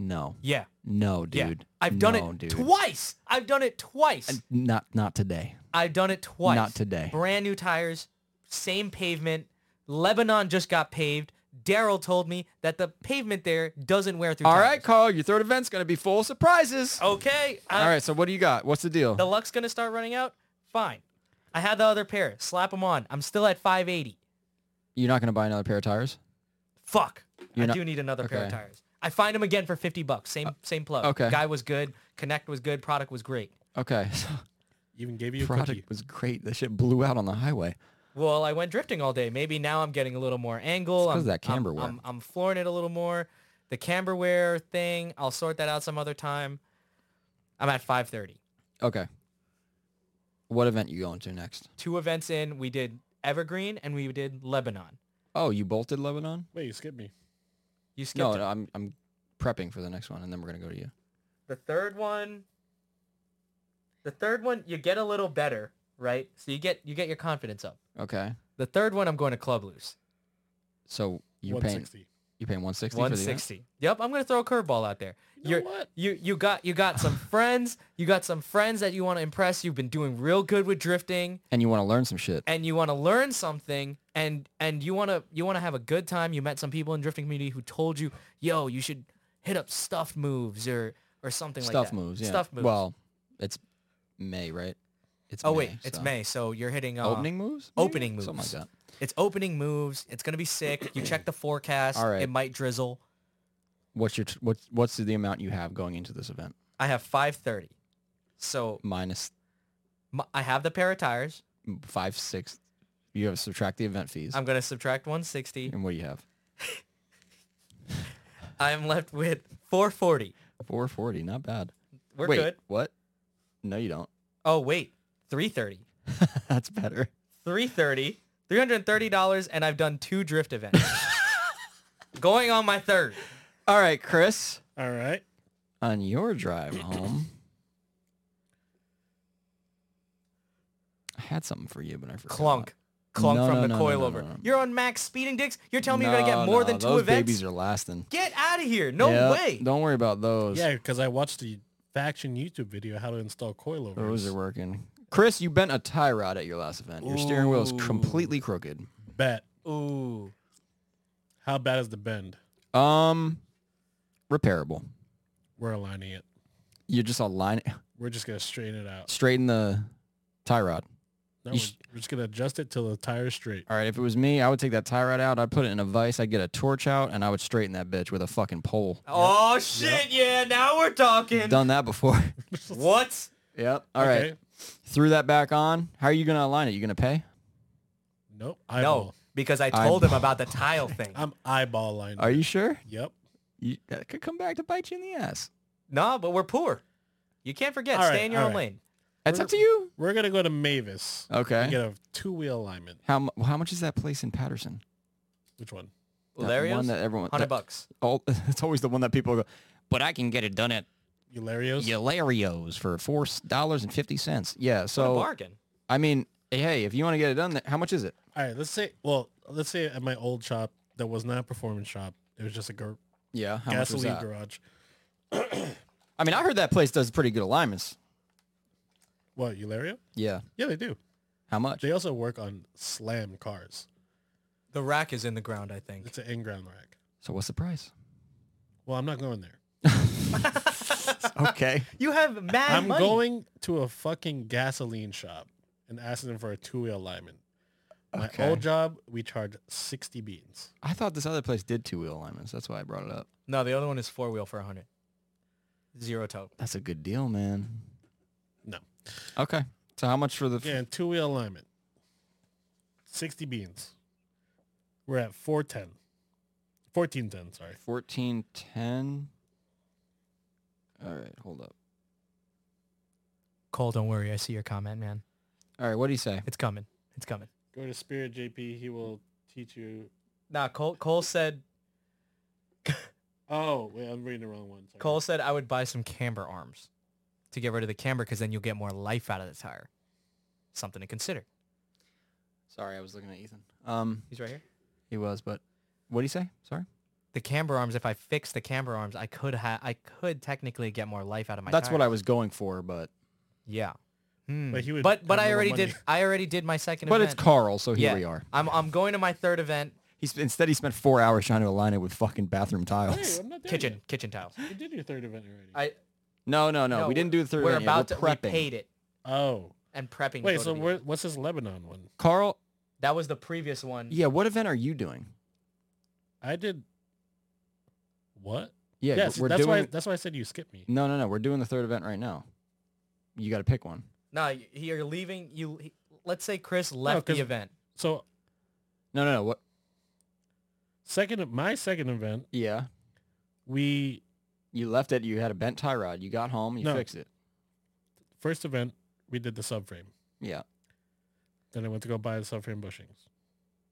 [SPEAKER 2] No,
[SPEAKER 1] Yeah.
[SPEAKER 2] no,
[SPEAKER 1] Yeah.
[SPEAKER 2] dude.
[SPEAKER 1] I've done
[SPEAKER 2] No,
[SPEAKER 1] it
[SPEAKER 2] dude.
[SPEAKER 1] twice. I've done it twice.
[SPEAKER 2] And Not, not today.
[SPEAKER 1] I've done it twice.
[SPEAKER 2] Not today.
[SPEAKER 1] Brand new tires, same pavement. Lebanon just got paved. Daryl told me that the pavement there doesn't wear through.
[SPEAKER 2] All
[SPEAKER 1] tires.
[SPEAKER 2] right, Carl. Your third event's gonna be full of surprises.
[SPEAKER 1] Okay. I,
[SPEAKER 2] All right. So what do you got? What's the deal?
[SPEAKER 1] The luck's gonna start running out. Fine. I had the other pair. Slap them on. I'm still at 580.
[SPEAKER 2] You're not gonna buy another pair of tires.
[SPEAKER 1] Fuck.
[SPEAKER 2] You're
[SPEAKER 1] I
[SPEAKER 2] not-
[SPEAKER 1] do need another pair of
[SPEAKER 2] okay. Uh,
[SPEAKER 1] tires. I find them again for 50 bucks. Same same plug.
[SPEAKER 2] okay.
[SPEAKER 1] Guy was good. Connect was good. Product was great.
[SPEAKER 2] Okay. So
[SPEAKER 3] Even gave you a cookie.
[SPEAKER 2] product was great. The shit blew out on the highway.
[SPEAKER 1] Well, I went drifting all day. Maybe now I'm getting a little more angle.
[SPEAKER 2] It's 'cause
[SPEAKER 1] I'm-
[SPEAKER 2] of that
[SPEAKER 1] I'm-
[SPEAKER 2] camber wear.
[SPEAKER 1] I'm, I'm flooring it a little more. The camberware thing, I'll sort that out some other time. I'm at 530.
[SPEAKER 2] Okay. What event you going to next?
[SPEAKER 1] Two events in, we did Evergreen and we did Lebanon.
[SPEAKER 2] Oh, you bolted Lebanon?
[SPEAKER 3] Wait, you skipped me.
[SPEAKER 1] You skipped
[SPEAKER 2] No,
[SPEAKER 1] it.
[SPEAKER 2] no, I'm I'm prepping for the next one, and then we're gonna go to you.
[SPEAKER 1] The third one The third one you get a little better, right? So you get you get your confidence up.
[SPEAKER 2] Okay.
[SPEAKER 1] The third one I'm going to Club Loose.
[SPEAKER 2] So you're paying
[SPEAKER 3] 160.
[SPEAKER 2] you're paying 160 for the event?
[SPEAKER 1] 160. Yep, I'm gonna throw a curveball out there.
[SPEAKER 3] know
[SPEAKER 1] You're,
[SPEAKER 3] what?
[SPEAKER 1] You you got you got some friends. You got some friends that you want to impress. You've been doing real good with drifting,
[SPEAKER 2] and you want to learn some shit.
[SPEAKER 1] and you want to learn something, and and you want to you want to have a good time. You met some people in drifting community who told you, "Yo, you should hit up stuffed moves or or something like
[SPEAKER 2] Stuff
[SPEAKER 1] that."
[SPEAKER 2] moves, yeah.
[SPEAKER 1] Stuff moves.
[SPEAKER 2] Well, it's May, right? It's
[SPEAKER 1] oh wait, it's
[SPEAKER 2] so-
[SPEAKER 1] May, so you're hitting uh,
[SPEAKER 2] Opening moves? maybe?
[SPEAKER 1] opening moves.
[SPEAKER 2] Something like that.
[SPEAKER 1] It's opening moves. It's gonna be sick. You check the forecast.
[SPEAKER 2] All right.
[SPEAKER 1] It might drizzle.
[SPEAKER 2] What's your t- what's what's the amount you have going into this event?
[SPEAKER 1] I have 5:30, so
[SPEAKER 2] Minus
[SPEAKER 1] m- I have the pair of tires.
[SPEAKER 2] five six. You have to subtract the event fees.
[SPEAKER 1] I'm gonna subtract 160.
[SPEAKER 2] and what do you have?
[SPEAKER 1] I am left with 440.
[SPEAKER 2] 440. Not bad.
[SPEAKER 1] We're
[SPEAKER 2] wait,
[SPEAKER 1] good.
[SPEAKER 2] What? No, you don't.
[SPEAKER 1] Oh wait, 330.
[SPEAKER 2] That's better.
[SPEAKER 1] 330. 330 dollars, and I've done two drift events. Going on my third.
[SPEAKER 2] All right, Chris.
[SPEAKER 3] All right.
[SPEAKER 2] On your drive home, I had something for you, but I forgot.
[SPEAKER 1] Clunk. Clunk
[SPEAKER 2] No,
[SPEAKER 1] from
[SPEAKER 2] no,
[SPEAKER 1] the
[SPEAKER 2] no, no, no,
[SPEAKER 1] coilover.
[SPEAKER 2] no, no.
[SPEAKER 1] You're on max speeding dicks? You're telling me you're gonna get more
[SPEAKER 2] No,
[SPEAKER 1] than
[SPEAKER 2] no,
[SPEAKER 1] two
[SPEAKER 2] those
[SPEAKER 1] events?
[SPEAKER 2] babies are lasting.
[SPEAKER 1] Get out of here. No
[SPEAKER 2] Yeah,
[SPEAKER 1] way.
[SPEAKER 2] Don't worry about those.
[SPEAKER 3] Yeah, because I watched the faction YouTube video how to install coilovers.
[SPEAKER 2] Those are working. Chris, you bent a tie rod at your last event. Your steering wheel is
[SPEAKER 1] Ooh.
[SPEAKER 2] completely crooked.
[SPEAKER 3] bet.
[SPEAKER 1] Ooh.
[SPEAKER 3] How bad is the bend?
[SPEAKER 2] Um, repairable.
[SPEAKER 3] We're aligning it.
[SPEAKER 2] You just align,
[SPEAKER 3] We're just gonna straighten it out.
[SPEAKER 2] straighten the tie rod.
[SPEAKER 3] No,
[SPEAKER 2] You
[SPEAKER 3] we're,
[SPEAKER 2] sh-
[SPEAKER 3] we're just gonna adjust it till the tire's straight.
[SPEAKER 2] All right, if it was me, I would take that tie rod out. I'd put it in a vise. I'd get a torch out, and I would straighten that bitch with a fucking pole.
[SPEAKER 1] Oh shit, yeah, now we're talking.
[SPEAKER 2] Done that before.
[SPEAKER 1] What?
[SPEAKER 2] yep. All right.
[SPEAKER 3] Okay.
[SPEAKER 2] Threw that back on. How are you gonna align it? You gonna pay?
[SPEAKER 3] Nope.
[SPEAKER 1] No,
[SPEAKER 3] Eyeball.
[SPEAKER 1] because I
[SPEAKER 2] I-
[SPEAKER 1] told him about the tile thing.
[SPEAKER 3] I'm eyeball lined.
[SPEAKER 2] Are you sure?
[SPEAKER 3] Yep.
[SPEAKER 2] You, that could come back to bite you in the ass.
[SPEAKER 1] No, but we're poor. You can't forget.
[SPEAKER 3] All
[SPEAKER 1] Stay
[SPEAKER 3] right,
[SPEAKER 1] in your
[SPEAKER 3] all
[SPEAKER 1] own
[SPEAKER 3] right.
[SPEAKER 1] lane.
[SPEAKER 2] That's up to you.
[SPEAKER 3] We're gonna go to Mavis. and
[SPEAKER 2] Okay.
[SPEAKER 3] Get a two wheel alignment.
[SPEAKER 2] How mu- how much is that place in Patterson?
[SPEAKER 3] Which one?
[SPEAKER 2] That
[SPEAKER 1] Larios?
[SPEAKER 2] one that everyone.
[SPEAKER 1] Hundred
[SPEAKER 2] that-
[SPEAKER 1] bucks.
[SPEAKER 2] all, it's always the one that people go. But I can get it done at
[SPEAKER 3] Eularios.
[SPEAKER 2] Eularios for four dollars and fifty cents. Yeah.
[SPEAKER 1] So
[SPEAKER 2] So
[SPEAKER 1] bargain.
[SPEAKER 2] I mean, hey, if you want to get it done, th- how much is it?
[SPEAKER 3] All right. Let's say. Well, let's say at my old shop that was not a performance shop. It was just a gar-
[SPEAKER 2] Yeah. How much was
[SPEAKER 3] gasoline
[SPEAKER 2] that?
[SPEAKER 3] garage.
[SPEAKER 2] I mean, I heard that place does pretty good alignments.
[SPEAKER 3] What Eulario?
[SPEAKER 2] Yeah.
[SPEAKER 3] Yeah, they do.
[SPEAKER 2] How much?
[SPEAKER 3] They also work on slam cars.
[SPEAKER 1] The rack is in the ground, I think.
[SPEAKER 3] It's an in-ground rack.
[SPEAKER 2] So what's the price?
[SPEAKER 3] Well, I'm not going there.
[SPEAKER 2] Okay.
[SPEAKER 1] You have mad
[SPEAKER 3] I'm
[SPEAKER 1] money.
[SPEAKER 3] going to a fucking gasoline shop and asking them for a two-wheel alignment. My
[SPEAKER 2] Okay.
[SPEAKER 3] old job, we charge 60 beans.
[SPEAKER 2] I thought this other place did two wheel alignments. That's why I brought it up.
[SPEAKER 1] No, the other one is four wheel for a hundred. Zero toe.
[SPEAKER 2] That's a good deal, man.
[SPEAKER 3] No.
[SPEAKER 2] Okay. So how much for the? f-
[SPEAKER 3] Yeah, and two-wheel alignment. 60 beans. We're at 410. 1410, sorry.
[SPEAKER 2] Fourteen ten. All right, hold up.
[SPEAKER 1] Cole, don't worry. I see your comment, man.
[SPEAKER 2] All right, what do you say?
[SPEAKER 1] It's coming. It's coming.
[SPEAKER 3] Go to Spirit JP. He will teach you.
[SPEAKER 1] Nah, Cole. Cole said.
[SPEAKER 3] Oh, wait, I'm reading the wrong one. Sorry.
[SPEAKER 1] Cole said I would buy some camber arms to get rid of the camber because then you'll get more life out of the tire. Something to consider.
[SPEAKER 2] Sorry, I was looking at Ethan. Um,
[SPEAKER 1] He's right here.
[SPEAKER 2] he was, but what do you say? Sorry.
[SPEAKER 1] The camber arms. If I fix the camber arms, I could ha- I could technically get more life out of my.
[SPEAKER 2] That's what I
[SPEAKER 1] tires.
[SPEAKER 2] was going for, but
[SPEAKER 1] Yeah. Hmm.
[SPEAKER 3] But he would
[SPEAKER 1] But but
[SPEAKER 3] have
[SPEAKER 1] I
[SPEAKER 3] more
[SPEAKER 1] already
[SPEAKER 3] money.
[SPEAKER 1] did. I already did my second.
[SPEAKER 2] but
[SPEAKER 1] event.
[SPEAKER 2] it's Carl, so here
[SPEAKER 1] yeah.
[SPEAKER 2] we are.
[SPEAKER 1] I'm I'm going to my third event.
[SPEAKER 2] He sp- instead he spent four hours trying to align it with fucking bathroom
[SPEAKER 3] Hey,
[SPEAKER 2] tiles.
[SPEAKER 3] I'm not there
[SPEAKER 1] Kitchen kitchen tiles.
[SPEAKER 3] yet. You did your third event already.
[SPEAKER 1] I
[SPEAKER 2] No, no, no, We didn't do the third.
[SPEAKER 1] We're
[SPEAKER 2] event yet.
[SPEAKER 1] about
[SPEAKER 2] we're
[SPEAKER 1] to. We
[SPEAKER 2] prepping.
[SPEAKER 1] paid it
[SPEAKER 3] oh.
[SPEAKER 1] and prepping. to
[SPEAKER 3] Wait,
[SPEAKER 1] go
[SPEAKER 3] so
[SPEAKER 1] to the
[SPEAKER 3] where,
[SPEAKER 1] event.
[SPEAKER 3] what's this Lebanon one?
[SPEAKER 2] Carl,
[SPEAKER 1] that was the previous one.
[SPEAKER 2] yeah. What event are you doing?
[SPEAKER 3] I did. What?
[SPEAKER 2] Yeah,
[SPEAKER 3] yes,
[SPEAKER 2] we're
[SPEAKER 3] that's
[SPEAKER 2] doing.
[SPEAKER 3] why. That's why I said you skipped me.
[SPEAKER 2] No, no, no. We're doing the third event right now. You got to pick one.
[SPEAKER 1] No, y- you're leaving. You he- let's say Chris left the
[SPEAKER 3] 'cause-
[SPEAKER 1] event.
[SPEAKER 3] So
[SPEAKER 2] No, no, no. What?
[SPEAKER 3] second, my second event,
[SPEAKER 2] Yeah.
[SPEAKER 3] we
[SPEAKER 2] You left it. You had a bent tie rod. You got home. You
[SPEAKER 3] No.
[SPEAKER 2] fixed it.
[SPEAKER 3] first event we did the subframe.
[SPEAKER 2] Yeah.
[SPEAKER 3] Then I went to go buy the subframe bushings.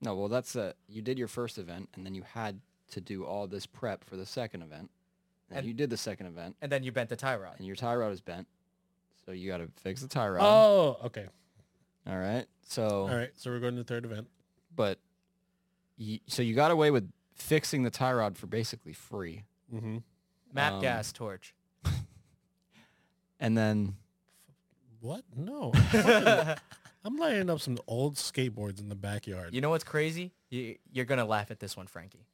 [SPEAKER 2] No. Well, that's uh You did your first event, and then you had to do all this prep for the second event. And,
[SPEAKER 1] And-
[SPEAKER 2] you did the second event,
[SPEAKER 1] And then you bent the tie rod.
[SPEAKER 2] and your tie rod is bent, so you got to fix the tie rod.
[SPEAKER 3] Oh, okay.
[SPEAKER 2] All right. So,
[SPEAKER 3] All right. So we're going to the third event.
[SPEAKER 2] but you, so you got away with fixing the tie rod for basically free,
[SPEAKER 3] Mm-hmm.
[SPEAKER 1] Map
[SPEAKER 2] Um,
[SPEAKER 1] gas torch.
[SPEAKER 2] and then
[SPEAKER 3] What? No. I'm fucking- I'm lining up some old skateboards in the backyard.
[SPEAKER 1] You know what's crazy? You, you're gonna laugh at this one, Frankie.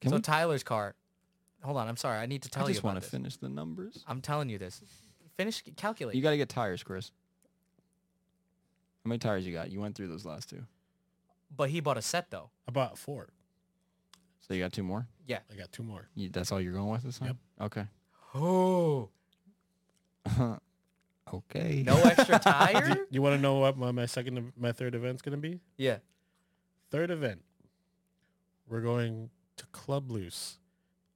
[SPEAKER 2] Can
[SPEAKER 1] so
[SPEAKER 2] we-
[SPEAKER 1] Tyler's car. Hold on, I'm sorry. I need to tell
[SPEAKER 2] I
[SPEAKER 1] you
[SPEAKER 2] just
[SPEAKER 1] about
[SPEAKER 2] want to
[SPEAKER 1] this.
[SPEAKER 2] finish the numbers.
[SPEAKER 1] I'm telling you this. Finish calculate.
[SPEAKER 2] You got to get tires, Chris. How many tires you got? You went through those last two,
[SPEAKER 1] but he bought a set though.
[SPEAKER 3] I bought four.
[SPEAKER 2] so you got two more.
[SPEAKER 1] Yeah.
[SPEAKER 3] I got two more.
[SPEAKER 2] You, that's all you're going with this time? Okay.
[SPEAKER 1] Oh.
[SPEAKER 2] Okay.
[SPEAKER 1] No extra tire.
[SPEAKER 3] You want to know what my, my second, ev- my third event's gonna be?
[SPEAKER 1] yeah.
[SPEAKER 3] Third event. We're going to Club Loose,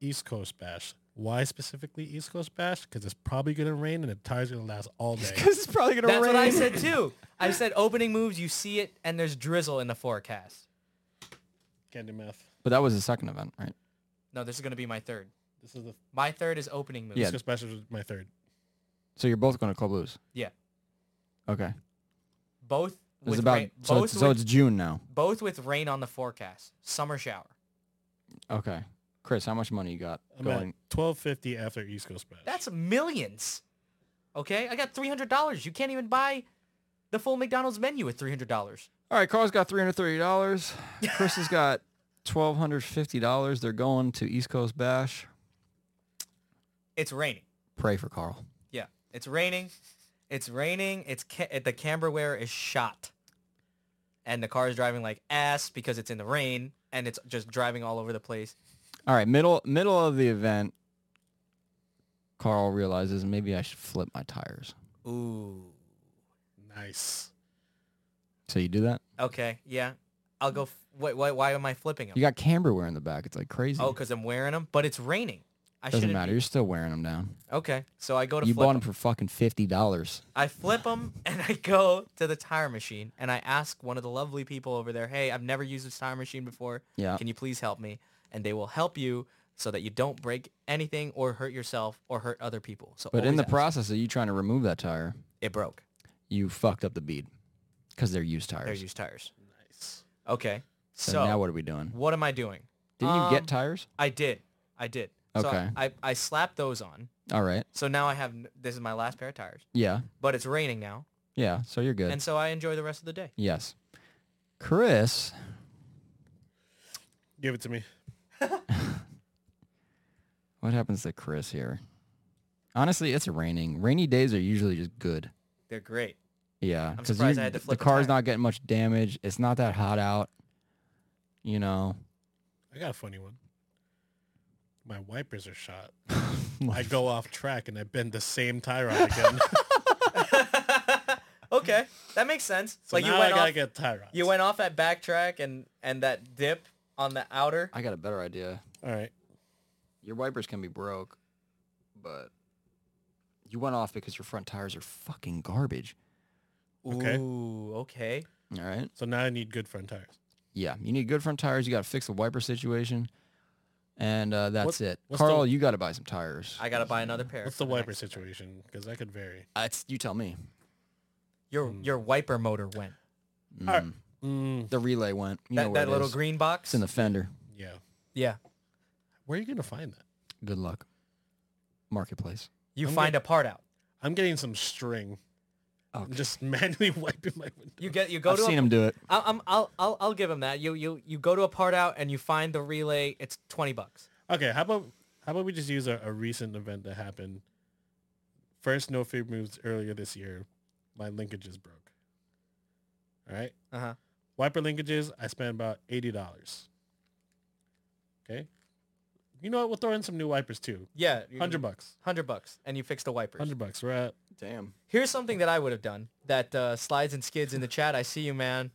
[SPEAKER 3] East Coast Bash. Why specifically East Coast Bash? Because it's probably gonna rain and the tires gonna last all day.
[SPEAKER 2] Because it's probably gonna
[SPEAKER 1] That's
[SPEAKER 2] rain.
[SPEAKER 1] what I said too. I said opening moves. You see it, and there's drizzle in the forecast.
[SPEAKER 3] Candy meth.
[SPEAKER 2] But that was the second event, right?
[SPEAKER 1] No, this is gonna be my third.
[SPEAKER 3] This is the
[SPEAKER 1] My third is opening moves.
[SPEAKER 2] Yeah.
[SPEAKER 3] East Coast Bash is my third.
[SPEAKER 2] So you're both going to Club Blues.
[SPEAKER 1] Yeah.
[SPEAKER 2] Okay.
[SPEAKER 1] Both
[SPEAKER 2] It's
[SPEAKER 1] with
[SPEAKER 2] about
[SPEAKER 1] rain,
[SPEAKER 2] so,
[SPEAKER 1] both
[SPEAKER 2] it's, so
[SPEAKER 1] with,
[SPEAKER 2] it's June now.
[SPEAKER 1] both with rain on the forecast. Summer shower.
[SPEAKER 2] Okay. Chris, how much money you got
[SPEAKER 3] I'm
[SPEAKER 2] going?
[SPEAKER 3] at twelve fifty after East Coast Bash.
[SPEAKER 1] That's millions. Okay, I got three hundred dollars. You can't even buy the full McDonald's menu with three hundred dollars.
[SPEAKER 2] All right. Carl's got three hundred thirty dollars. Chris has got twelve hundred fifty dollars. They're going to East Coast Bash.
[SPEAKER 1] It's raining.
[SPEAKER 2] Pray for Carl.
[SPEAKER 1] Yeah, it's raining. It's raining. It's ca- the camber wear is shot, and the car is driving like ass because it's in the rain and it's just driving all over the place.
[SPEAKER 2] All right. Middle middle of the event. Carl realizes maybe I should flip my tires.
[SPEAKER 1] Ooh.
[SPEAKER 3] nice.
[SPEAKER 2] So you do that?
[SPEAKER 1] Okay. Yeah. I'll go. F- wait, why, why am I flipping them?
[SPEAKER 2] You got camber wear in the back. It's like crazy.
[SPEAKER 1] Oh, because I'm wearing them, but it's raining. I
[SPEAKER 2] Doesn't
[SPEAKER 1] shouldn't
[SPEAKER 2] matter. You're still wearing them down.
[SPEAKER 1] be- Okay. So I go to
[SPEAKER 2] You
[SPEAKER 1] flip
[SPEAKER 2] bought them
[SPEAKER 1] 'em.
[SPEAKER 2] for fucking fifty dollars.
[SPEAKER 1] I flip them and I go to the tire machine and I ask one of the lovely people over there, hey, I've never used this tire machine before.
[SPEAKER 2] Yeah.
[SPEAKER 1] Can you please help me? And they will help you so that you don't break anything or hurt yourself or hurt other people. So
[SPEAKER 2] But in
[SPEAKER 1] always
[SPEAKER 2] the
[SPEAKER 1] ask.
[SPEAKER 2] process of you trying to remove that tire,
[SPEAKER 1] it broke.
[SPEAKER 2] you fucked up the bead because they're used
[SPEAKER 1] They're
[SPEAKER 2] tires.
[SPEAKER 1] used tires.
[SPEAKER 3] Nice.
[SPEAKER 1] Okay.
[SPEAKER 2] so,
[SPEAKER 1] So,
[SPEAKER 2] now what are we doing?
[SPEAKER 1] what am I doing?
[SPEAKER 2] Didn't you
[SPEAKER 1] Um,
[SPEAKER 2] get tires?
[SPEAKER 1] I did. I did. So
[SPEAKER 2] Okay.
[SPEAKER 1] I, I, I slapped those on.
[SPEAKER 2] All right.
[SPEAKER 1] So now I have, n- this is my last pair of tires,
[SPEAKER 2] Yeah.
[SPEAKER 1] but it's raining now.
[SPEAKER 2] Yeah. So you're good.
[SPEAKER 1] And so I enjoy the rest of the day.
[SPEAKER 2] yes. Chris
[SPEAKER 3] Give it to me.
[SPEAKER 2] What happens to Chris here? Honestly, it's raining. Rainy days are usually just good.
[SPEAKER 1] They're great.
[SPEAKER 2] Yeah,
[SPEAKER 1] I'm
[SPEAKER 2] 'cause
[SPEAKER 1] surprised
[SPEAKER 2] you're-
[SPEAKER 1] I had to
[SPEAKER 2] the
[SPEAKER 1] flip a
[SPEAKER 2] car's
[SPEAKER 1] tire.
[SPEAKER 2] not getting much damage. It's not that hot out. You know,
[SPEAKER 3] I got a funny one. My wipers are shot. I go off track and I bend the same tire out again.
[SPEAKER 1] okay, that makes sense.
[SPEAKER 3] so
[SPEAKER 1] like
[SPEAKER 3] now
[SPEAKER 1] you went
[SPEAKER 3] I gotta
[SPEAKER 1] off,
[SPEAKER 3] get tire rods.
[SPEAKER 1] you went off at backtrack and and that dip on the outer.
[SPEAKER 2] I got a better idea.
[SPEAKER 3] All right.
[SPEAKER 2] Your wipers can be broke, but you went off because your front tires are fucking garbage.
[SPEAKER 3] Okay.
[SPEAKER 1] Ooh, okay.
[SPEAKER 2] All right.
[SPEAKER 3] So now I need good front tires.
[SPEAKER 2] Yeah, you need good front tires. You got to fix the wiper situation, and uh, that's it.
[SPEAKER 3] what's
[SPEAKER 2] Carl,
[SPEAKER 3] the-
[SPEAKER 2] you got to buy some tires.
[SPEAKER 1] I gotta buy another pair.
[SPEAKER 3] What's the
[SPEAKER 1] for next
[SPEAKER 3] wiper
[SPEAKER 1] time.
[SPEAKER 3] situation? Because that could vary.
[SPEAKER 2] Uh, it's, you tell me.
[SPEAKER 1] Your
[SPEAKER 2] Hmm.
[SPEAKER 1] your wiper motor went.
[SPEAKER 3] All right. Mm,
[SPEAKER 2] The relay went. You know
[SPEAKER 1] That
[SPEAKER 2] where
[SPEAKER 1] that
[SPEAKER 2] it
[SPEAKER 1] little
[SPEAKER 2] is.
[SPEAKER 1] green box.
[SPEAKER 2] It's in the fender.
[SPEAKER 3] yeah.
[SPEAKER 1] yeah.
[SPEAKER 3] Where are you gonna find that?
[SPEAKER 2] Good luck. Marketplace.
[SPEAKER 1] You
[SPEAKER 3] I'm
[SPEAKER 1] find a part out.
[SPEAKER 3] I'm getting some string.
[SPEAKER 2] Oh,
[SPEAKER 3] I'm just manually wiping my window.
[SPEAKER 1] You get you go
[SPEAKER 2] I've
[SPEAKER 1] to a,
[SPEAKER 2] seen him do it.
[SPEAKER 1] I, I'm I'll, I'll I'll give him that. You you you go to a part out and you find the relay. It's twenty bucks.
[SPEAKER 3] Okay, how about how about we just use a, a recent event that happened? First no fig moves earlier this year. My linkages broke. All right.
[SPEAKER 1] Uh
[SPEAKER 2] Uh-huh.
[SPEAKER 1] huh.
[SPEAKER 3] Wiper linkages, I spent about eighty dollars. Okay. You know what? We'll throw in some new wipers too.
[SPEAKER 1] Yeah.
[SPEAKER 3] Hundred bucks.
[SPEAKER 1] Hundred bucks, and you fix the wipers.
[SPEAKER 3] Hundred bucks. We're at
[SPEAKER 2] Damn.
[SPEAKER 1] Here's something that I would have done. That uh, slides and skids in the chat. I see you, man.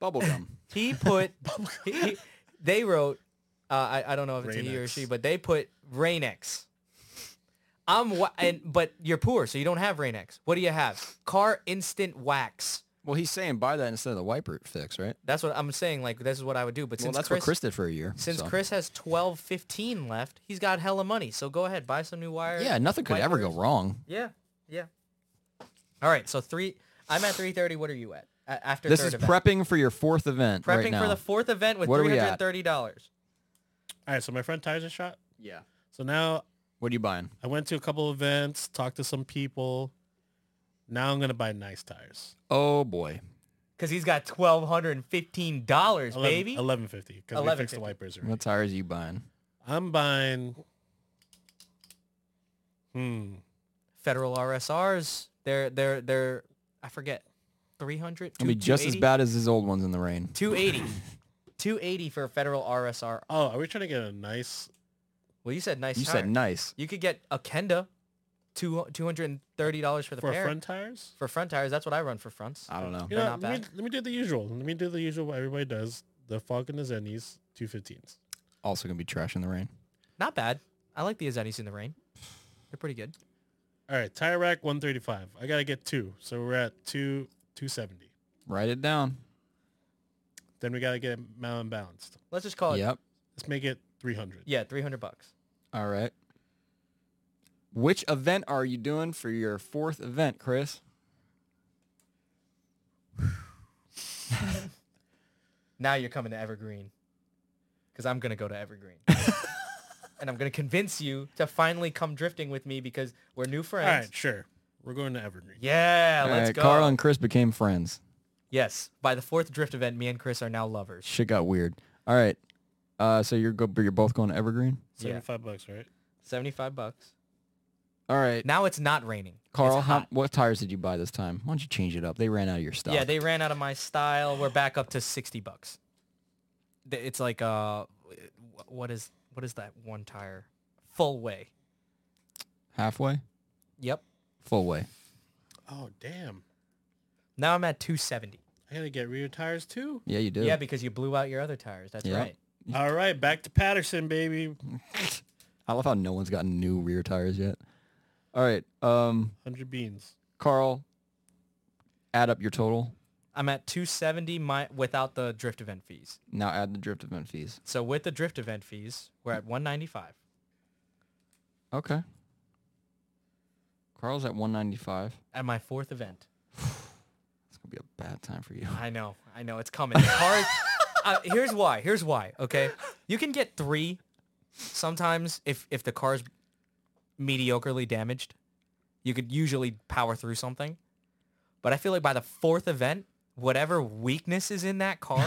[SPEAKER 2] Bubblegum.
[SPEAKER 1] He put. he, he- they wrote. Uh, I I don't know if it's a he or
[SPEAKER 3] Rain-X.
[SPEAKER 1] she, but they put Rainex. I'm wa- and but you're poor, so you don't have Rainex. What do you have? Car instant wax.
[SPEAKER 2] well, he's saying buy that instead of the wiper fix, right?
[SPEAKER 1] That's what I'm saying. Like this is what I would do. But
[SPEAKER 2] well,
[SPEAKER 1] since
[SPEAKER 2] that's
[SPEAKER 1] Chris,
[SPEAKER 2] what Chris did for a year.
[SPEAKER 1] Since
[SPEAKER 2] so.
[SPEAKER 1] Chris has twelve fifteen left, he's got hella money. So go ahead, buy some new wire.
[SPEAKER 2] Yeah, nothing could ever go
[SPEAKER 1] wipers.
[SPEAKER 2] wrong.
[SPEAKER 1] Yeah, yeah. All right, so three. I'm at three thirty. What are you at? A- after
[SPEAKER 2] This
[SPEAKER 1] third
[SPEAKER 2] is
[SPEAKER 1] event.
[SPEAKER 2] prepping for your fourth event
[SPEAKER 1] prepping
[SPEAKER 2] right now.
[SPEAKER 1] for the fourth event with
[SPEAKER 2] What are
[SPEAKER 1] three
[SPEAKER 2] we
[SPEAKER 1] hundred
[SPEAKER 2] at?
[SPEAKER 1] thirty dollars.
[SPEAKER 3] all right, so my front tires are shot.
[SPEAKER 2] yeah.
[SPEAKER 3] So now
[SPEAKER 2] What are you buying?
[SPEAKER 3] I went to a couple events, talked to some people. Now I'm gonna buy nice tires.
[SPEAKER 2] Oh boy.
[SPEAKER 1] Because he's got twelve hundred and fifteen dollars, baby.
[SPEAKER 3] Eleven fifty. Because we
[SPEAKER 1] $11.50.
[SPEAKER 3] fixed the wipers. Already.
[SPEAKER 2] What tires are you buying?
[SPEAKER 3] I'm buying. Hmm.
[SPEAKER 1] Federal RSRs. They're they're they're. I forget. Three hundred.
[SPEAKER 2] It'll be just as bad as his old ones in the rain.
[SPEAKER 1] Two eighty. Two eighty for a federal RSR.
[SPEAKER 3] Oh, are we trying to get a nice?
[SPEAKER 1] Well, you said nice.
[SPEAKER 2] You
[SPEAKER 1] tire.
[SPEAKER 2] said nice.
[SPEAKER 1] You could get a Kenda, two two hundred and thirty dollars for the
[SPEAKER 3] for
[SPEAKER 1] pair
[SPEAKER 3] front tires?
[SPEAKER 1] for front tires. That's what I run for fronts.
[SPEAKER 2] I don't know.
[SPEAKER 3] You
[SPEAKER 1] They're
[SPEAKER 3] know,
[SPEAKER 1] not
[SPEAKER 3] let, me, let me do the usual. Let me do the usual what everybody does. The Falcon the Zennies, 215s.
[SPEAKER 2] Also gonna be trash in the rain.
[SPEAKER 1] Not bad. I like the Azenis in the rain. They're pretty good.
[SPEAKER 3] All right, tire rack 135. I gotta get two, so we're at two 270.
[SPEAKER 2] Write it down.
[SPEAKER 3] Then we gotta get mountain balanced.
[SPEAKER 1] Let's just call it
[SPEAKER 2] Yep.
[SPEAKER 3] Let's make it 300.
[SPEAKER 1] yeah, three hundred bucks.
[SPEAKER 2] All right. Which event are you doing for your fourth event, Chris?
[SPEAKER 1] Now you're coming to Evergreen, because I'm gonna go to Evergreen, and I'm gonna convince you to finally come drifting with me because we're new
[SPEAKER 3] All
[SPEAKER 1] friends.
[SPEAKER 3] right, sure. We're going to Evergreen.
[SPEAKER 1] Yeah,
[SPEAKER 2] All
[SPEAKER 1] let's
[SPEAKER 2] right,
[SPEAKER 1] go.
[SPEAKER 2] Carl and Chris became friends.
[SPEAKER 1] yes, by the fourth drift event, me and Chris are now lovers.
[SPEAKER 2] Shit got weird. All right. Uh, so you're go- you're both going to Evergreen.
[SPEAKER 1] Yeah,
[SPEAKER 3] 75 bucks, right?
[SPEAKER 1] seventy-five bucks.
[SPEAKER 2] All right,
[SPEAKER 1] Now it's not raining. It's
[SPEAKER 2] Carl. How,
[SPEAKER 1] hot.
[SPEAKER 2] what tires did you buy this time? Why don't you change it up? They ran out of your stuff.
[SPEAKER 1] Yeah, they ran out of my style. We're back up to sixty bucks. Th- It's like uh, wh- what is what is that one tire? Full way.
[SPEAKER 2] halfway,
[SPEAKER 1] Yep.
[SPEAKER 2] full way.
[SPEAKER 3] Oh, damn.
[SPEAKER 1] Now I'm at two seventy.
[SPEAKER 3] I gotta get rear tires too.
[SPEAKER 2] Yeah, you do.
[SPEAKER 1] Yeah, because you blew out your other tires. That's
[SPEAKER 2] Yeah.
[SPEAKER 1] right.
[SPEAKER 3] All right, back to Patterson, baby.
[SPEAKER 2] I love how no one's gotten new rear tires yet. All right, um,
[SPEAKER 3] 100 beans.
[SPEAKER 2] Carl, add up your total.
[SPEAKER 1] I'm at 270 my without the drift event fees.
[SPEAKER 2] Now add the drift event fees.
[SPEAKER 1] So with the drift event fees, we're at 195.
[SPEAKER 2] Okay. Carl's at 195.
[SPEAKER 1] At my fourth event.
[SPEAKER 2] It's gonna be a bad time for you.
[SPEAKER 1] I know, I know, it's coming. The car is- uh, here's why. Here's why. Okay, you can get three sometimes if if the car's mediocrely damaged. You could usually power through something, but I feel like by the fourth event, whatever weakness is in that car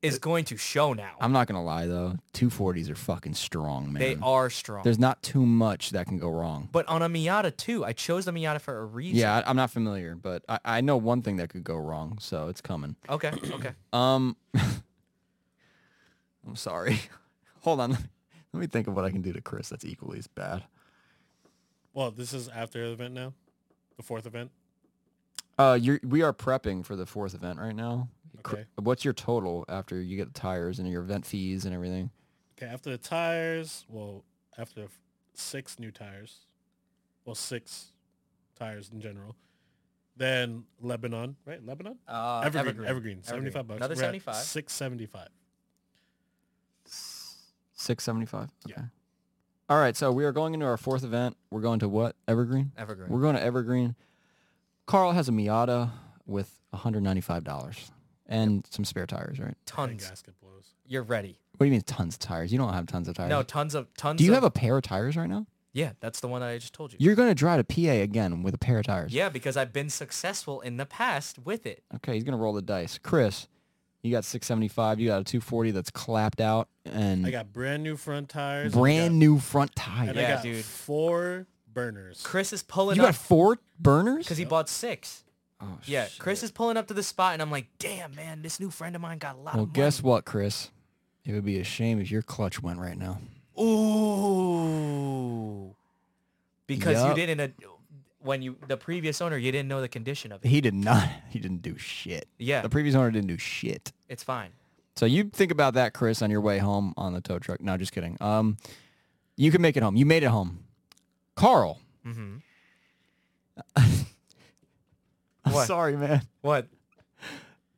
[SPEAKER 1] is going to show now.
[SPEAKER 2] I'm not gonna lie though, 240s are fucking strong, man.
[SPEAKER 1] they are strong.
[SPEAKER 2] There's not too much that can go wrong.
[SPEAKER 1] But on a Miata too, I chose the Miata for a reason.
[SPEAKER 2] Yeah, I, I'm not familiar, but I, I know one thing that could go wrong, so it's coming.
[SPEAKER 1] Okay. Okay.
[SPEAKER 2] Um, I'm sorry. Hold on. Let me think of what I can do to Chris that's equally as bad.
[SPEAKER 3] Well, this is after the event now, the fourth event.
[SPEAKER 2] Uh, you're, we are prepping for the fourth event right now. Cr-
[SPEAKER 3] Okay.
[SPEAKER 2] What's your total after you get the tires and your event fees and everything?
[SPEAKER 3] Okay, after the tires, well, after f- six new tires, well, six tires in general. Then Lebanon, right? Lebanon?
[SPEAKER 1] Uh,
[SPEAKER 3] Evergreen, Evergreen, 75 bucks.
[SPEAKER 1] Another
[SPEAKER 3] We're at
[SPEAKER 1] 75.
[SPEAKER 3] 675.
[SPEAKER 2] Six seventy five.
[SPEAKER 3] Yeah.
[SPEAKER 2] Okay. All right. So we are going into our fourth event. We're going to what? Evergreen.
[SPEAKER 1] Evergreen.
[SPEAKER 2] We're going to Evergreen. Carl has a Miata with one hundred ninety five dollars and some spare tires, right?
[SPEAKER 3] And
[SPEAKER 1] Tons.
[SPEAKER 3] gasket blows.
[SPEAKER 1] You're ready.
[SPEAKER 2] What do you mean tons of tires? You don't have tons of tires.
[SPEAKER 1] No, tons of tons.
[SPEAKER 2] Do you
[SPEAKER 1] of,
[SPEAKER 2] have a pair of tires right now?
[SPEAKER 1] Yeah, that's the one I just told you.
[SPEAKER 2] You're going to drive to PA again with a pair of tires.
[SPEAKER 1] Yeah, because I've been successful in the past with it.
[SPEAKER 2] Okay, he's going to roll the dice. Chris, you got 675. You got a 240 that's clapped out and
[SPEAKER 3] I got brand new front tires. and I
[SPEAKER 2] brand
[SPEAKER 3] got-
[SPEAKER 2] new front
[SPEAKER 3] And
[SPEAKER 2] tires.
[SPEAKER 1] Yeah,
[SPEAKER 3] I got
[SPEAKER 1] dude.
[SPEAKER 3] four burners.
[SPEAKER 1] Chris is pulling
[SPEAKER 2] You
[SPEAKER 1] up
[SPEAKER 2] got four burners?
[SPEAKER 1] because he bought six.
[SPEAKER 2] oh,
[SPEAKER 1] Yeah,
[SPEAKER 2] shit.
[SPEAKER 1] Chris is pulling up to the spot, and I'm like, damn, man, this new friend of mine got a lot
[SPEAKER 2] Well,
[SPEAKER 1] of money.
[SPEAKER 2] guess what, Chris? It would be a shame if your clutch went right now.
[SPEAKER 1] Ooh. Because
[SPEAKER 2] Yup.
[SPEAKER 1] you didn't, uh, when you, the previous owner, you didn't know the condition of it.
[SPEAKER 2] He did not. He didn't do shit.
[SPEAKER 1] Yeah,
[SPEAKER 2] The previous owner didn't do shit.
[SPEAKER 1] it's fine.
[SPEAKER 2] So you think about that, Chris, on your way home on the tow truck. No, just kidding. Um, you can make it home. You made it home. Carl,
[SPEAKER 1] Mm-hmm.
[SPEAKER 2] I'm
[SPEAKER 1] What?
[SPEAKER 2] sorry, man.
[SPEAKER 1] What?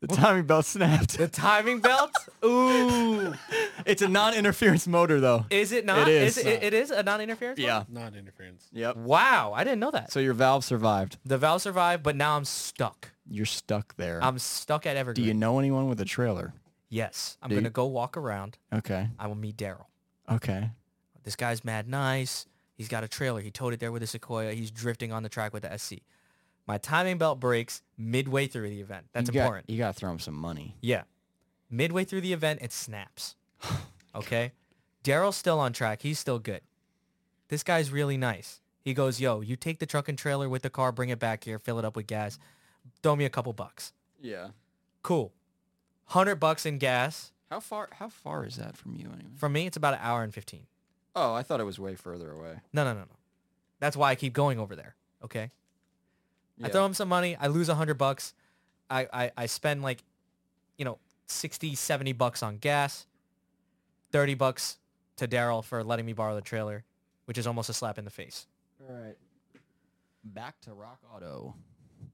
[SPEAKER 2] The timing belt snapped.
[SPEAKER 1] The timing belt? Ooh.
[SPEAKER 2] It's a non-interference motor, though.
[SPEAKER 1] Is it not?
[SPEAKER 2] is.
[SPEAKER 1] it, it, it is a non-interference? one?
[SPEAKER 2] yeah.
[SPEAKER 3] Not interference.
[SPEAKER 2] Yep.
[SPEAKER 1] Wow, I didn't know that.
[SPEAKER 2] So your valve survived.
[SPEAKER 1] The valve survived, but now I'm stuck.
[SPEAKER 2] You're stuck there.
[SPEAKER 1] I'm stuck at
[SPEAKER 2] Do
[SPEAKER 1] Evergreen.
[SPEAKER 2] you know anyone with a trailer?
[SPEAKER 1] yes, I'm
[SPEAKER 2] Do you-
[SPEAKER 1] gonna go walk around.
[SPEAKER 2] Okay.
[SPEAKER 1] I will meet Daryl.
[SPEAKER 2] Okay.
[SPEAKER 1] This guy's mad nice. He's got a trailer. He towed it there with a Sequoia. He's drifting on the track with the SC. My timing belt breaks midway through the event. That's
[SPEAKER 2] You got-
[SPEAKER 1] important.
[SPEAKER 2] you gotta throw him some money.
[SPEAKER 1] Yeah. Midway through the event, it snaps. Okay. Daryl's still on track. He's still good. This guy's really nice. He goes, yo, you take the truck and trailer with the car, bring it back here, fill it up with gas. Throw me a couple bucks.
[SPEAKER 2] Yeah.
[SPEAKER 1] Cool. 100 bucks in gas.
[SPEAKER 2] How far? How far is that from you, anyway?
[SPEAKER 1] From me, it's about an hour and 15.
[SPEAKER 2] Oh, I thought it was way further away.
[SPEAKER 1] No, no, no, no. That's why I keep going over there. Okay. I throw him some money. I lose 100 bucks. I, I, I spend like, you know, 60, 70 bucks on gas, 30 bucks to Daryl for letting me borrow the trailer, which is almost a slap in the face.
[SPEAKER 2] All right. Back to Rock Auto.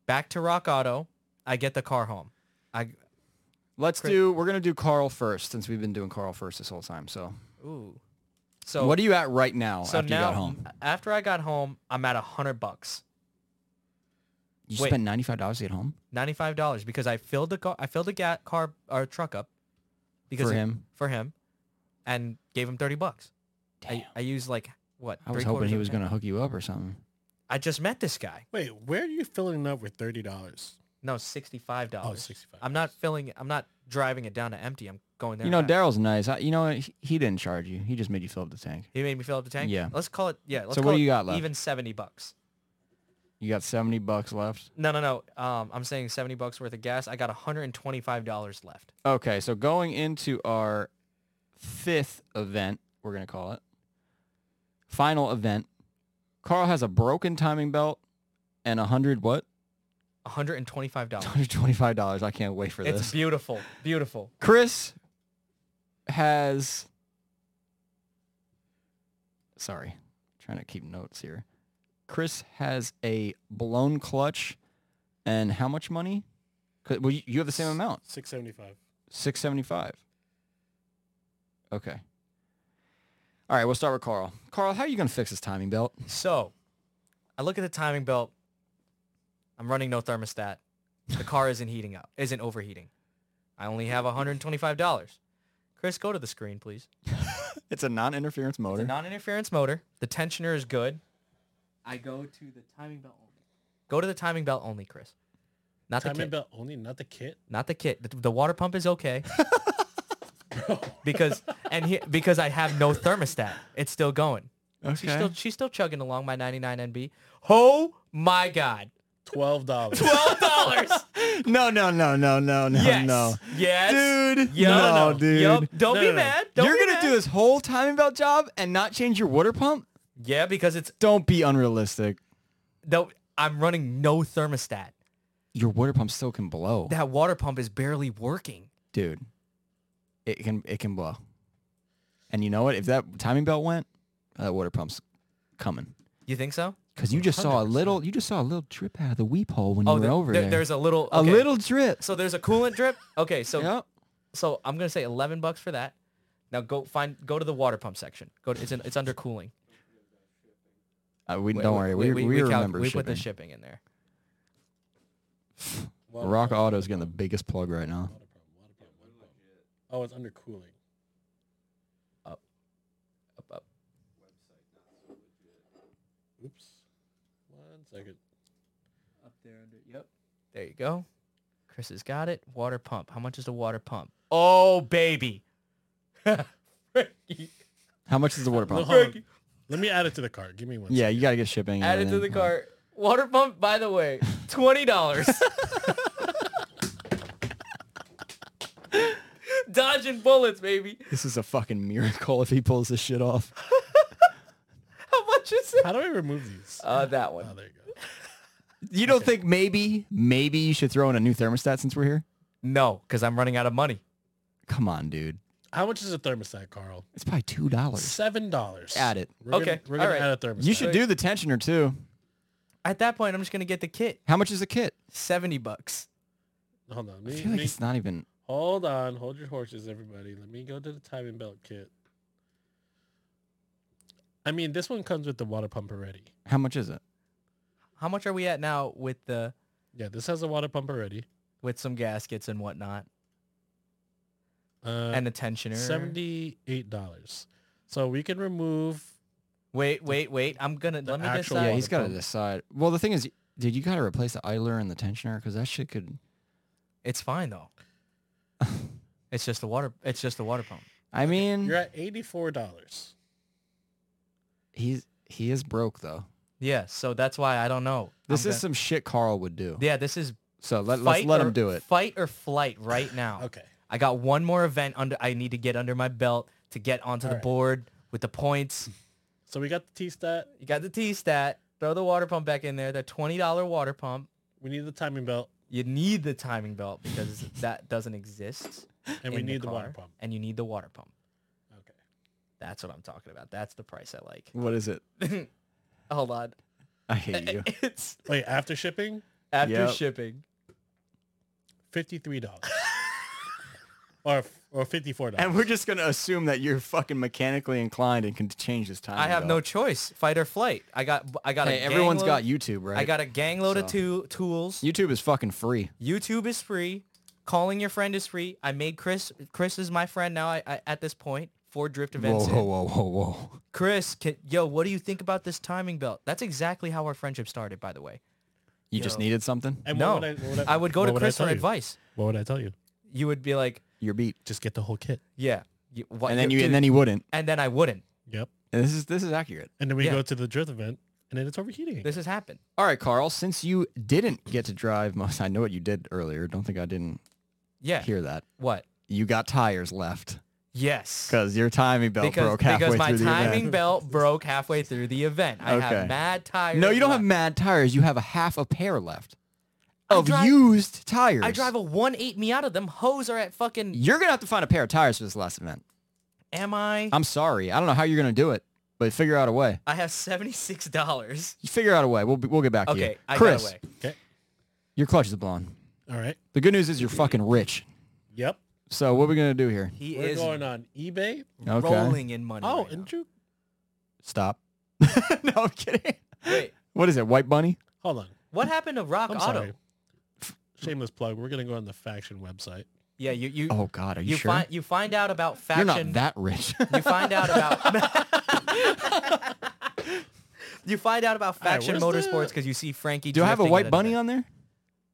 [SPEAKER 1] Back to Rock Auto. I get the car home. I,
[SPEAKER 2] Let's
[SPEAKER 1] Chris-
[SPEAKER 2] do. We're gonna do Carl first, since we've been doing Carl first this whole time. So,
[SPEAKER 1] ooh. So,
[SPEAKER 2] what are you at right now?
[SPEAKER 1] so
[SPEAKER 2] after
[SPEAKER 1] now, mm,
[SPEAKER 2] you got home,
[SPEAKER 1] after I got home, I'm at 100 bucks.
[SPEAKER 2] you
[SPEAKER 1] wait.
[SPEAKER 2] spent ninety five dollars to get home
[SPEAKER 1] ninety-five dollars because I filled the car. I filled the ga- car or truck up because
[SPEAKER 2] for
[SPEAKER 1] it-
[SPEAKER 2] him.
[SPEAKER 1] for him, and gave him thirty bucks.
[SPEAKER 2] Damn.
[SPEAKER 1] I, I used like what?
[SPEAKER 2] I was
[SPEAKER 1] three
[SPEAKER 2] hoping
[SPEAKER 1] quarters
[SPEAKER 2] he
[SPEAKER 1] of a
[SPEAKER 2] was
[SPEAKER 1] tank?
[SPEAKER 2] gonna hook you up or something.
[SPEAKER 1] I just met this guy.
[SPEAKER 3] Wait, where are you filling up with thirty dollars?
[SPEAKER 1] No, sixty-five dollars.
[SPEAKER 3] Oh, 65.
[SPEAKER 1] I'm not filling. I'm not driving it down to empty. I'm going there.
[SPEAKER 2] You
[SPEAKER 1] and
[SPEAKER 2] know,
[SPEAKER 1] back.
[SPEAKER 2] Daryl's nice. I, you know, he, he didn't charge you. He just made you fill up the tank.
[SPEAKER 1] He made me fill up the tank.
[SPEAKER 2] Yeah.
[SPEAKER 1] Let's call it. Yeah. Let's
[SPEAKER 2] So
[SPEAKER 1] call
[SPEAKER 2] what do
[SPEAKER 1] it
[SPEAKER 2] you got left?
[SPEAKER 1] Even seventy bucks.
[SPEAKER 2] You got seventy bucks left.
[SPEAKER 1] No, no, no. Um, I'm saying seventy bucks worth of gas. I got hundred and twenty-five dollars left.
[SPEAKER 2] Okay, so going into our fifth event, we're gonna call it final event. Carl has a broken timing belt and a hundred what?
[SPEAKER 1] hundred and twenty-five dollars.
[SPEAKER 2] Hundred twenty five dollars. I can't wait for this.
[SPEAKER 1] It's beautiful. Beautiful.
[SPEAKER 2] Chris has. Sorry, trying to keep notes here. Chris has a blown clutch, and how much money? 'Cause- Well, you- you have the same amount,
[SPEAKER 3] Six seventy five.
[SPEAKER 2] six seventy five. Okay. All right, we'll start with Carl. Carl, how are you gonna fix this timing belt?
[SPEAKER 1] So, I look at the timing belt. I'm running no thermostat. The car isn't heating up, isn't overheating. I only have $125. Chris, go to the screen, please.
[SPEAKER 2] It's a non-interference
[SPEAKER 1] It's a
[SPEAKER 2] motor.
[SPEAKER 1] non-interference motor. The tensioner is good. I go to the timing belt only. Go to the timing belt only, Chris. Not the
[SPEAKER 3] Timing
[SPEAKER 1] kit.
[SPEAKER 3] belt only, not the kit.
[SPEAKER 1] Not the kit. The, the water pump is okay. because and he, because I have no thermostat. It's still going. She's still
[SPEAKER 2] Okay.
[SPEAKER 1] she's still chugging along my 99 NB. Oh my god.
[SPEAKER 3] Twelve dollars.
[SPEAKER 1] Twelve dollars.
[SPEAKER 2] No, no, no, no, no, no,
[SPEAKER 1] yes.
[SPEAKER 2] no.
[SPEAKER 1] Yes.
[SPEAKER 2] Dude.
[SPEAKER 1] Yo,
[SPEAKER 2] no, dude.
[SPEAKER 1] Yup. Don't
[SPEAKER 3] No,
[SPEAKER 1] be
[SPEAKER 3] no, no.
[SPEAKER 1] mad. Don't
[SPEAKER 2] You're
[SPEAKER 1] be
[SPEAKER 2] going
[SPEAKER 1] mad.
[SPEAKER 2] to do this whole time belt job and not change your water pump?
[SPEAKER 1] Yeah, because it's
[SPEAKER 2] Don't be unrealistic.
[SPEAKER 1] though I'm running no thermostat.
[SPEAKER 2] Your water pump still can blow.
[SPEAKER 1] That water pump is barely working.
[SPEAKER 2] dude, it can it can blow. And you know what? If that timing belt went, that water pump's coming.
[SPEAKER 1] You think so?
[SPEAKER 2] Cause you just saw a little, you just saw a little drip out of the weep hole when you were
[SPEAKER 1] Oh, there-
[SPEAKER 2] over
[SPEAKER 1] there-
[SPEAKER 2] there.
[SPEAKER 1] there's a little
[SPEAKER 2] a
[SPEAKER 1] okay.
[SPEAKER 2] little drip.
[SPEAKER 1] So there's a coolant drip. Okay, so
[SPEAKER 2] Yep.
[SPEAKER 1] so I'm gonna say 11 bucks for that. Now go find go to the water pump section. Go to, it's in, it's under cooling.
[SPEAKER 2] Uh, we
[SPEAKER 1] Wait,
[SPEAKER 2] don't
[SPEAKER 1] wait,
[SPEAKER 2] worry.
[SPEAKER 1] wait,
[SPEAKER 2] We, we,
[SPEAKER 1] calc-
[SPEAKER 2] remember
[SPEAKER 1] we
[SPEAKER 2] shipping.
[SPEAKER 1] put the shipping in there.
[SPEAKER 2] Rock Auto's getting the biggest plug right now.
[SPEAKER 3] Oh, it's under cooling.
[SPEAKER 1] Up, up.
[SPEAKER 3] Oops. One second.
[SPEAKER 1] There you go. Chris has got it. Water pump. How much is a water pump? Oh baby. Ricky,
[SPEAKER 2] How much is the water
[SPEAKER 3] Well,
[SPEAKER 2] pump?
[SPEAKER 3] hold on.
[SPEAKER 1] Ricky,
[SPEAKER 3] Let me add it to the cart. Give me one.
[SPEAKER 2] Yeah, you gotta get shipping. and
[SPEAKER 1] add it to the
[SPEAKER 2] everything.
[SPEAKER 1] cart. Water pump, by the way, twenty dollars. Dodging bullets, baby.
[SPEAKER 2] This is a fucking miracle if he pulls this shit off.
[SPEAKER 1] How much is it?
[SPEAKER 3] How do I remove these?
[SPEAKER 1] Uh, that one.
[SPEAKER 3] Oh, there you go.
[SPEAKER 2] You don't think maybe, maybe you should throw in a new thermostat since we're here?
[SPEAKER 1] No, because I'm running out of money.
[SPEAKER 2] Come on, dude.
[SPEAKER 3] How much is a thermostat, Carl?
[SPEAKER 2] It's probably two dollars.
[SPEAKER 3] Seven dollars.
[SPEAKER 2] Add it.
[SPEAKER 3] We're gonna-
[SPEAKER 1] Okay,
[SPEAKER 3] we're gonna
[SPEAKER 1] alright.
[SPEAKER 3] add a thermostat.
[SPEAKER 2] You should do the tensioner too.
[SPEAKER 1] At that point, I'm just gonna get the kit.
[SPEAKER 2] How much is the kit?
[SPEAKER 1] Seventy bucks.
[SPEAKER 3] Hold on.
[SPEAKER 2] I
[SPEAKER 3] Me,
[SPEAKER 2] feel like
[SPEAKER 3] me-
[SPEAKER 2] it's not even.
[SPEAKER 3] Hold on. Hold your horses, everybody. Let me go to the timing belt kit. I mean, this one comes with the water pump already.
[SPEAKER 2] How much is it?
[SPEAKER 1] How much are we at now with the
[SPEAKER 3] Yeah, this has a water pump already.
[SPEAKER 1] with some gaskets and whatnot
[SPEAKER 3] Uh,
[SPEAKER 1] and a tensioner?
[SPEAKER 3] seventy-eight dollars. So we can remove.
[SPEAKER 1] Wait, wait, wait. I'm gonna let me
[SPEAKER 3] actual-
[SPEAKER 1] decide.
[SPEAKER 2] yeah, he's got to
[SPEAKER 3] pump.
[SPEAKER 2] decide. Well, the thing is, dude, you got to replace the idler and the tensioner because that shit could.
[SPEAKER 1] It's fine though. it's just the water. It's just the water pump.
[SPEAKER 2] I mean,
[SPEAKER 3] You're at eighty-four dollars.
[SPEAKER 2] he's he is broke though.
[SPEAKER 1] Yeah, so that's why I don't know.
[SPEAKER 2] This
[SPEAKER 1] I'm
[SPEAKER 2] is some shit Carl would do.
[SPEAKER 1] gonna- yeah. This is
[SPEAKER 2] So let, let's
[SPEAKER 1] fight
[SPEAKER 2] let
[SPEAKER 1] or,
[SPEAKER 2] him do it.
[SPEAKER 1] Fight or flight right now.
[SPEAKER 3] Okay.
[SPEAKER 1] I got one more event under. I need to get under my belt to get onto the
[SPEAKER 3] Alright.
[SPEAKER 1] board with the points.
[SPEAKER 3] So we got the T stat.
[SPEAKER 1] You got the T stat. Throw the water pump back in there. The twenty dollar water pump.
[SPEAKER 3] We need the timing belt,
[SPEAKER 1] You need the timing belt because that doesn't exist.
[SPEAKER 3] and we
[SPEAKER 1] in
[SPEAKER 3] need the, water
[SPEAKER 1] car,
[SPEAKER 3] pump.
[SPEAKER 1] And you need the water pump.
[SPEAKER 3] Okay.
[SPEAKER 1] That's what I'm talking about. That's the price I like.
[SPEAKER 2] What is it?
[SPEAKER 1] Hold on.
[SPEAKER 2] I hate you.
[SPEAKER 1] It's
[SPEAKER 3] Wait, after shipping,
[SPEAKER 1] after
[SPEAKER 2] Yep.
[SPEAKER 1] shipping.
[SPEAKER 3] fifty-three dollars. or or fifty-four dollars.
[SPEAKER 2] and we're just gonna assume that you're fucking mechanically inclined and can change this time.
[SPEAKER 1] I have no choice. Fight or flight. I got I got
[SPEAKER 2] Hey,
[SPEAKER 1] a
[SPEAKER 2] everyone's
[SPEAKER 1] gang
[SPEAKER 2] got
[SPEAKER 1] load-
[SPEAKER 2] YouTube, right?
[SPEAKER 1] I got a gang load of
[SPEAKER 2] So.
[SPEAKER 1] two tools.
[SPEAKER 2] YouTube is fucking free.
[SPEAKER 1] YouTube is free. Calling your friend is free. I made Chris Chris is my friend now I, I, at this point for drift events. in.
[SPEAKER 2] whoa, whoa, whoa!
[SPEAKER 1] Chris, can, yo, what do you think about this timing belt? That's exactly how our friendship started, by the way.
[SPEAKER 2] You just needed something.
[SPEAKER 3] And
[SPEAKER 1] no.
[SPEAKER 3] what would I, what would
[SPEAKER 1] I would go
[SPEAKER 3] what
[SPEAKER 1] to
[SPEAKER 3] would I
[SPEAKER 1] Chris
[SPEAKER 3] tell
[SPEAKER 1] for
[SPEAKER 3] you?
[SPEAKER 1] advice.
[SPEAKER 3] What would I tell you?
[SPEAKER 1] You would be like,
[SPEAKER 2] You're beat.
[SPEAKER 3] Just get the whole kit.
[SPEAKER 1] yeah, you, what,
[SPEAKER 2] And then
[SPEAKER 1] yo,
[SPEAKER 2] you, and
[SPEAKER 1] dude,
[SPEAKER 2] then he wouldn't.
[SPEAKER 1] and then I wouldn't.
[SPEAKER 3] Yep.
[SPEAKER 2] And this is this is accurate.
[SPEAKER 3] And then we
[SPEAKER 1] Yeah.
[SPEAKER 3] go to the drift event, and then it's overheating.
[SPEAKER 1] This has happened.
[SPEAKER 2] All right, Carl. Since you didn't get to drive most, I know what you did earlier. Don't think I didn't
[SPEAKER 1] Yeah.
[SPEAKER 2] hear that.
[SPEAKER 1] What?
[SPEAKER 2] You got tires left
[SPEAKER 1] Yes.
[SPEAKER 2] because your timing belt
[SPEAKER 1] because,
[SPEAKER 2] broke halfway
[SPEAKER 1] because my
[SPEAKER 2] through the
[SPEAKER 1] timing
[SPEAKER 2] event.
[SPEAKER 1] belt broke halfway through the event. I
[SPEAKER 2] Okay.
[SPEAKER 1] have mad tires.
[SPEAKER 2] No, you don't have
[SPEAKER 1] left.
[SPEAKER 2] mad tires. You have a half a pair left of
[SPEAKER 1] drive-
[SPEAKER 2] used tires.
[SPEAKER 1] I drive a one eight Miata. Them hoes are at fucking.
[SPEAKER 2] You're gonna have to find a pair of tires for this last event.
[SPEAKER 1] Am I?
[SPEAKER 2] I'm sorry. I don't know how you're gonna do it, but figure out a way.
[SPEAKER 1] I have seventy six dollars.
[SPEAKER 2] You figure out a way. We'll be, we'll get back to you.
[SPEAKER 1] Okay, I
[SPEAKER 2] Chris,
[SPEAKER 1] got away.
[SPEAKER 3] okay.
[SPEAKER 2] your clutch is blown.
[SPEAKER 3] All right.
[SPEAKER 2] The good news is you're fucking rich.
[SPEAKER 3] Yep.
[SPEAKER 2] So what are we gonna do here?
[SPEAKER 1] He
[SPEAKER 3] We're
[SPEAKER 1] is
[SPEAKER 3] going on eBay.
[SPEAKER 2] Okay.
[SPEAKER 1] rolling in money.
[SPEAKER 3] Oh,
[SPEAKER 1] right now.
[SPEAKER 3] and Drew.
[SPEAKER 2] Stop. no, I'm kidding.
[SPEAKER 1] wait,
[SPEAKER 2] What is it? White bunny?
[SPEAKER 3] Hold on.
[SPEAKER 1] what happened to Rock
[SPEAKER 3] I'm
[SPEAKER 1] Auto?
[SPEAKER 3] sorry. Shameless plug. We're gonna go on the faction website.
[SPEAKER 1] Yeah, you you
[SPEAKER 2] Oh God, are you,
[SPEAKER 1] you
[SPEAKER 2] sure?
[SPEAKER 1] find you find out about
[SPEAKER 2] you're
[SPEAKER 1] faction.
[SPEAKER 2] not that rich.
[SPEAKER 1] you find out about. You find out about
[SPEAKER 3] right,
[SPEAKER 1] Faction
[SPEAKER 3] where's the-
[SPEAKER 1] Motorsports because you see Frankie.
[SPEAKER 2] do I have a
[SPEAKER 1] drifting
[SPEAKER 2] white
[SPEAKER 1] in
[SPEAKER 2] bunny
[SPEAKER 1] an
[SPEAKER 2] on there?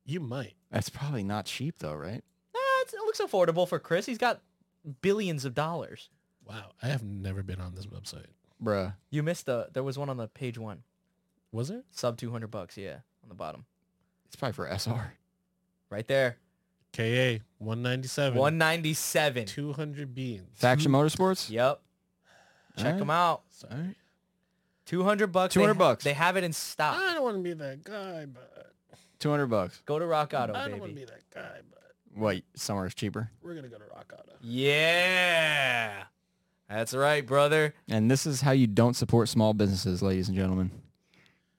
[SPEAKER 3] You might.
[SPEAKER 2] That's probably not cheap though, right?
[SPEAKER 1] Nah, it's, it looks affordable for Chris. He's got billions of dollars.
[SPEAKER 3] Wow, I have never been on this website.
[SPEAKER 2] Bruh.
[SPEAKER 1] You missed the. There was one on the page one,
[SPEAKER 3] Was it?
[SPEAKER 1] sub two hundred bucks. Yeah, on the bottom,
[SPEAKER 2] It's probably for SR.
[SPEAKER 1] right there,
[SPEAKER 3] KA 197.
[SPEAKER 1] one ninety seven.
[SPEAKER 3] 200 beans.
[SPEAKER 2] Faction Motorsports?
[SPEAKER 1] Yep, Hmm. check
[SPEAKER 2] Alright.
[SPEAKER 1] them out.
[SPEAKER 3] Sorry.
[SPEAKER 1] Two hundred bucks.
[SPEAKER 2] 200
[SPEAKER 1] they,
[SPEAKER 2] bucks.
[SPEAKER 1] They have it in stock.
[SPEAKER 3] I don't want to be that guy, but
[SPEAKER 2] 200 bucks.
[SPEAKER 1] Go to Rock Auto,
[SPEAKER 3] I don't want to
[SPEAKER 1] baby.
[SPEAKER 3] be that guy, but
[SPEAKER 2] Wait, somewhere is cheaper.
[SPEAKER 3] we're gonna go to Rock Auto.
[SPEAKER 1] Yeah, that's right, brother.
[SPEAKER 2] And this is how you don't support small businesses, ladies and gentlemen.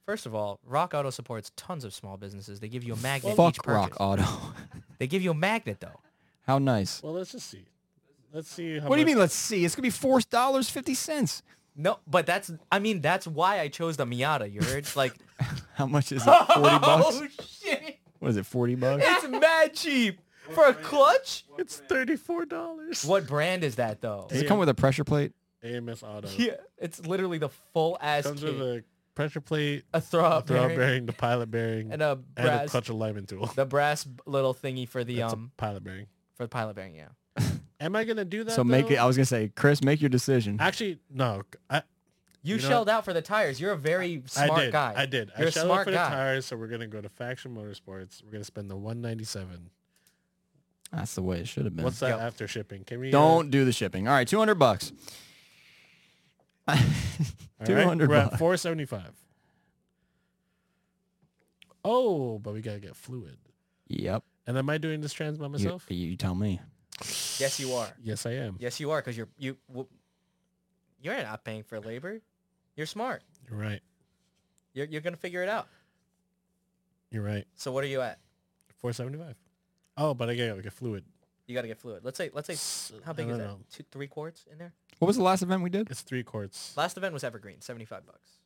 [SPEAKER 1] First of all, Rock Auto supports tons of small businesses. They give you a magnet. each
[SPEAKER 2] Fuck
[SPEAKER 1] purchase.
[SPEAKER 2] Rock Auto.
[SPEAKER 1] They give you a magnet though.
[SPEAKER 2] how nice.
[SPEAKER 3] Well, let's just see. Let's see how.
[SPEAKER 2] What do you
[SPEAKER 3] much-
[SPEAKER 2] mean, let's see? It's going to be $4.50.
[SPEAKER 1] No, but that's. I mean, that's why I chose the Miata. You heard? Like,
[SPEAKER 2] How much is it? 40 bucks?
[SPEAKER 1] oh shit,
[SPEAKER 2] What is it, 40 bucks?
[SPEAKER 1] it's mad cheap for a clutch.
[SPEAKER 3] It's thirty-four dollars.
[SPEAKER 1] What brand is that though?
[SPEAKER 2] Does it come with a pressure plate?
[SPEAKER 3] AMS Auto
[SPEAKER 1] Yeah, it's literally the full ass
[SPEAKER 3] comes with
[SPEAKER 1] kit.
[SPEAKER 3] a pressure plate,
[SPEAKER 1] A throw
[SPEAKER 3] a
[SPEAKER 1] up
[SPEAKER 3] throw
[SPEAKER 1] bearing
[SPEAKER 3] bearing, the pilot bearing,
[SPEAKER 1] and a
[SPEAKER 3] and a
[SPEAKER 1] brass,
[SPEAKER 3] clutch alignment tool.
[SPEAKER 1] the brass little thingy for the
[SPEAKER 3] That's
[SPEAKER 1] um
[SPEAKER 3] a pilot bearing.
[SPEAKER 1] for the pilot bearing. Yeah,
[SPEAKER 3] Am I gonna do that?
[SPEAKER 2] So make
[SPEAKER 3] though?
[SPEAKER 2] it, I was going to say, Chris, make your decision.
[SPEAKER 3] Actually, no. I,
[SPEAKER 1] you,
[SPEAKER 3] You know-
[SPEAKER 1] shelled out for the tires. You're a very
[SPEAKER 3] I
[SPEAKER 1] smart
[SPEAKER 3] did.
[SPEAKER 1] guy.
[SPEAKER 3] I did.
[SPEAKER 1] You're
[SPEAKER 3] I
[SPEAKER 1] a
[SPEAKER 3] shelled
[SPEAKER 1] smart
[SPEAKER 3] out for
[SPEAKER 1] guy.
[SPEAKER 3] the tires, so we're gonna go to Faction Motorsports. We're gonna spend the one ninety-seven.
[SPEAKER 2] That's the way it should have been.
[SPEAKER 3] What's that
[SPEAKER 1] Yep.
[SPEAKER 3] after shipping? Can we? uh,
[SPEAKER 2] Don't do the shipping. All right, 200 bucks.
[SPEAKER 3] all right,
[SPEAKER 2] 200
[SPEAKER 3] We're at
[SPEAKER 2] bucks.
[SPEAKER 3] four seventy-five. Oh, but we gotta get fluid.
[SPEAKER 2] Yep.
[SPEAKER 3] And am I doing this trans by
[SPEAKER 2] You,
[SPEAKER 3] myself?
[SPEAKER 2] you tell me.
[SPEAKER 1] Yes, you are.
[SPEAKER 3] Yes, I am.
[SPEAKER 1] Yes, you are because you're you. W- you're not paying for labor. You're smart.
[SPEAKER 3] You're right.
[SPEAKER 1] You're you're gonna figure it out.
[SPEAKER 3] You're right.
[SPEAKER 1] So what are you at?
[SPEAKER 3] Four seventy-five. Oh, but I gotta get fluid.
[SPEAKER 1] You gotta get fluid. Let's say let's say
[SPEAKER 3] S-
[SPEAKER 1] how big
[SPEAKER 3] I
[SPEAKER 1] is
[SPEAKER 3] don't
[SPEAKER 1] that?
[SPEAKER 3] know.
[SPEAKER 1] Two three quarts in there.
[SPEAKER 2] What was the last event we did?
[SPEAKER 3] It's three quarts.
[SPEAKER 1] Last event was Evergreen, seventy five bucks.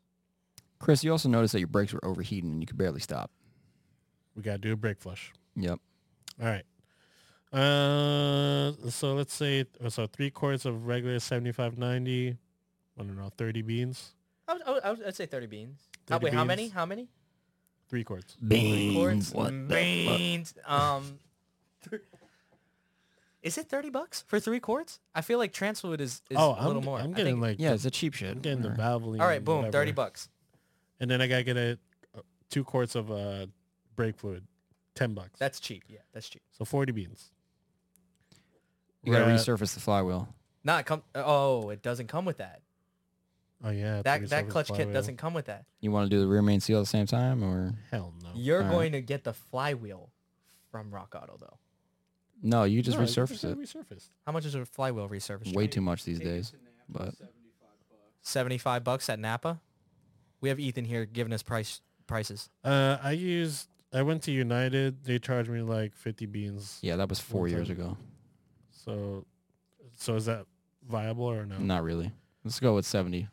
[SPEAKER 2] Chris, you also noticed that your brakes were overheating and you could barely stop.
[SPEAKER 3] We gotta do a brake flush.
[SPEAKER 2] Yep.
[SPEAKER 3] All right. Uh, so let's say so three quarts of regular seventy-five ninety. I don't know, thirty beans.
[SPEAKER 1] I was, I was, I was, I'd say thirty beans. How-
[SPEAKER 3] 30
[SPEAKER 1] wait, how many?
[SPEAKER 3] beans.
[SPEAKER 1] How many?
[SPEAKER 3] Three quarts.
[SPEAKER 1] Three quarts.
[SPEAKER 2] What
[SPEAKER 1] beans. Um, th- is it thirty bucks for three quarts? I feel like trans fluid is, is
[SPEAKER 3] oh,
[SPEAKER 1] a
[SPEAKER 3] I'm,
[SPEAKER 1] little more.
[SPEAKER 3] I'm
[SPEAKER 1] I
[SPEAKER 3] getting
[SPEAKER 1] think-
[SPEAKER 3] like
[SPEAKER 2] Yeah, it's a cheap shit.
[SPEAKER 3] I'm getting the
[SPEAKER 2] Whatever.
[SPEAKER 3] Valvoline.
[SPEAKER 1] all right, boom, thirty
[SPEAKER 3] whatever.
[SPEAKER 1] bucks.
[SPEAKER 3] And then I gotta get a uh, two quarts of uh brake fluid, ten bucks.
[SPEAKER 1] That's cheap. Yeah, that's cheap.
[SPEAKER 3] so forty beans.
[SPEAKER 2] You gotta
[SPEAKER 3] We're at-
[SPEAKER 2] resurface the flywheel.
[SPEAKER 1] Not come. Oh, it doesn't come with that.
[SPEAKER 3] Oh yeah,
[SPEAKER 1] That
[SPEAKER 3] three
[SPEAKER 1] that
[SPEAKER 3] service
[SPEAKER 1] clutch kit
[SPEAKER 3] flywheel.
[SPEAKER 1] doesn't come with that.
[SPEAKER 2] You want to do the rear main seal at the same time, or
[SPEAKER 3] Hell no.
[SPEAKER 1] You're
[SPEAKER 2] Alright.
[SPEAKER 1] going to get the flywheel from Rock Auto though.
[SPEAKER 2] no? You just
[SPEAKER 3] No, you
[SPEAKER 2] resurface
[SPEAKER 3] gotta
[SPEAKER 2] it.
[SPEAKER 3] Resurface.
[SPEAKER 1] How much is a flywheel resurfaced?
[SPEAKER 2] Way too much these days. But
[SPEAKER 1] 75 bucks at Napa. We have Ethan here giving us price prices.
[SPEAKER 3] Uh, I used. I went to United. They charged me like fifty beans.
[SPEAKER 2] yeah, that was four
[SPEAKER 3] One
[SPEAKER 2] years
[SPEAKER 3] time.
[SPEAKER 2] ago.
[SPEAKER 3] So, so is that viable or no?
[SPEAKER 2] Not really. Let's go with seventy.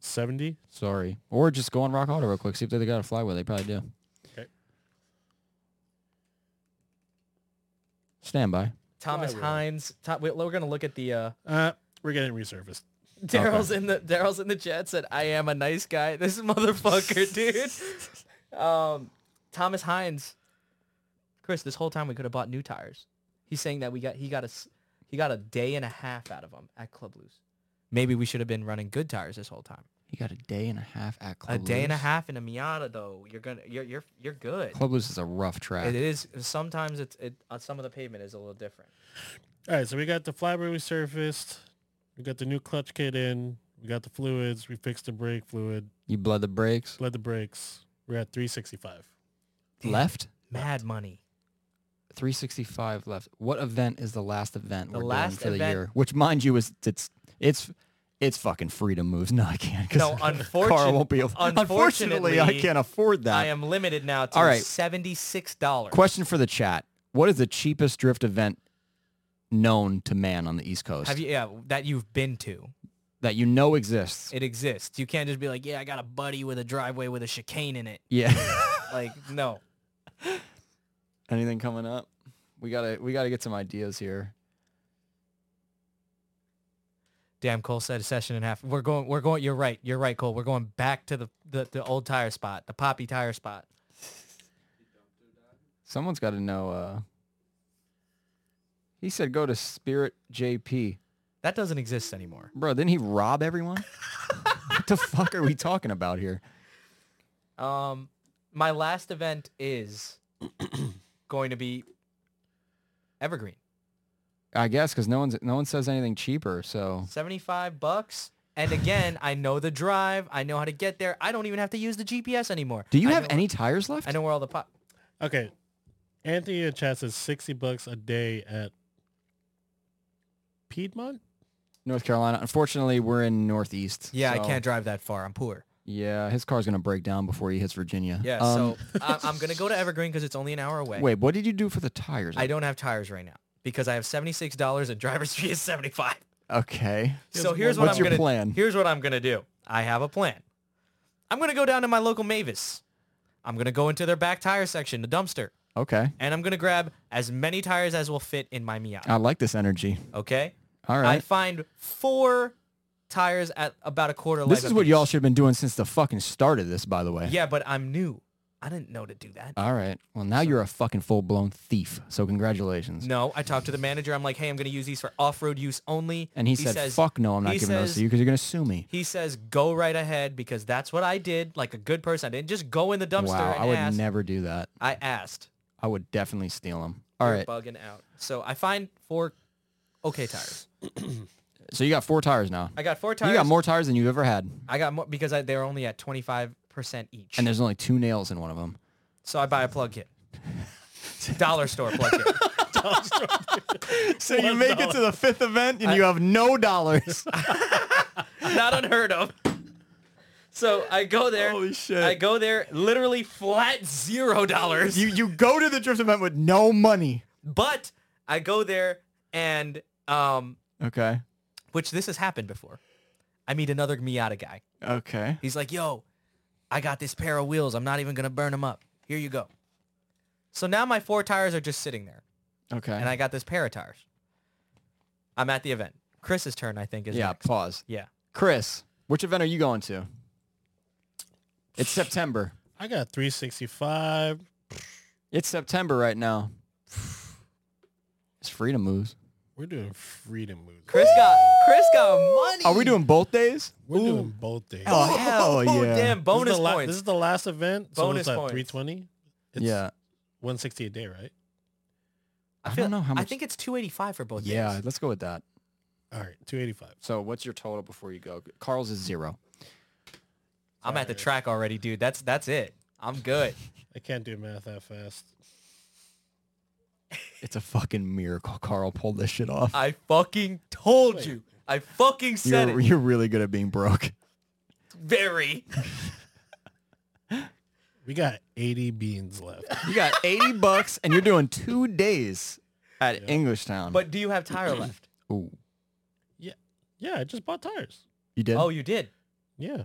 [SPEAKER 3] Seventy.
[SPEAKER 2] Sorry, or just go on Rock Auto real quick. See if they got a flywheel. They probably do.
[SPEAKER 3] Okay.
[SPEAKER 2] Stand by.
[SPEAKER 1] Thomas
[SPEAKER 3] Flywheel.
[SPEAKER 1] Hines. Tom, we- we're gonna look at the. Uh,
[SPEAKER 3] Uh, we're getting resurfaced.
[SPEAKER 1] Daryl's in the Daryl's in the chat said, "I am a nice guy." This motherfucker, dude. Um, Thomas Hines. Chris, this whole time we could have bought new tires. He's saying that we got he got a s- he got a day and a half out of them at Club Loose. Maybe we should have been running good tires this whole time.
[SPEAKER 2] He got a day and a half at
[SPEAKER 1] A
[SPEAKER 2] Club
[SPEAKER 1] day and a
[SPEAKER 2] Loose.
[SPEAKER 1] half in a Miata, though. You're gonna you're you're you're good.
[SPEAKER 2] Club Loose is a rough track.
[SPEAKER 1] It is sometimes it's it on some of the pavement is a little different.
[SPEAKER 3] All right, so we got the flywheel resurfaced. We got the new clutch kit in. We got the fluids. We fixed the brake fluid.
[SPEAKER 2] You bled the brakes.
[SPEAKER 3] Bled the brakes. We're at 365.
[SPEAKER 1] Damn.
[SPEAKER 2] Left.
[SPEAKER 1] Mad money.
[SPEAKER 2] 365 left. What event is the last event
[SPEAKER 1] The
[SPEAKER 2] we're
[SPEAKER 1] last
[SPEAKER 2] doing for the
[SPEAKER 1] event-
[SPEAKER 2] year? Which, mind you, is it's it's it's fucking freedom moves. No, I can't. 'cause
[SPEAKER 1] No,
[SPEAKER 2] Carl
[SPEAKER 1] unfortunate-
[SPEAKER 2] won't be. able- unfortunately, I
[SPEAKER 1] unfortunately,
[SPEAKER 2] can't afford that.
[SPEAKER 1] I am limited now to
[SPEAKER 2] Uh, All right.
[SPEAKER 1] seventy six dollars.
[SPEAKER 2] Question for the chat: What is the cheapest drift event known to man on the East Coast
[SPEAKER 1] Have you yeah that you've been to?
[SPEAKER 2] that you know exists?
[SPEAKER 1] It exists. You can't just be like, yeah, I got a buddy with a driveway with a chicane in it.
[SPEAKER 2] yeah.
[SPEAKER 1] Like no,
[SPEAKER 2] Anything coming up? We gotta we gotta get some ideas here.
[SPEAKER 1] damn. Cole said a session and a half. We're going. We're going. You're right. You're right, Cole. We're going back to the the, the old tire spot, the poppy tire spot.
[SPEAKER 2] Someone's got to know. uh He said go to Spirit JP.
[SPEAKER 1] That doesn't exist anymore.
[SPEAKER 2] Bro, didn't he rob everyone? what the fuck are we talking about here?
[SPEAKER 1] Um, my last event is going to be Evergreen.
[SPEAKER 2] I guess because no one's no one says anything cheaper. So
[SPEAKER 1] 75 bucks. And again, I know the drive. I know how to get there. I don't even have to use the GPS anymore.
[SPEAKER 2] do you
[SPEAKER 1] I
[SPEAKER 2] have
[SPEAKER 1] know-
[SPEAKER 2] any tires left?
[SPEAKER 1] I know where all the pot.
[SPEAKER 3] Okay. Anthony in the chat says 60 bucks a day at Piedmont?
[SPEAKER 2] North Carolina. Unfortunately, we're in Northeast.
[SPEAKER 1] Yeah,
[SPEAKER 2] so-
[SPEAKER 1] I can't drive that far. I'm poor.
[SPEAKER 2] Yeah, his car's gonna break down before he hits Virginia.
[SPEAKER 1] Yeah,
[SPEAKER 2] Um,
[SPEAKER 1] so I, I'm gonna go to Evergreen because it's only an hour away.
[SPEAKER 2] wait, what did you do for the tires?
[SPEAKER 1] I don't have tires right now because I have seventy-six dollars and driver's fee is seventy-five.
[SPEAKER 2] Okay.
[SPEAKER 1] so here's what
[SPEAKER 2] What's
[SPEAKER 1] I'm
[SPEAKER 2] your
[SPEAKER 1] gonna
[SPEAKER 2] plan?
[SPEAKER 1] here's what I'm gonna do. I have a plan. I'm gonna go down to my local Mavis. I'm gonna go into their back tire section, the dumpster,
[SPEAKER 2] Okay.
[SPEAKER 1] and I'm gonna grab as many tires as will fit in my Miata.
[SPEAKER 2] I like this energy.
[SPEAKER 1] Okay.
[SPEAKER 2] Uh, All
[SPEAKER 1] I
[SPEAKER 2] right.
[SPEAKER 1] find four tires at about a quarter. life
[SPEAKER 2] This is what
[SPEAKER 1] apiece.
[SPEAKER 2] y'all should have been doing since the fucking start of this, by the way.
[SPEAKER 1] Yeah, but I'm new. I didn't know to do that.
[SPEAKER 2] All right. Well, now you're a fucking full blown thief. So congratulations.
[SPEAKER 1] No, I talked to the manager. I'm like, hey, I'm going to use these for off-road use only.
[SPEAKER 2] And he, said, "Fuck no, I'm not
[SPEAKER 1] he
[SPEAKER 2] giving those
[SPEAKER 1] says-
[SPEAKER 2] to you because you're gonna sue me."
[SPEAKER 1] He says, go right ahead because that's what I did. Like a good person, I didn't just go in the dumpster
[SPEAKER 2] Wow,
[SPEAKER 1] and
[SPEAKER 2] I would
[SPEAKER 1] ask.
[SPEAKER 2] never do that.
[SPEAKER 1] I asked.
[SPEAKER 2] I would definitely steal them. All
[SPEAKER 1] You're
[SPEAKER 2] right.
[SPEAKER 1] bugging out. So I find four okay tires.
[SPEAKER 2] So you got four tires now.
[SPEAKER 1] I got four tires.
[SPEAKER 2] You got more tires than you've ever had,
[SPEAKER 1] I got more because I, they're only at 25% each.
[SPEAKER 2] and there's only two nails in one of them.
[SPEAKER 1] so I buy a plug kit. Dollar store plug kit.
[SPEAKER 2] So you make it to the fifth event and you have no dollars.
[SPEAKER 1] not unheard of. So I go there.
[SPEAKER 2] Holy shit.
[SPEAKER 1] I go there, literally flat zero dollars.
[SPEAKER 2] you you go to the drift event with no money.
[SPEAKER 1] But I go there and um,
[SPEAKER 2] Okay.
[SPEAKER 1] which this has happened before. I meet another Miata guy.
[SPEAKER 2] Okay.
[SPEAKER 1] He's like, "Yo, I got this pair of wheels. I'm not even gonna burn them up. Here you go." So now my four tires are just sitting there,
[SPEAKER 2] Okay.
[SPEAKER 1] and I got this pair of tires. I'm at the event. Chris's turn, I think, is
[SPEAKER 2] yeah.
[SPEAKER 1] next.
[SPEAKER 2] Pause.
[SPEAKER 1] Yeah.
[SPEAKER 2] Chris, which event are you going to? It's September.
[SPEAKER 3] I got 365.
[SPEAKER 2] It's September right now. It's freedom moves.
[SPEAKER 3] We're doing freedom moves.
[SPEAKER 1] Chris got Chris got money.
[SPEAKER 2] Are we doing both days?
[SPEAKER 3] We're doing both days.
[SPEAKER 2] Oh, hell
[SPEAKER 1] Oh,
[SPEAKER 2] yeah.
[SPEAKER 1] Damn,
[SPEAKER 3] This is
[SPEAKER 1] bonus
[SPEAKER 3] the la-
[SPEAKER 1] points.
[SPEAKER 3] This is the last event. So
[SPEAKER 1] Bonus
[SPEAKER 3] it's at
[SPEAKER 1] points.
[SPEAKER 3] 320. It's
[SPEAKER 2] Yeah.
[SPEAKER 3] 160 a day, right?
[SPEAKER 2] I, don't know how
[SPEAKER 1] I
[SPEAKER 2] much.
[SPEAKER 1] think it's 285 for both
[SPEAKER 2] yeah,
[SPEAKER 1] days.
[SPEAKER 2] let's go with that.
[SPEAKER 3] All right, 285.
[SPEAKER 2] So what's your total before you go? Carl's is zero.
[SPEAKER 1] I'm at the track already, dude. That's that's it. I'm good.
[SPEAKER 3] I can't do math that fast.
[SPEAKER 2] It's a fucking miracle Carl pulled this shit off.
[SPEAKER 1] I fucking told you. I fucking said
[SPEAKER 2] You're,
[SPEAKER 1] it.
[SPEAKER 2] you're really good at being broke.
[SPEAKER 1] Very.
[SPEAKER 3] We got 80 beans left.
[SPEAKER 2] You got 80 bucks and you're doing two days at Englishtown.
[SPEAKER 1] But do you have tire left?
[SPEAKER 2] Ooh,
[SPEAKER 3] yeah, I just bought tires.
[SPEAKER 2] you did?
[SPEAKER 1] Oh, you did.
[SPEAKER 3] Yeah.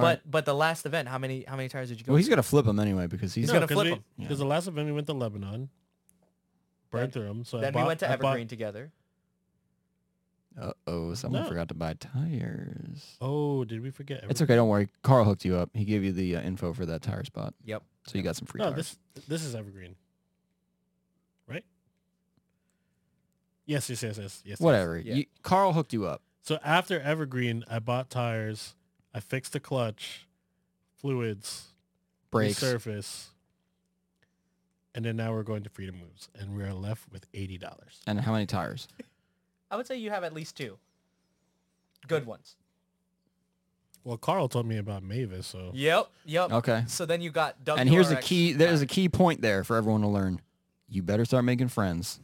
[SPEAKER 1] but
[SPEAKER 2] right.
[SPEAKER 1] but the last event, how many how many tires did you go?
[SPEAKER 2] well, he's gonna flip him anyway because he's
[SPEAKER 1] He's gonna flip 'em.
[SPEAKER 3] Because the last event we went to Lebanon, burned through them. So I
[SPEAKER 1] then
[SPEAKER 3] bought-
[SPEAKER 1] we went to
[SPEAKER 3] I bought-
[SPEAKER 1] Evergreen together.
[SPEAKER 2] Uh oh, someone
[SPEAKER 3] No.
[SPEAKER 2] forgot to buy tires.
[SPEAKER 3] oh, did we forget? Evergreen?
[SPEAKER 2] It's okay, don't worry. Carl hooked you up. He gave you the uh, info for that tire spot,
[SPEAKER 1] Yep.
[SPEAKER 2] so you got some free
[SPEAKER 3] No,
[SPEAKER 2] tires.
[SPEAKER 3] this this is Evergreen, right? Yes, yes, yes, yes, yes, yes.
[SPEAKER 2] Whatever.
[SPEAKER 1] yeah.
[SPEAKER 2] You, Carl hooked you up.
[SPEAKER 3] So after Evergreen, I bought tires. I fixed the clutch, fluids,
[SPEAKER 2] Brakes.
[SPEAKER 3] surface, and then now we're going to Freedom Moves, and we are left with eighty dollars.
[SPEAKER 2] And how many tires?
[SPEAKER 1] I would say you have at least two. Good ones.
[SPEAKER 3] Well, Carl told me about Mavis, so
[SPEAKER 1] Yep. Yep.
[SPEAKER 2] Okay.
[SPEAKER 1] So then Oh, you got WRX.
[SPEAKER 2] And here's a key. There's a key point there for everyone to learn. You better start making friends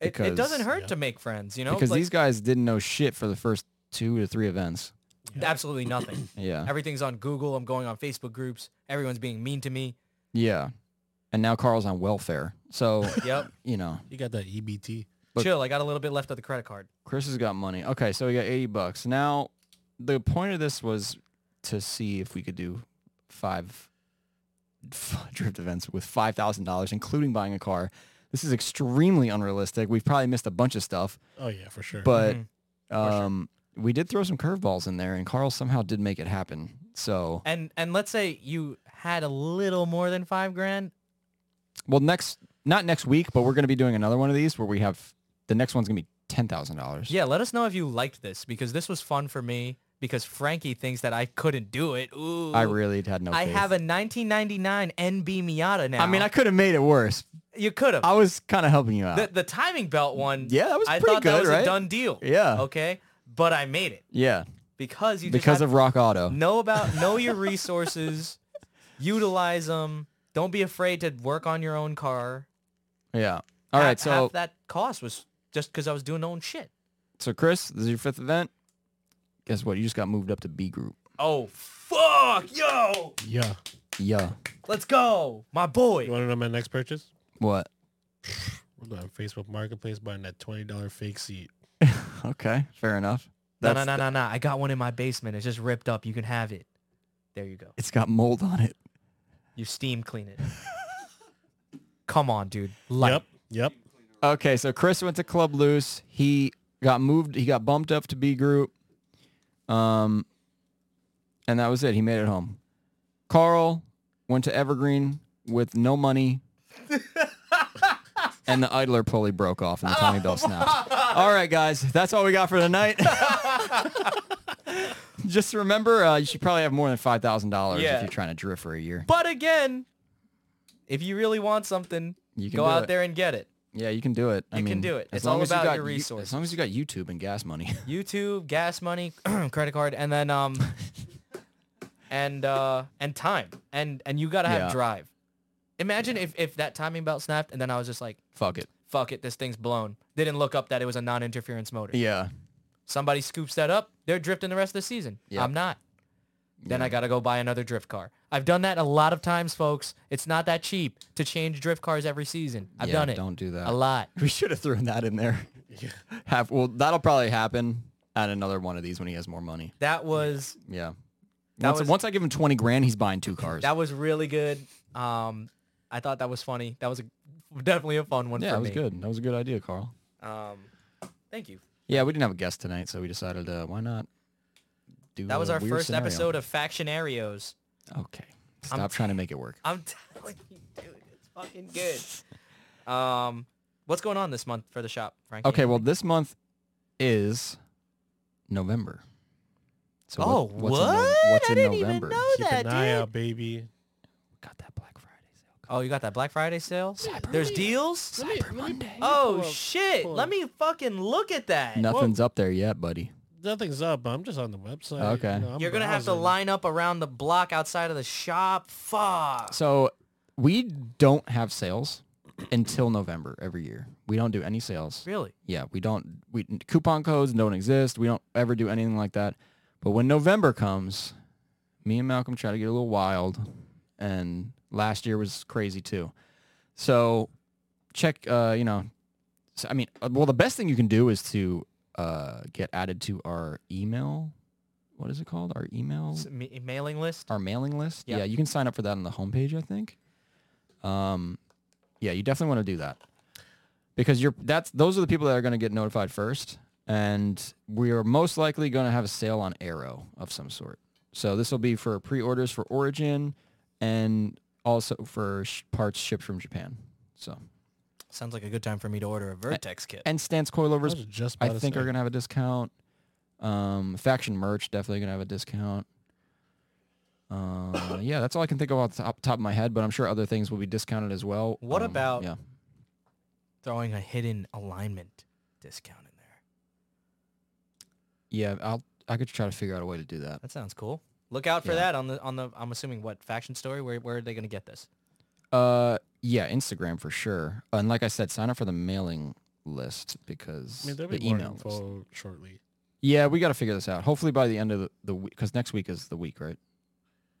[SPEAKER 1] It, it doesn't
[SPEAKER 2] because-
[SPEAKER 1] hurt
[SPEAKER 3] Yeah.
[SPEAKER 1] to make friends, you know?
[SPEAKER 2] because
[SPEAKER 1] Like,
[SPEAKER 2] these guys didn't know shit for the first two to three events.
[SPEAKER 1] absolutely nothing.
[SPEAKER 2] Yeah.
[SPEAKER 1] Everything's on Google. I'm going on Facebook groups. Everyone's being mean to me.
[SPEAKER 2] yeah. And now Carl's on welfare. So,
[SPEAKER 1] Yep.
[SPEAKER 2] you know,
[SPEAKER 3] you got that E EBT.
[SPEAKER 2] But-
[SPEAKER 1] Chill. I got a little bit left of the credit card.
[SPEAKER 2] Chris has got money. Okay, so we got 80 bucks. Now, the point of this was to see if we could do five f- drift events with $5,000, including buying a car. This is extremely unrealistic. We've probably missed a bunch of stuff,
[SPEAKER 3] Oh yeah, for sure.
[SPEAKER 2] but
[SPEAKER 1] Mhm.
[SPEAKER 2] um, we did throw some curveballs in there, and Carl somehow did make it happen. So,
[SPEAKER 1] And and let's say you had a little more than five grand.
[SPEAKER 2] well, next not next week, but we're going to be doing another one of these where we have the next one's going to be ten thousand dollars.
[SPEAKER 1] Yeah, let us know if you liked this because this was fun for me because Frankie thinks that I couldn't do it. Ooh.
[SPEAKER 2] I really had no.
[SPEAKER 1] I
[SPEAKER 2] faith.
[SPEAKER 1] have a 1999 NB Miata now.
[SPEAKER 2] I mean, I could have made it worse.
[SPEAKER 1] you could have.
[SPEAKER 2] I was kind of helping you out.
[SPEAKER 1] The, the timing belt one.
[SPEAKER 2] Yeah, that was
[SPEAKER 1] I
[SPEAKER 2] pretty
[SPEAKER 1] thought
[SPEAKER 2] good,
[SPEAKER 1] that was
[SPEAKER 2] right?
[SPEAKER 1] a done deal.
[SPEAKER 2] Yeah.
[SPEAKER 1] Okay, but I made it
[SPEAKER 2] yeah,
[SPEAKER 1] because you just
[SPEAKER 2] because
[SPEAKER 1] had-
[SPEAKER 2] of Rock Auto.
[SPEAKER 1] know about know your resources, utilize them. Don't be afraid to work on your own car.
[SPEAKER 2] Yeah. All
[SPEAKER 1] half,
[SPEAKER 2] right. So
[SPEAKER 1] half that cost was just because I was doing own shit.
[SPEAKER 2] so Chris, this is your fifth event. Guess what? You just got moved up to B group.
[SPEAKER 1] Oh fuck, yo,
[SPEAKER 3] Yeah.
[SPEAKER 2] Yeah.
[SPEAKER 1] let's go, my
[SPEAKER 3] You
[SPEAKER 1] boy.
[SPEAKER 3] want to know my next purchase?
[SPEAKER 2] What?
[SPEAKER 3] We're going on Facebook Marketplace buying that $20 fake seat.
[SPEAKER 2] Okay. Fair enough.
[SPEAKER 1] No, no,
[SPEAKER 2] That's
[SPEAKER 1] no, no,
[SPEAKER 2] the-
[SPEAKER 1] no. I got one in my basement. It's just ripped up. You can have it. There you go.
[SPEAKER 2] It's got mold on it.
[SPEAKER 1] You steam clean it. Come on, dude. Light.
[SPEAKER 3] Yep. Yep.
[SPEAKER 2] Okay, so Chris went to Club Loose. He got moved. He got bumped up to B group. Um, and that was it. He made it home. Carl went to Evergreen with no money. and the idler pulley broke off and the Tommy Bell
[SPEAKER 1] Oh,
[SPEAKER 2] snapped. All right, guys, that's all we got for tonight. Just remember, uh, you should probably have more than five thousand dollars if
[SPEAKER 1] Yeah.
[SPEAKER 2] you're trying to drift for a year.
[SPEAKER 1] But again, if you really want something,
[SPEAKER 2] You can
[SPEAKER 1] go
[SPEAKER 2] do
[SPEAKER 1] out
[SPEAKER 2] it.
[SPEAKER 1] there and get it.
[SPEAKER 2] Yeah, you can do it. I
[SPEAKER 1] You can
[SPEAKER 2] mean,
[SPEAKER 1] do it.
[SPEAKER 2] as
[SPEAKER 1] It's
[SPEAKER 2] long
[SPEAKER 1] all
[SPEAKER 2] as you
[SPEAKER 1] about
[SPEAKER 2] got
[SPEAKER 1] your
[SPEAKER 2] you-
[SPEAKER 1] resources.
[SPEAKER 2] As long as you got YouTube and gas money.
[SPEAKER 1] YouTube, gas money, credit card, and then um, and uh, and time, and and you gotta have
[SPEAKER 2] Yeah.
[SPEAKER 1] drive. Imagine if if that timing belt snapped, and then I was just like,
[SPEAKER 2] Fuck it.
[SPEAKER 1] "Fuck it, this thing's blown." Didn't look up that it was a non-interference motor.
[SPEAKER 2] Yeah.
[SPEAKER 1] Somebody scoops that up, they're drifting the rest of the season.
[SPEAKER 2] Yeah.
[SPEAKER 1] I'm not. Then
[SPEAKER 2] Yeah.
[SPEAKER 1] I gotta go buy another drift car. I've done that a lot of times, folks. It's not that cheap to change drift cars every season. I've
[SPEAKER 2] Yeah,
[SPEAKER 1] done it.
[SPEAKER 2] Don't do that.
[SPEAKER 1] a lot.
[SPEAKER 2] We should have thrown that in there.
[SPEAKER 3] Yeah.
[SPEAKER 2] Have well, that'll probably happen at another one of these when he has more money.
[SPEAKER 1] That was
[SPEAKER 2] Yeah.
[SPEAKER 1] That
[SPEAKER 2] once,
[SPEAKER 1] was-
[SPEAKER 2] once I give him twenty grand, he's buying two cars.
[SPEAKER 1] That was really good. Um, I thought that was funny. That was a, definitely a fun one
[SPEAKER 2] yeah,
[SPEAKER 1] for
[SPEAKER 2] that was
[SPEAKER 1] me.
[SPEAKER 2] good. That was a good idea, Carl.
[SPEAKER 1] Um, thank you.
[SPEAKER 2] Yeah, we didn't have a guest tonight, so we decided uh, why not do
[SPEAKER 1] That was
[SPEAKER 2] a
[SPEAKER 1] our
[SPEAKER 2] weird
[SPEAKER 1] first
[SPEAKER 2] scenario.
[SPEAKER 1] episode of Factionarios.
[SPEAKER 2] Okay. Stop trying to make it work.
[SPEAKER 1] I'm telling you, dude, it's fucking good. Um, what's going on this month for the shop, Frank?
[SPEAKER 2] Okay, well this month is November. So
[SPEAKER 1] Oh,
[SPEAKER 2] what- what's in Nov-
[SPEAKER 1] what?
[SPEAKER 2] what's
[SPEAKER 1] I
[SPEAKER 2] in
[SPEAKER 1] didn't even
[SPEAKER 2] November?
[SPEAKER 1] know
[SPEAKER 3] Keep
[SPEAKER 1] that,
[SPEAKER 3] an eye
[SPEAKER 1] dude.
[SPEAKER 3] out, baby.
[SPEAKER 2] Got that Black Friday sale.
[SPEAKER 1] Oh, you got that Black Friday sale? There's deals?
[SPEAKER 2] Cyber Monday.
[SPEAKER 1] Oh,
[SPEAKER 3] pull up-
[SPEAKER 1] shit.
[SPEAKER 3] pull
[SPEAKER 1] Let
[SPEAKER 3] up.
[SPEAKER 1] me fucking look at that.
[SPEAKER 2] Nothing's up there yet, buddy.
[SPEAKER 3] Nothing's up. I'm just on the website.
[SPEAKER 2] Okay.
[SPEAKER 3] I'm
[SPEAKER 1] You're going to have to
[SPEAKER 3] browsing.
[SPEAKER 1] line up around the block outside of the shop. Fuck.
[SPEAKER 2] So we don't have sales until November every year. We don't do any sales.
[SPEAKER 1] Really?
[SPEAKER 2] Yeah, we don't. We coupon codes don't exist. We don't ever do anything like that. But when November comes, me and Malcolm try to get a little wild, and last year was crazy too. So check. Uh, you know, so, I mean, uh, well, the best thing you can do is to uh, get added to our email. What is it called? Our email
[SPEAKER 1] S- ma- mailing list?
[SPEAKER 2] our mailing list.
[SPEAKER 1] Yeah.
[SPEAKER 2] Yeah, you can sign up for that on the homepage, I think. Um, yeah, you definitely want to do that because you're that's those are the people that are going to get notified first, and we are most likely going to have a sale on Arrow of some sort. So this will be for pre-orders for Origin and also for sh- parts shipped from Japan. So
[SPEAKER 1] Sounds like a good time for me to order a Vertex kit.
[SPEAKER 2] and stance
[SPEAKER 3] I was
[SPEAKER 2] coilovers,
[SPEAKER 3] just
[SPEAKER 2] I
[SPEAKER 3] about to
[SPEAKER 2] think
[SPEAKER 3] say.
[SPEAKER 2] are going to have a discount. Um, faction merch definitely going to have a discount. Uh, yeah, that's all I can think of off the top, top of my head, but I'm sure other things will be discounted as well. Um,
[SPEAKER 1] What about-
[SPEAKER 2] Yeah,
[SPEAKER 1] Throwing a hidden alignment discount in there.
[SPEAKER 2] yeah. I'll I could try to figure out a way to do that.
[SPEAKER 1] That sounds cool. Look out for
[SPEAKER 2] Yeah.
[SPEAKER 1] that on the on the. I'm assuming what faction story. Where where are they gonna get this?
[SPEAKER 2] Uh, yeah, Instagram for sure. And like I said, sign up for the mailing list because
[SPEAKER 3] I mean, there'll be
[SPEAKER 2] the
[SPEAKER 3] more
[SPEAKER 2] email.
[SPEAKER 3] info
[SPEAKER 2] List.
[SPEAKER 3] shortly.
[SPEAKER 2] Yeah, we got to figure this out. Hopefully by the end of the, the week, because next week is the week, right?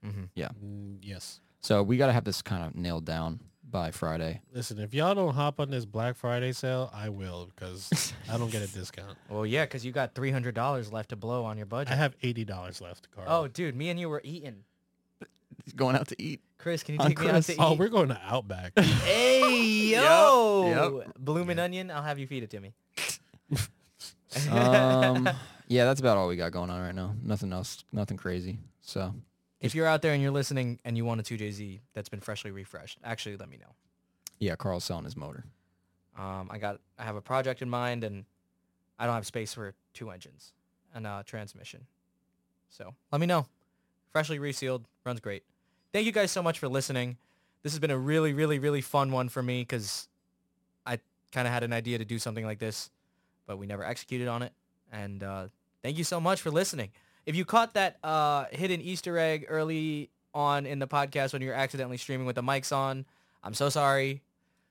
[SPEAKER 1] Mm-hmm.
[SPEAKER 3] Mm, yes.
[SPEAKER 2] So we got to have this kind of nailed down by Friday.
[SPEAKER 3] Listen, if y'all don't hop on this Black Friday sale, I will because I don't get a discount.
[SPEAKER 1] Well, yeah, because you got three hundred dollars left to blow on your
[SPEAKER 3] I
[SPEAKER 1] budget.
[SPEAKER 3] have eighty dollars left, Carl.
[SPEAKER 1] Oh, dude, me and you were eating.
[SPEAKER 2] Going out to eat.
[SPEAKER 1] Chris, can you
[SPEAKER 2] On
[SPEAKER 1] take me out to
[SPEAKER 2] Chris.
[SPEAKER 1] eat?
[SPEAKER 3] Oh, we're going to Outback.
[SPEAKER 1] hey yo,
[SPEAKER 2] yep.
[SPEAKER 1] bloomin' onion. I'll have you feed it to me.
[SPEAKER 3] Uh,
[SPEAKER 2] um, yeah, that's about all we got going on right now. Nothing else, nothing crazy. So
[SPEAKER 1] If you're out there and you're listening and you want a 2JZ that's been freshly refreshed, actually let me know.
[SPEAKER 2] Yeah, Carl's selling his motor.
[SPEAKER 1] Um, I got I have a project in mind, and I don't have space for two engines and a transmission. So let me know. Freshly resealed, runs great. Thank you guys so much for listening. This has been a really, really, really fun one for me because I kind of had an idea to do something like this, but we never executed on it. And uh, thank you so much for listening. If you caught that uh, hidden Easter egg early on in the podcast when you were accidentally streaming with the mics on, I'm so sorry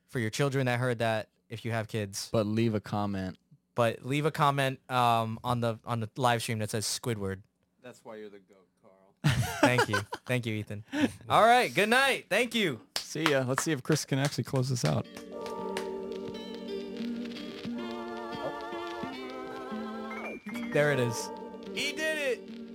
[SPEAKER 1] for your children that heard that if you have kids
[SPEAKER 2] But leave a comment.
[SPEAKER 1] but leave a comment um, on the on the live stream that says squidward
[SPEAKER 2] That's why you're the goat, Carl.
[SPEAKER 1] thank you thank you ethan all right good night thank you
[SPEAKER 2] See ya. Let's see if Chris can actually close this out.
[SPEAKER 1] there it is he did it